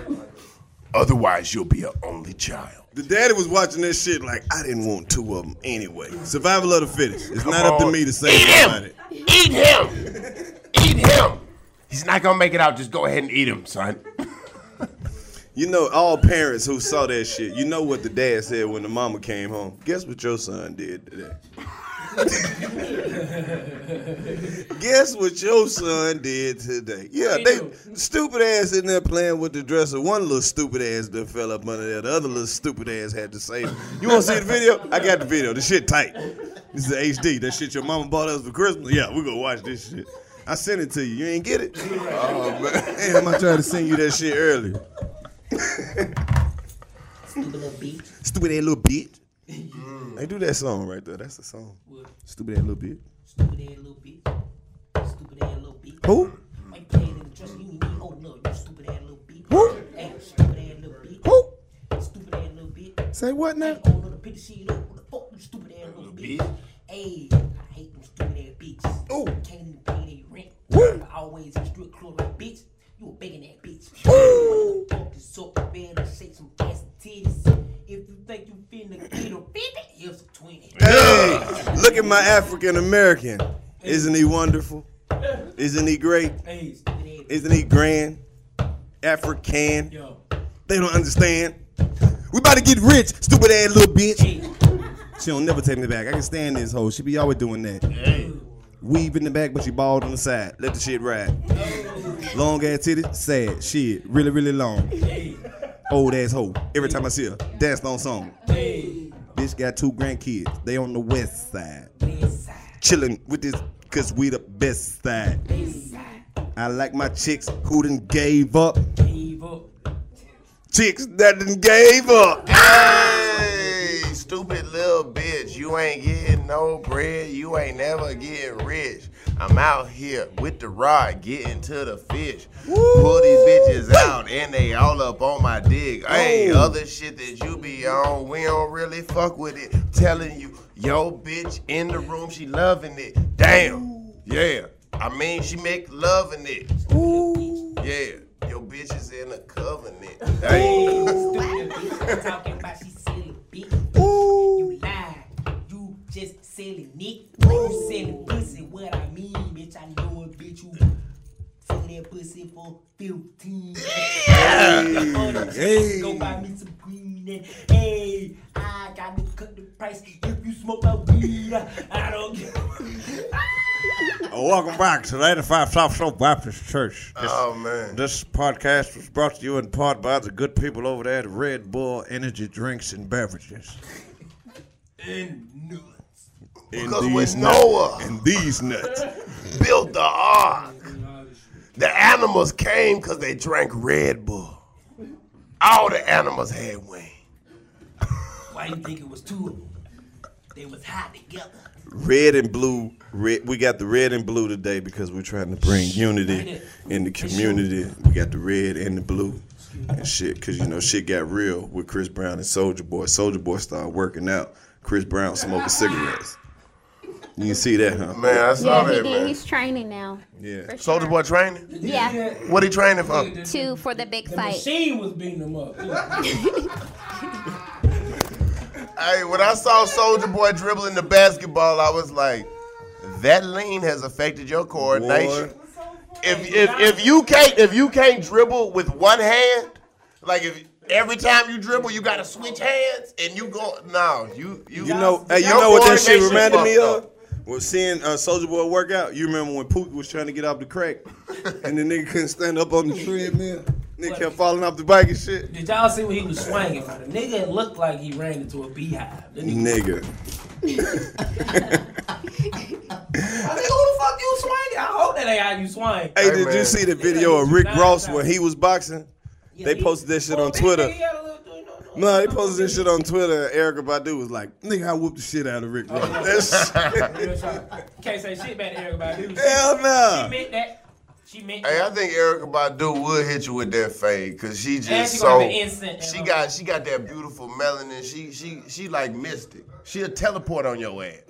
Otherwise, you'll be an only child. The daddy was watching this shit like, I didn't want two of them anyway. Survival of the fittest. It's Come not up to on. me to say Eat him! somebody. Eat him! eat him! He's not gonna make it out. Just go ahead and eat him, son. You know, all parents who saw that shit, you know what the dad said when the mama came home. Guess what your son did today? Guess what your son did today? Yeah, they stupid ass in there playing with the dresser. One little stupid ass that fell up under there. The other little stupid ass had to save him. You want to see the video? I got the video. The shit tight. This is HD. That shit your mama bought us for Christmas. Yeah, we gonna watch this shit. I sent it to you. You ain't get it. Oh man, damn! I tried to send you that shit earlier. Stupid ass little bitch. Mm. They do that song right there. That's the song. Stupid ass little bitch. Stupid ass little bitch. Stupid ass little bitch. Who? Why you playing in the dress? You need me. Oh no, you stupid ass little bitch. Who? Hey, stupid ass little bitch. Who? Stupid ass little bitch. Say what now? Oh no, the picture see you know what the fuck you stupid ass little bitch. Hey, I hate them stupid ass bitches. Oh. Can't even pay their rent. Woo. I always in the strip club like bitch. You a begging that bitch. Ooh. Fuck this up, man. I shake some ass and titties. If you think you finna get a 50, here's a 20. Hey, look at my African American. Isn't he wonderful? Isn't he great? Hey, stupid ass Isn't he grand? African. They don't understand. We about to get rich, stupid ass little bitch. She don't never take me back. I can stand this hoe. She be always doing that. Weave in the back, but she bald on the side. Let the shit ride. Long ass titties, sad shit, really really long. Old ass hoe. Every time I see her, dance on song. Bitch got two grandkids. They on the west side. Chilling with this, cause we the best side. I like my chicks who done gave up. Chicks that done gave up. Hey, stupid little bitch, you ain't getting no bread. You ain't never getting rich. I'm out here with the rod, getting to the fish. Pull these bitches out, and they all up on my dick. Hey, Oh. other shit that you be on, we don't really fuck with it. Telling you, yo, bitch, in the room, she loving it. Damn, yeah. I mean, she make loving it. Yeah, your bitch is in a covenant. Damn. Talking about she silly bitch. You lie. You just silly nick. When you silly pussy, what I mean, bitch, I know it, bitch. You suck that pussy for 15. Yeah. Hey. Go buy me some green and hey, I got to cut the price if you smoke my weed. I don't give Oh, Welcome back to the 85 South Shore Baptist Church. This, oh, man. This podcast was brought to you in part by the good people over there at Red Bull Energy Drinks and Beverages. And Because with these Noah and these nuts built the ark, the animals came because they drank Red Bull. All the animals had wings. Why you think it was two of them? They was hot together. Red and blue. Red, we got the red and blue today because we're trying to bring unity in the community. We got the red and the blue and shit because you know shit got real with Chris Brown and Soldier Boy. Soldier Boy started working out. Chris Brown smoking cigarettes. You can see that, huh? Man, I Yeah, he did. He's training now. Yeah. Soldier Boy training? Yeah. What he training for? Two for the big The fight. machine was beating him up. Hey, when I saw Soldier Boy dribbling the basketball, I was like, that lean has affected your coordination. If, if if you can't if you can't dribble with one hand, like if every time you dribble you gotta switch hands and you go no you you You know, hey, you your know what that shit coordination reminded me fucked of? Was seeing uh, Soldier Boy work out. You remember when Pookie was trying to get off the crack, and the nigga couldn't stand up on the treadmill. Nigga kept falling off the bike and shit. Did y'all see what he was swinging for? The nigga looked like he ran into a beehive. The nigga- Nigga. I think, who the fuck you swinging? I hope that ain't how you swing. Hey, did you see the video of Rick Ross when he was boxing? They posted that shit on Twitter. No, they posted this shit on Twitter. and Erica Badu was like, "Nigga, I whooped the shit out of Rick Ross." That's Real talk. Can't say shit about Eric about it. Hell no. She meant that. She meant Hey, I think Erica Badu would hit you with that fade because she just And she so gonna have an instant- she got she got that beautiful melanin. She she she like mystic. She'll teleport on your ass.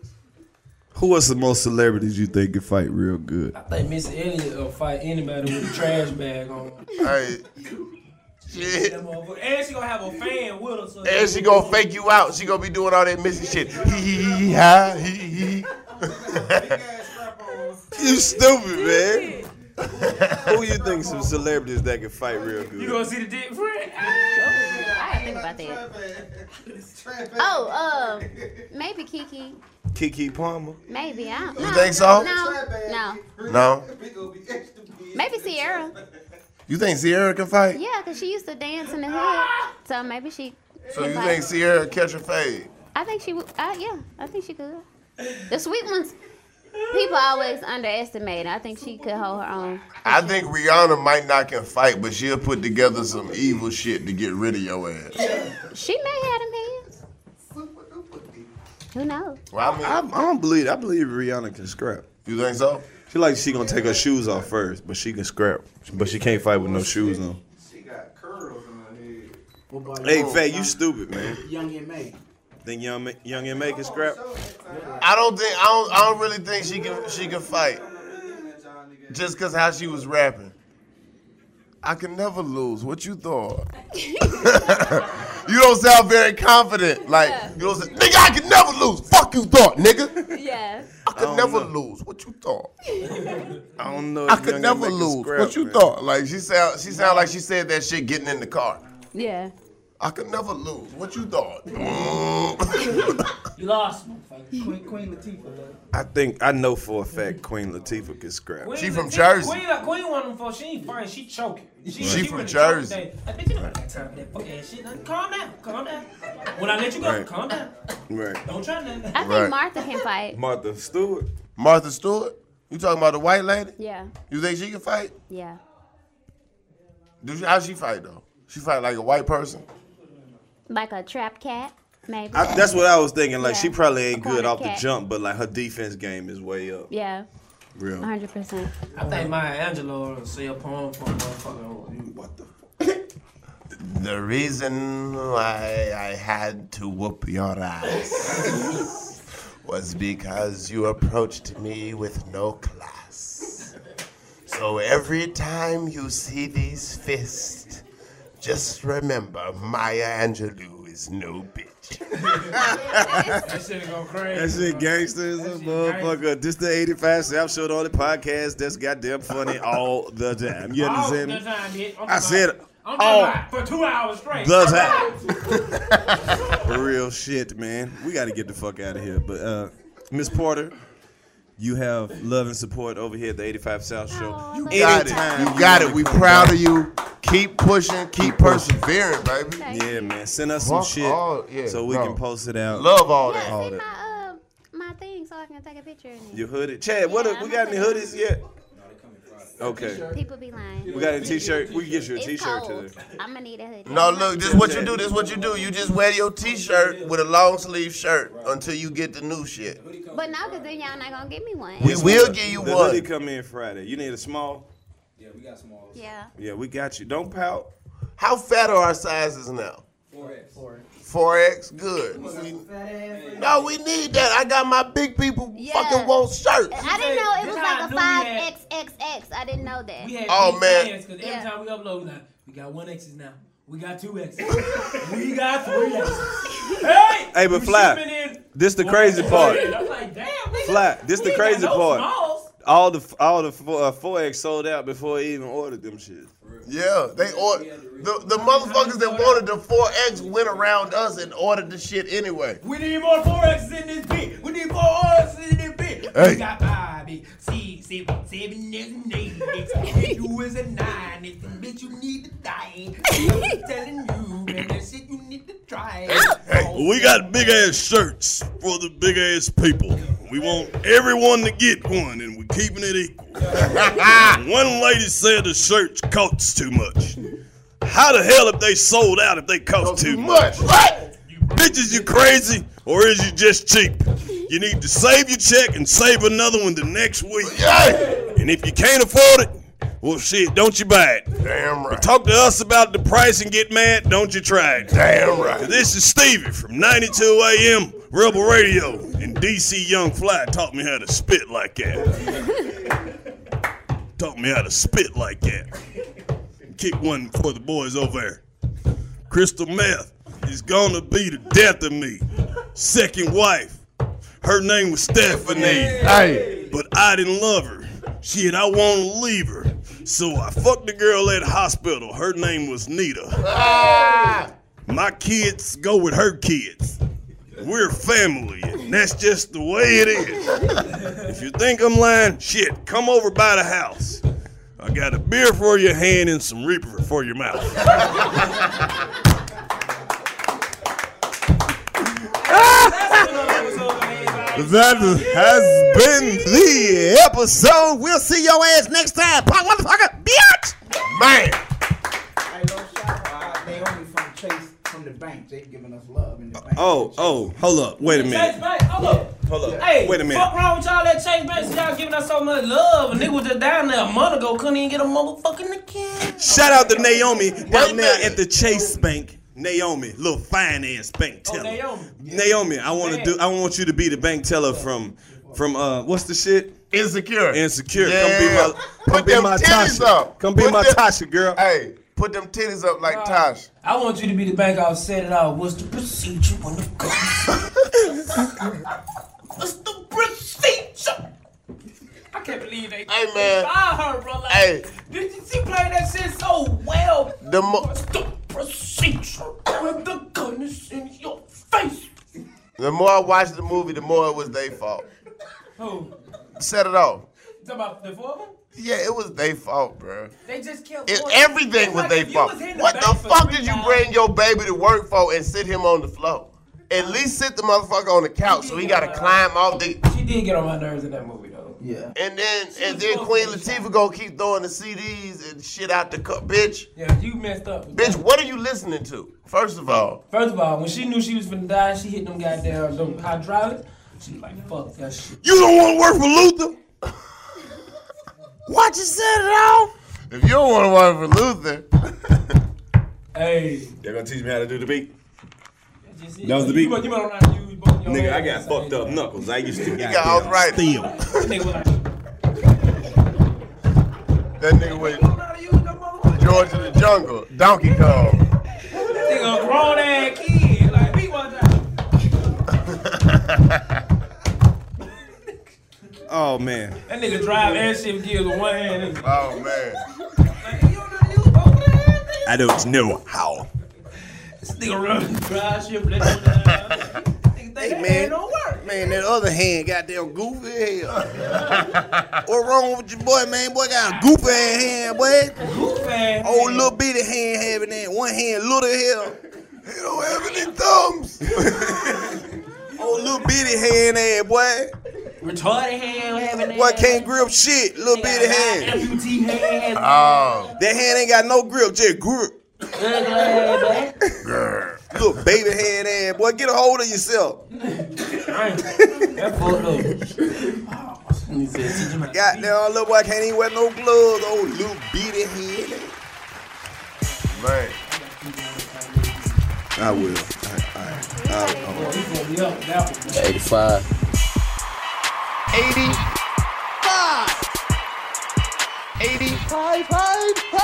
Who was the most celebrities you think could fight real good? I think Miss Elliott will fight anybody with a trash bag on. Hey, And she gonna have a fan with her. So and she gonna fake you out. She gonna be doing all that mystic shit. Hee hee hee hee ha, hee hee. You stupid man. Who you think some celebrities that can fight real good? You gonna see the dick friend? I didn't think about that. Oh, uh, maybe Kiki. Kiki Palmer. Maybe I. Don't, You no, think so? No, no. No, Maybe Sierra. you think Sierra can fight? Yeah, cause she used to dance in the hood, so maybe she. So you could think fight. Sierra catch a fade? I think she would. Uh, yeah, I think she could. The sweet ones, people always underestimate. I think she could hold her own. I think Rihanna might not can fight, but she'll put together some evil shit to get rid of your ass. She may have them hands. Who knows? Well, I, mean, I, don't believe. I believe Rihanna can scrap. You think so? She like she gonna take her shoes off first, but she can scrap. But she can't fight with no shoes on. Hey, Fat, you stupid man. Young and May. Think young Ma- young and make can scrap? I don't think I don't I don't really think she can she can fight. Just cause how she was rapping. I can never lose. What you thought? you don't sound very confident. Like you don't say, nigga, I could never lose. Fuck you thought, nigga. Yeah. I could never lose. What you thought? I don't know. I could never lose. what you thought? Like she sound she sound like she said that shit getting in the car. Yeah. I could never lose. What you thought? Mm. You lost, motherfucker. Queen, Queen Latifah. love. I think I know for a fact Queen Latifah can scrap. Queen Latifah- Queen, Queen one of them before she ain't fine. She choking. She from finna choke Jersey. today. Like, bitch, you don't got time for that fuck ass shit. Now, Calm down. Calm down. When I let you go, Right. calm down. Right. Don't try nothing. I think Right. Martha can fight. Martha Stewart. Martha Stewart? You talking about the white lady? Yeah. You think she can fight? Yeah. Do she, how she fight though? She fight like a white person. Like a trap cat, maybe. I, that's what I was thinking. Like she Yeah. probably ain't Corner good off the cat. jump, but like her defense game is way up. Yeah. Real. 100%. I think Maya Angelou will say a poem for a motherfucker. What the The reason why I had to whoop your ass was because you approached me with no class. So every time you see these fists, just remember Maya Angelou is no bitch. That shit go crazy. That shit gangster is a motherfucker. This the 85 South Show, the only podcast that's goddamn funny all the time. You All understand? the time, bitch. I'm I said oh. I'm all talking about for two hours straight. the time. For real shit, man. We got to get the fuck out of here. But uh Miss Porter, you have love and support over here at the 85 South Show. Oh, You got it. Anytime You got wanna it. We come proud back. of you. Keep pushing. Keep persevering, baby. Yeah, man. Send us some Fuck shit all- yeah, so we no. can post it out. Love all that. All that. My, uh, my thing, so I can take a picture in it. Your hoodie. Chad, what Yeah, we I'm got any gonna take hoodies yet? Okay. People be lying. We got a t-shirt. We can get you a It's t-shirt cold. today. I'm gonna need a hoodie. No, look, this is what you do. This is what you do. You just wear your t-shirt with a long sleeve shirt until you get the new shit. But no, because then y'all not gonna give me one. We will give you the one. hoodie come in Friday. You need a small? Yeah. Yeah, we got you. Don't pout. How fat are our sizes now? 4X, good. We- no, we need that. I got my big people fucking want shirts. I didn't know it was like a This how I knew we five XXX. I didn't know that. We had Oh, big man. plans, 'cause every Yeah. time we upload, we like, we got one X's now. We got two X's. we got three X's. Hey! Hey, but you shipping fly. in- This the crazy part. I'm like, damn, nigga. Fly. This we the ain't got crazy no part. smalls. All the all the four, uh, 4X sold out before he even ordered them shit. Yeah, they ordered the, the motherfuckers that wanted the 4X went around us and ordered the shit anyway. We need more 4X's in this beat. We need more 4X's in this beat. Hey. We got five, eight, six, seven, seven, is an eight. It's a bitch you is a nine. It's a bitch you need to die. I'm telling you, man, that shit you need to try. We got big ass shirts for the big ass people. We want everyone to get one, and we're keeping it equal. one lady said the shirts costs too much. How the hell if they sold out if they cost too much? What? Bitches, you crazy, or is you just cheap? You need to save your check and save another one the next week. And if you can't afford it, well, shit, don't you buy it. Damn right. Talk to us about the price and get mad, don't you try it. Damn right. This is Stevie from 92 AM Rebel Radio, and DC Young Fly taught me how to spit like that. taught me how to spit like that. Kick one for the boys over there. Crystal meth is gonna be the death of me. Second wife, her name was Stephanie. Hey. But I didn't love her. Shit, I want to leave her. So I fucked the girl at hospital. Her name was Nita. My kids go with her kids. We're family, and that's just the way it is. if you think I'm lying, shit, come over by the house. I got a beer for your hand and some reaper for your mouth. That has been the episode. We'll see your ass next time, punk motherfucker, bitch. Man. They only from Chase from the bank. They giving us love in the bank. Oh, oh, hold up. Wait a Chase minute. Bank, hold up. Hold up. Hey, Wait a minute. fuck wrong with y'all that Chase Banks? Y'all giving us so much love. A nigga was just down there a month ago, couldn't even get a motherfucking account. Shout out to Naomi down there at the Chase Bank. Naomi, little fine ass bank teller. Naomi. Naomi, I want to do. I want you to be the bank teller from from uh what's the shit? Insecure. Insecure. Yeah. Come be my come Put be them my titties Tasha. up. Come be Put my them- Tasha, girl. Hey. Put them titties up like Tosh. I want you to be the bank I'll set it out. What's the procedure when it comes? What's the procedure? I can't believe they hey, man. her, bro. Like, Hey. Did you see playing that shit so well? The mo- procedure with the goodness in your face. The more I watched the movie, the more it was their fault. Who? Set it off. Talking about the four of them? Yeah, it was their fault, bro. They just killed It, four of them. everything It's was like their if you fault. was hitting What bank the for fuck three did you hours- bring your baby to work for and sit him on the floor? At least sit the motherfucker on the couch so he gotta climb off the. She did get on my nerves in that movie though. Yeah. And then and then Queen Latifah gonna keep throwing the CDs and shit out the cup, bitch. Yeah, you messed up. Bitch, what are you listening to? First of all, First of all, when she knew she was finna die, she hit them goddamn them hydraulics. She was like, fuck that shit. You don't want to work for Luther. Watch it set it off. if you don't want to work for Luther, Hey. They're gonna teach me how to do the beat. it. That was the beat. You might- you might not Nigga, I got fucked up knuckles. I used to You got arthritis. Steel. that nigga went George of the Jungle, Donkey Kong. Nigga, a grown ass kid. Like, we want that. Oh man. That nigga drive and shit gears with one hand. Oh man. I don't know how. This nigga run drive shit with that one hand. Hey man, don't work. man, that other hand goddamn goofy as hell. what wrong with your boy, man? Boy got a goofy ass hand, boy. Goofy ass Old Oh, little bitty hand having that one hand little hell. He don't have any thumbs. Old little bitty hand ass, boy. Retarded hand having Boy can't grip shit, little bitty hand. Oh. That hand ain't got no grip, just grip. Little baby hand ass, boy, get a hold of yourself. That Goddamn, little boy can't even wear no gloves. Old little beady head. Man. I will. I, I, I, I, Eighty-five. 85. 85, 5, 5.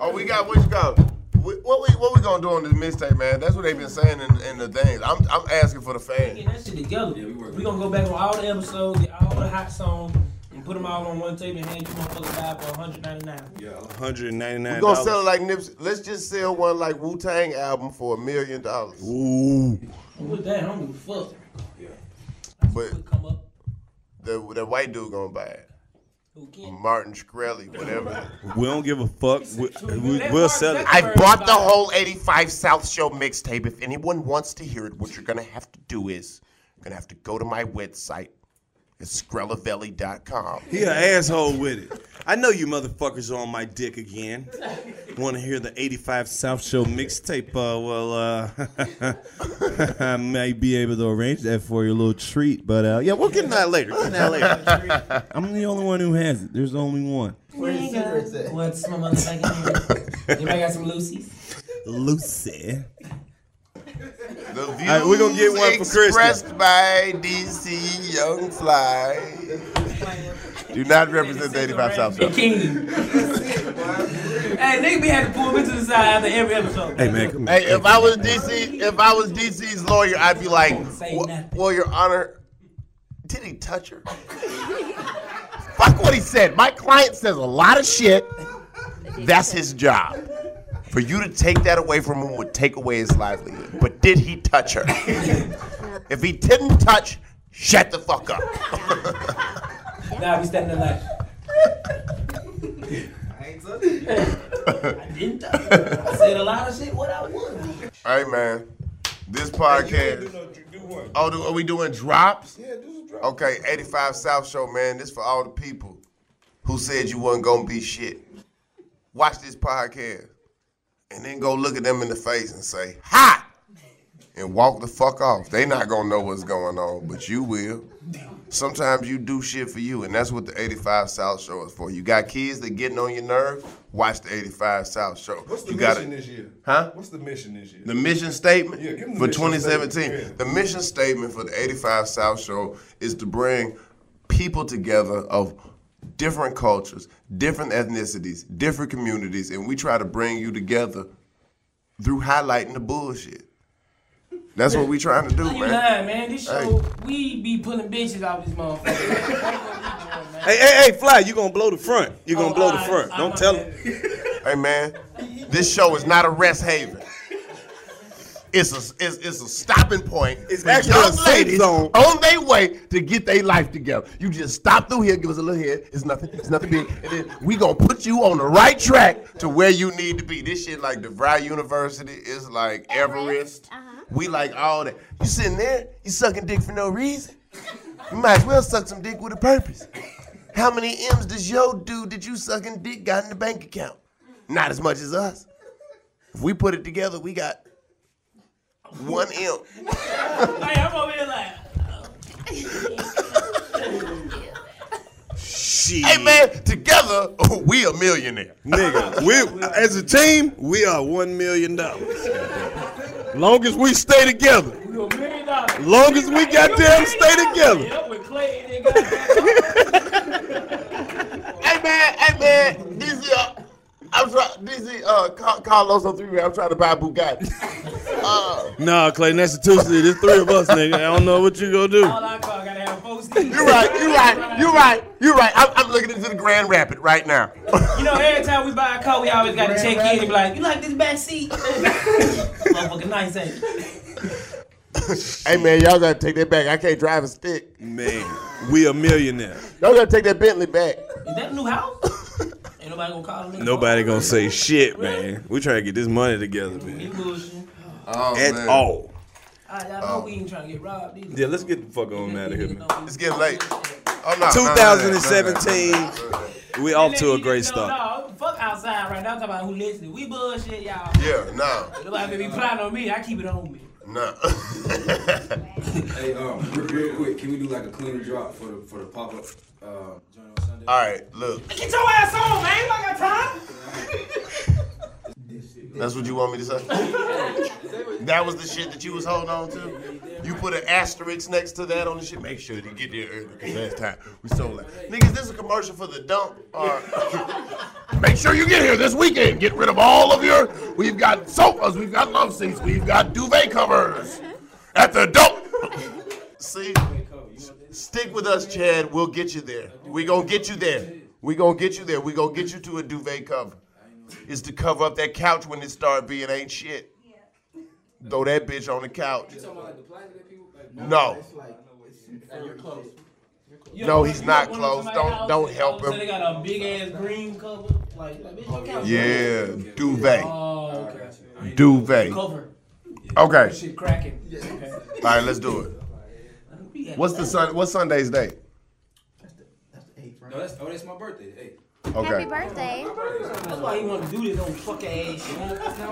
Oh, we got what you got. We- What we what we gonna do on this mixtape, man? That's what they've been saying in, in the things. I'm I'm asking for the fans. shit together. we gonna go back on all the episodes, get all the hot songs, and put them all on one tape and hand you motherfuckers five for 199 Yeah, 199 We gonna sell it like Nipsey. Let's just sell one like Wu Tang album for a million dollars. Ooh. With that, I don't give a fuck. But the the white dude gonna buy it. Martin Shkreli, whatever. We don't give a fuck. We, we, will sell it. I bought the whole 85 South Show mixtape. If anyone wants to hear it, what you're gonna have to do is you're gonna have to go to my website. It's skrellivelli.com. He an asshole with it. I know you motherfuckers are on my dick again. Want to hear the 85 South Show mixtape? Uh, well, uh, I might be able to arrange that for your little treat, but uh, yeah, we'll get into that later. Get into that later. I'm the only one who has it. There's only one. Where's the cigarettes at? What's my motherfucking name? Anybody got some Lucy's? Lucy. The views right, we gonna get one for Christmas. Expressed by DC Young Fly. Do not represent the 85 South Show. Hey, nigga be had to pull me to the side after every episode. Hey man, come Hey, if I was DC, if I was DC's lawyer, I'd be like, well, well, Your Honor, did he touch her? Fuck what he said. My client says a lot of shit. That's his job. For you to take that away from him would take away his livelihood. But did he touch her? if he didn't touch, shut the fuck up. Nah, we standing there like. I didn't touch it. I said a lot of shit. What I would. Hey man, this podcast. Oh, do, are we doing drops? Yeah, do some drops. Okay, 85 South Show, man. This for all the people who said you wasn't gonna be shit. Watch this podcast, and then go look at them in the face and say "ha," and walk the fuck off. They not gonna know what's going on, but you will. Sometimes you do shit for you, and that's what the 85 South Show is for. You got kids that getting on your nerve. Watch the 85 South Show. What's the you mission this year? Huh? What's the mission this year? The mission statement Yeah, give 'em the for mission 2017. statement, yeah. The mission statement for the 85 South Show is to bring people together of different cultures, different ethnicities, different communities, and we try to bring you together through highlighting the bullshit. That's what we trying to do, you man. lying, man. This Hey. show, we be pulling bitches out this motherfucker. Hey, hey, hey, Fly, you gonna blow the front. You gonna blow the front. Don't tell him. Hey man, this show is not a rest haven. It's a it's, it's a stopping point. It's actually a safe zone. on their way to get their life together. You just stop through here, give us a little head. It's nothing. It's nothing big. And then we gonna put you on the right track to where you need to be. This shit like DeVry University is like Everest. We like all that. You sitting there, you sucking dick for no reason. You might as well suck some dick with a purpose. How many M's does your dude that you sucking dick got in the bank account? Not as much as us. If we put it together, we got one M. Hey, I'm over here like, Hey man, together we a millionaire. Nigga, we as a team, we are one million dollars. Long as we stay together. you a million dollars. Long as we goddamn stay together. Up with Clay and Hey man, hey man, DC, uh, I'm trying, DC, uh, Ca- Carlos on three, I'm trying to buy Bugatti. Nah, Clay, that's a Tuesday. There's three of us, nigga. I don't know what you gonna do. You're right, you're right, you're right, you're right. I'm, I'm looking into the Grand Rapid right now. You know, every time we buy a car, we always got to check in and be like, you like this back seat? Motherfucking nice, ain't it? hey man, y'all gotta take that back. I can't drive a stick. Man, we a millionaire. Y'all gotta take that Bentley back. Is that a new house? Ain't nobody gonna call him. Nobody gonna say shit, man. We trying to get this money together, man. At man. all. Alright, y'all Oh. know we ain't trying to get robbed either. Yeah, let's get the fuck on out of here, man. It's getting late. Oh, no, no, no, no, no, no, no. 2017, we off to a great No, start. no, fuck outside right now. I'm talking about who listening. We bullshit, y'all. Yeah, no. Nobody be plotting on me. I keep it on me. No. hey, um, real, real quick, can we do like a cleaner drop for the for the pop up uh, joint on Sunday? All right, look. Get your ass on, man. You ain't got time. That's what you want me to say? that was the shit that you was holding on to? You put an asterisk next to that on the shit? Make sure to get there early, because last time we sold like, niggas, this is a commercial for the dump. Uh, Or Make sure you get here this weekend. Get rid of all of your, we've got sofas, we've got love seats, we've got duvet covers at the dump. See? Stick with us, Chad. We'll get you there. We gonna get you there. We gonna get you there. We gonna get you to a duvet cover. Is to cover up that couch when it start being ain't shit. Throw that bitch on the couch. No. No, he's not close. Don't don't help So they him. got a big ass green cover. Like, like bitch, you can't- Yeah, duvet. Oh, okay. Duvet. Cover. Okay. Shit cracking. Okay. All right, let's do it. What's the sun? What's Sunday's date? No, that's oh, that's my birthday. Hey, Okay. birthday. That's why he want to do this on fucking ass shit.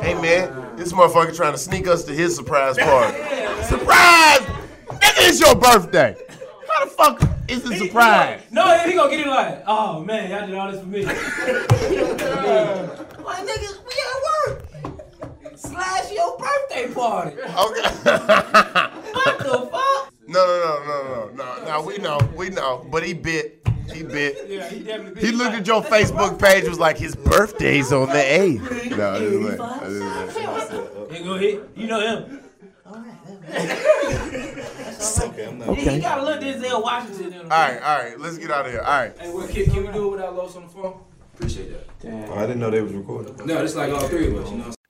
Hey man, this motherfucker trying to sneak us to his surprise party. Surprise! Nigga, it's your birthday. How the fuck is it surprise? No, he gonna get it like, oh man, y'all did all this for me. My niggas, we at work. Slash your birthday party. what the fuck? No, no, no, no, no, no, no. We know, we know. But he bit. He bit. Yeah, he definitely He looked at your Facebook page. Was like his birthday's on the eighth. No, I didn't like- I didn't like- They gonna hit. You know him. Okay, I'm not- He, he got a little Denzel Washington in him. All right, all right. Let's get out of here. All right. hey, what, can, can we do it without Los on the phone? Appreciate that. Oh, I didn't know they was recording. No, it's like all three of us. You know.